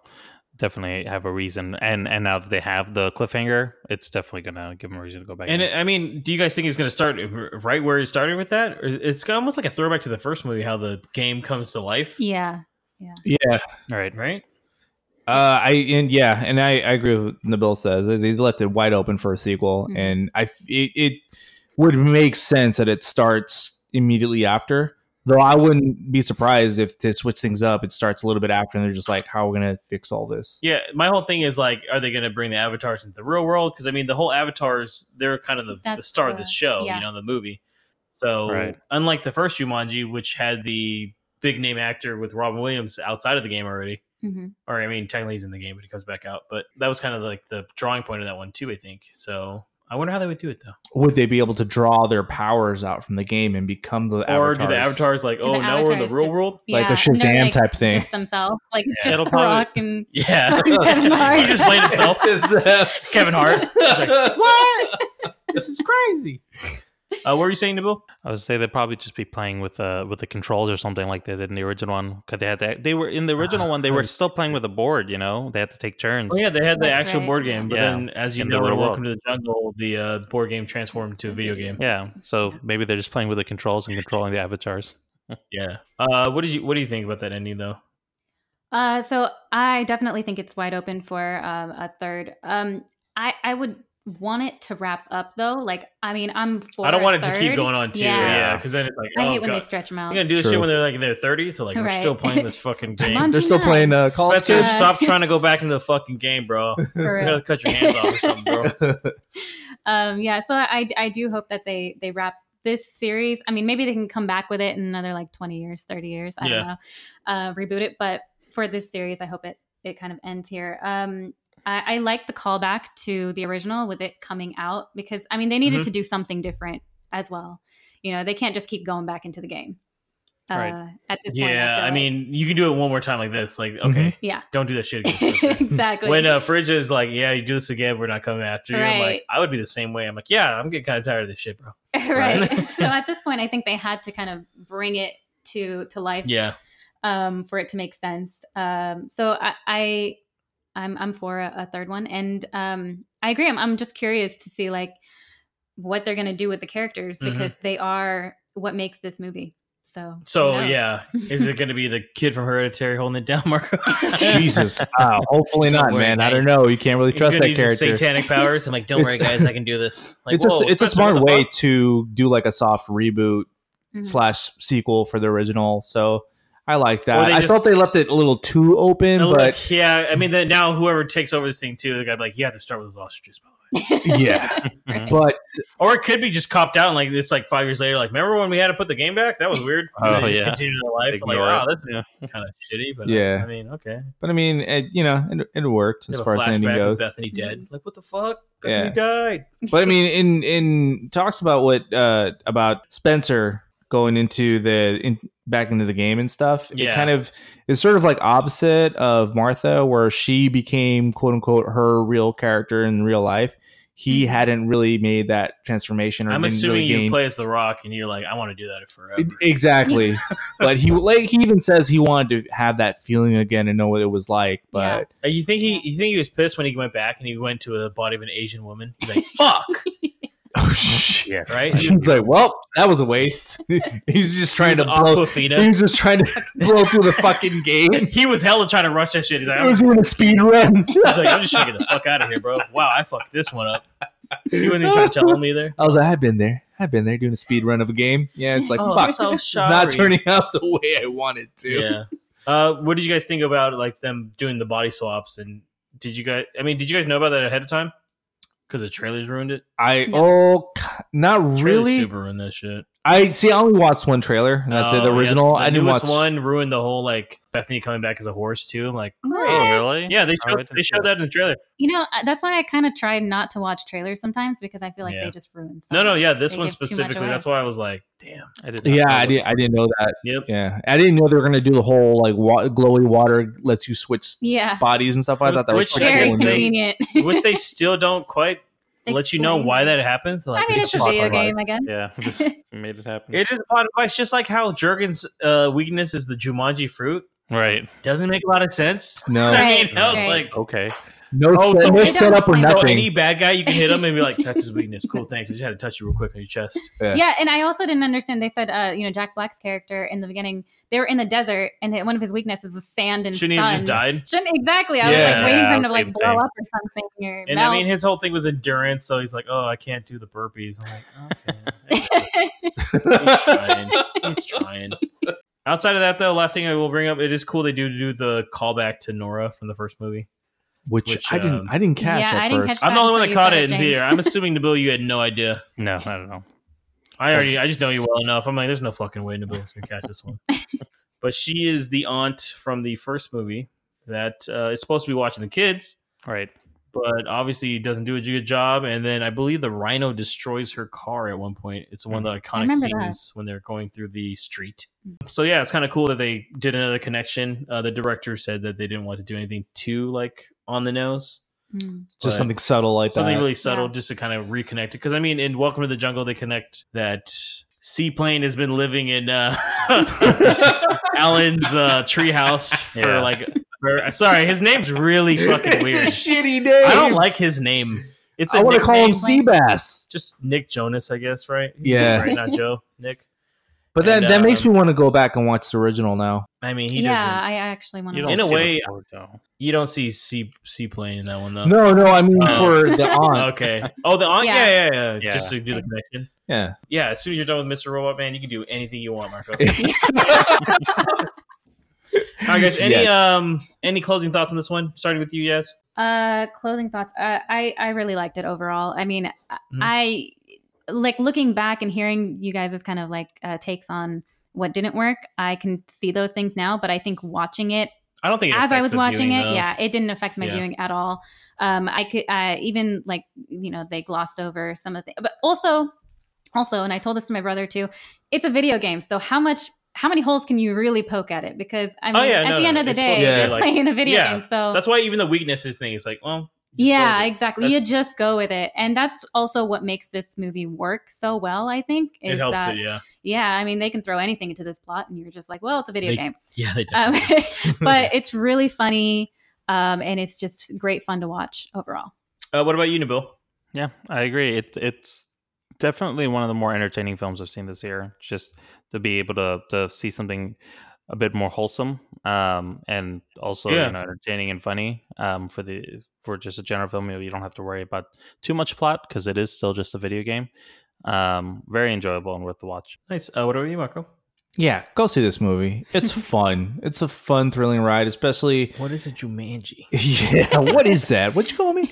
C: definitely have a reason. And and now that they have the cliffhanger, it's definitely going to give them a reason to go back.
A: And
C: in.
A: it, I mean, do you guys think it's going to start r- right where it started with that? Or is- it's almost like a throwback to the first movie, how the game comes to life,
E: Yeah.
D: Yeah,
C: all right,
A: right?
D: Uh, I and yeah, and I, I agree with what Nabil says They- they left it wide open for a sequel,
A: Mm-hmm.
E: Mhm.
D: and I it, it would make sense that it starts immediately after. Though I wouldn't be surprised if to switch things up, it starts a little bit after, and they're just like, "How are we gonna fix all this?"
A: Yeah, my whole thing is like, are they going to bring the avatars into the real world? Because I mean, the whole avatars, they're kind of the, the
E: That's
A: star of
E: the-
A: this show,
E: yeah.
A: you know, the movie. So,
C: Right.
A: unlike the first Jumanji, which had the big name actor with Robin Williams outside of the game already,
E: hmm
A: or I mean, technically he's in the game, but he comes back out. But that was kind of like the drawing point of that one, too, I think. So, I wonder how they would do it, though.
D: Would they be able to draw their powers out from the game and become the
A: or
D: avatars?
A: do the avatars like,
E: Do
A: oh,
E: the
A: now we're in the
E: avatars
A: real
E: just-
A: world?
D: Like a
E: Yeah, and they're,
D: Shazam
E: like,
D: type thing.
E: Just themselves. Like it's
A: Yeah.
E: just
C: It'll
E: The
C: probably-
E: Rock and
A: Yeah,
E: Kevin Hart.
A: he just played himself.
B: It's, uh,
A: It's Kevin Hart. He's like, what? This is crazy. Uh, what were you saying, Nabil?
C: I would say they'd probably just be playing with uh with the controls or something like they did in the original one because they had that they were in the original one they were still playing with a board. You know, they had to take turns.
A: Ah, Oh yeah, they had the
E: That's
A: actual
E: right.
A: board game, but
C: Yeah.
A: then as you
C: In
A: know,
C: the real
A: in
C: world.
A: Welcome to the Jungle, the uh, board game transformed to a video game.
C: Yeah, so maybe they're just playing with the controls and controlling the avatars.
A: Yeah. Uh, what did you What do you think about that ending though?
E: Uh, so I definitely think it's wide open for um, a third. Um, I I would want it to wrap up though. Like I mean, I'm for.
A: I don't
E: a
A: want it to keep
E: third.
A: going on too.
E: Yeah.
A: Yeah, because then it's like,
E: I
A: oh
E: hate when they
A: god,
E: stretch them out.
A: you're gonna do this shit
D: True.
A: when they're like in their 30s. They're like, we're
E: Right.
A: still playing this fucking game.
E: Jumanji.
D: they're still
E: Yeah.
D: playing uh, Call of
A: Spencer,
D: Duty.
E: Kids.
A: stop trying to go back into the fucking game, bro.
E: For
A: You
E: real.
A: gotta cut your hands off or something, bro.
E: um, yeah, so I I do hope that they they wrap this series. I mean, maybe they can come back with it in another like twenty years, thirty years. I
A: Yeah.
E: don't know. Uh, reboot it, but for this series, I hope it it kind of ends here. Um, I, I like the callback to the original with it coming out because I mean they needed
A: Mhm.
E: to do something different as well. You know, they can't just keep going back into the game. Uh,
C: Right.
E: At this point,
A: Yeah,
E: feel
A: I
E: like-
A: mean, you can do it one more time like this. Like, okay,
D: Mm-hmm.
E: yeah,
A: don't do that shit again. Spencer.
E: exactly.
A: when uh, Fridge is like, "Yeah, you do this again, we're not coming after you." I'm like,
E: Right.
A: I would be the same way. I'm like, "Yeah, I'm getting kind of tired of this shit, bro."
E: right. so at this point, I think they had to kind of bring it to to life
A: Yeah,
E: um, for it to make sense. Um, so I, I I'm I'm for a, a third one, and um, I agree. I'm I'm just curious to see like what they're gonna do with the characters
A: Mhm.
E: because they are what makes this movie. So
A: So
E: who knows?
A: yeah, is it going to be the kid from Hereditary holding it down, Marco?
D: Jesus, wow. hopefully not,
A: worry,
D: man. I
A: guys.
D: don't know. You can't really
A: He's
D: trust
A: gonna
D: that
A: use his
D: character.
A: Satanic powers. I'm like, don't worry,
D: It's-
A: guys, I can do this. Like,
D: it's
A: whoa,
D: a it's a
A: Spencer, what
D: smart
A: the
D: way
A: fuck?
D: to do like a soft reboot
E: Mhm.
D: slash sequel for the original. So I like
A: Or
D: that.
A: they
D: I
A: just-
D: thought they left it a little too open,
A: And
D: but
A: like, yeah, I mean, then now whoever takes over this thing too, the guy like, you have to start with those ostriches, by the way.
D: yeah. But
A: Or it could be just copped out and like it's like five years later, like, remember when we had to put the game back? That was weird. And
C: Oh,
A: they just
C: yeah.
A: continue their life. Like,
C: Ignore
A: wow,
C: it.
A: that's
C: Yeah.
A: kind of shitty, but yeah,
D: Yeah.
A: I mean, okay.
D: but I mean, it, you know, it, it worked
A: They
D: as
A: have a
D: far as the ending
A: flashback with
D: goes.
A: Bethany dead. Like, what the fuck?
D: Yeah.
A: Bethany died.
D: But I mean, in in talks about what uh about Spencer going into the in, back into the game and stuff.
A: Yeah.
D: It kind of is sort of like opposite of Martha, where she became quote unquote her real character in real life. He hadn't really made that transformation. Or
A: Mm-hmm. I'm
D: didn't
A: assuming
D: really gain-
A: you play as The Rock and you're like, I want to do that forever.
D: Exactly. but he like he even says he wanted to have that feeling again and know what it was like. But
A: Uh, You think he? You think he was pissed when he went back and he went to the body of an Asian woman? He's like, "Fuck!"
D: oh shit.
A: Right?
D: He's like, well, that was a waste. he's just trying
A: He
D: to
A: was
D: blow. He
A: Aquafina.
D: was just trying to blow through the fucking gate. He
A: He was hella trying to rush that shit. He's like, I'm,
D: was doing a speed run.
A: he's like, "I'm just trying to get the fuck out of here, bro." Wow, I fucked this one up. You wouldn't try to tell me either.
D: I was like, I've been there. I've been there doing a speed run of a game. Yeah, it's like, fuck,
A: Oh, so
D: it's not turning out the way I wanted to.
A: Yeah. Uh, what did you guys think about like them doing the body swaps? And did you guys? I mean, did you guys know about that ahead of time? Because the trailers ruined it.
D: I oh, k- not
A: Trailers
D: really.
A: super ruined that shit.
D: I see. I only watched one trailer, and that's it.
A: Oh,
D: The
A: yeah,
D: original. I
A: the
D: didn't watch
A: newest one ruined the whole like Bethany coming back as a horse too. I'm like,
E: What?
C: really?
A: yeah, they
C: Oh, I
A: showed,
C: didn't
A: they
C: see
A: showed
C: that.
A: that in the trailer.
E: You know, I- that's why I kind of try not to watch trailers sometimes because I feel like
A: Yeah.
E: they just ruin. So
A: No, no,
E: much.
A: yeah, this
E: They
A: one
E: give too much
A: specifically.
E: away.
A: That's why I was like, damn.
C: I did. not
D: Yeah,
A: Oh.
C: know
D: I
C: that.
D: didn't. I didn't know that.
A: Yep.
D: Yeah, I didn't know they were gonna do the whole like wa- glowy water lets you switch
E: Yeah,
D: bodies and stuff. I thought that
A: Which-
D: was
A: But I
E: very
A: guess they-
E: convenient.
A: Which they still don't quite let you know
E: Explain.
A: why that happens. Like,
E: I mean, it's,
A: just
E: a
A: plot
E: video
A: device.
E: game, I guess.
C: Yeah, just made it happen.
A: It is a plot device, just like how Jurgen's uh, weakness is the Jumanji fruit.
C: right.
A: Doesn't make a lot of sense.
D: No,
A: I mean,
E: Right,
A: I was
E: right.
A: like,
C: Okay.
D: no,
A: Oh,
D: set,
A: so
D: no
E: they don't
D: setup or
E: explain-
A: so
D: nothing.
A: any bad guy, you can hit him and be like, that's his weakness. Cool, thanks. I just had to touch you real quick on your chest.
D: Yeah.
E: Yeah, and I also didn't understand. They said, uh, you know, Jack Black's character in the beginning, they were in the desert, and one of his weaknesses was sand and
A: Shouldn't he
E: sun.
A: have just died?
E: Shouldn't exactly. I was
A: Yeah,
E: like waiting for him to
C: I
E: like
C: would
E: blow
C: think.
E: up or something or
A: And
E: melt.
A: I mean, his whole thing was endurance, so he's like, "Oh, I can't do the burpees." I'm like, "Okay." he's trying. He's trying. Outside of that, though, last thing I will bring up, it is cool they do do the callback to Nora from the first movie.
D: Which,
A: Which,
D: I didn't.
A: um,
D: I didn't catch
E: Yeah,
D: at
E: I didn't
D: first.
E: catch-
A: I'm the only one
E: Until
A: that
E: you
A: caught it
E: said it,
A: in
E: James.
A: theater. I'm assuming Nabil, you had no idea.
C: No, I don't know.
A: I already, I just know you well enough. I'm like, there's no fucking way Nabil's gonna catch this one. but she is the aunt from the first movie that uh, is supposed to be watching the kids.
C: Right.
A: but obviously doesn't do a good job. And then I believe the rhino destroys her car at one point. It's one of the iconic
E: Mm. remember
A: scenes
E: that.
A: when they're going through the street. So yeah, it's kind of cool that they did another connection. Uh, the director said that they didn't want to do anything too like on the nose,
E: Mm.
D: Just
A: but
D: something subtle like
A: something
D: that.
A: really subtle,
E: Yeah.
A: just to kind of reconnect it. Because I mean, in Welcome to the Jungle, they connect that seaplane has been living in uh, Alan's uh, treehouse for
C: Yeah.
A: like. For, sorry, his name's really fucking weird.
D: shitty day.
A: I don't like his name. It's a
D: I want to
A: nickname.
D: call him
E: nickname.
D: Seabass.
A: just Nick Jonas, I guess, right?
D: Yeah.
A: right, not Joe. Nick.
D: But then
A: And,
D: that makes
A: um,
D: me want to go back and watch the original now.
A: I mean, he
E: Yeah,
A: doesn't.
E: I actually want
C: You
E: to.
C: don't
A: In a
C: see the
A: way-
C: forward, though.
A: You don't see sea seaplane in that one though.
D: No, no, I mean
A: Oh.
D: for the aunt.
A: Uh, Okay. Oh, the aunt. Yeah.
E: Yeah.
A: Yeah, yeah,
C: Yeah.
A: Just to do the connection.
D: Yeah.
A: Yeah. As soon as you're done with Mr. Robot Man, you can do anything you want, Marco. All right, guys. Any
D: Yes.
A: um any closing thoughts on this one? Starting with you, yes.
E: Uh, clothing thoughts. Uh, I I really liked it overall. I mean, I-
A: Mhm.
E: I like looking back and hearing you guys' kind of like uh, takes on what didn't work. I can see those things now, but I think watching it
A: I don't think it
E: as I
A: affects
E: was
A: the
E: watching
A: viewing,
E: it,
A: though.
E: yeah, it didn't affect my
A: Yeah.
E: viewing at all. Um, I could uh, even like you know they glossed over some of the, but also, also, and I told this to my brother too. It's a video game, so how much, how many holes can you really poke at it? Because I
A: Oh,
E: mean,
A: yeah,
E: at
A: no,
E: the end
A: no,
E: of the
A: it's supposed
E: day,
D: to be
E: you're
A: like-
E: playing a video
A: yeah,
E: game, so
A: That's why even the weaknesses thing is like, well, just go
E: yeah,
A: with it.
E: exactly. you
A: That's-
E: just go with it, and that's also what makes this movie work so well. I think is
A: it helps
E: that
A: it. Yeah.
E: yeah, I mean, they can throw anything into this plot, and you're just like, well, it's a video
A: They-
E: game.
A: Yeah, they do.
E: Um, but it's really funny, um, and it's just great fun to watch overall.
A: uh, what about you, Nabil?
C: Yeah, I agree. It it's definitely one of the more entertaining films I've seen this year. Just to be able to to see something a bit more wholesome, um, and also
A: Yeah.
C: you know entertaining and funny. Um, for the for just a general film, you you don't have to worry about too much plot because it is still just a video game. Um, very enjoyable and worth the watch.
A: Nice. Uh, what about you, Marco?
D: Yeah, go see this movie. It's fun. It's a fun, thrilling ride, especially
A: What is a Jumanji?
D: Yeah, what is that? What'd you call me?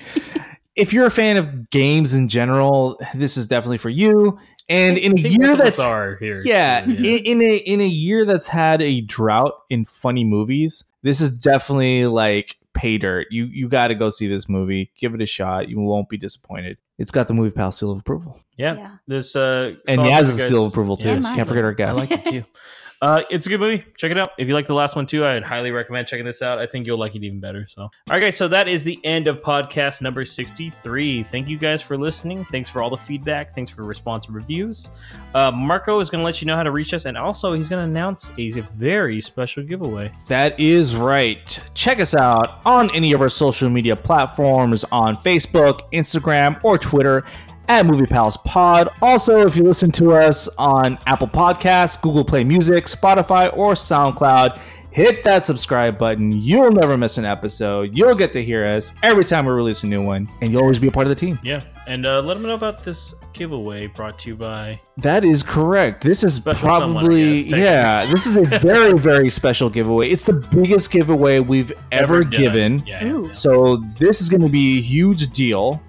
D: If you're a fan of games in general, this is definitely for you. And in a year that's
A: are here.
D: yeah,
A: too,
D: in, in a in a year that's had a drought in funny movies, this is definitely like pay dirt. You you got to go see this movie. Give it a shot. You won't be disappointed. It's got the movie pal seal of approval,
A: yeah.
E: Yeah.
A: This uh,
D: and
A: song
D: Yaz's
A: you guys-
D: seal of approval too.
E: Yeah, mine.
D: Can't forget our
A: I
D: guest.
A: like it too. Uh, it's a good movie. Check it out. If you like the last one too, I'd highly recommend checking this out. I think you'll like it even better. So, all right, guys. So that is the end of podcast number sixty-three. Thank you guys for listening. Thanks for all the feedback. Thanks for response and reviews. Uh, Marco is going to let you know how to reach us, and also he's going to announce a very special giveaway.
D: That is right. Check us out on any of our social media platforms on Facebook, Instagram, or Twitter at Movie Pals Pod. Also, if you listen to us on Apple Podcasts, Google Play Music, Spotify, or SoundCloud, Hit that subscribe button. You'll never miss an episode. You'll get to hear us every time we release a new one, and you'll always be a part of the team.
A: Yeah, and uh, let them know about this giveaway brought to you by.
D: That is correct. This is
A: Special someone, I
D: probably
A: guess, technically.
D: yeah. This is a very very special giveaway. It's the biggest giveaway we've ever,
A: Ever done.
D: given.
A: Yeah, hands
E: Ooh.
A: down.
D: So this is going to be a huge deal.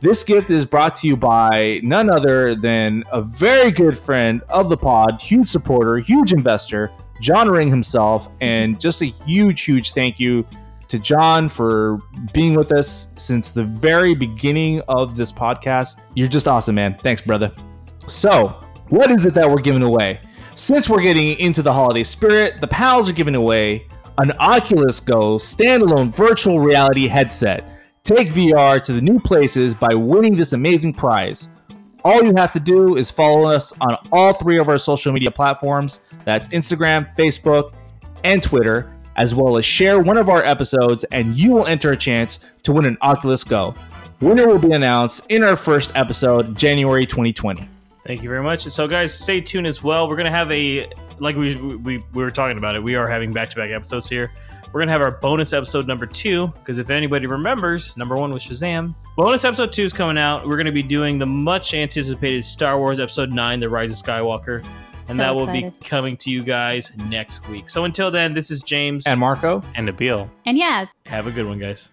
D: This gift is brought to you by none other than a very good friend of the pod, huge supporter, huge investor, John Ring himself, and just a huge, huge thank you to John for being with us since the very beginning of this podcast. You're just awesome, man. Thanks, brother. So, what is it that we're giving away? Since we're getting into the holiday spirit, the pals are giving away an Oculus Go standalone virtual reality headset. Take VR to the new places by winning this amazing prize. All you have to do is follow us on all three of our social media platforms that's Instagram, Facebook, and Twitter, as well as share one of our episodes, and you will enter a chance to win an Oculus Go. Winner will be announced in our first episode, January 2020.
A: Thank you very much. So, guys, stay tuned as well. We're gonna have a like we we, we were talking about it. We are having back to back episodes here. We're gonna have our bonus episode number two because if anybody remembers, number one was Shazam. Bonus episode two is coming out. We're gonna be doing the much anticipated Star Wars Episode Nine: The Rise of Skywalker, and
E: So
A: that will
E: excited.
A: be coming to you guys next week. So until then, this is James.
D: And Marco?
C: and Nabil.
E: And yeah,
A: Have a good one, guys.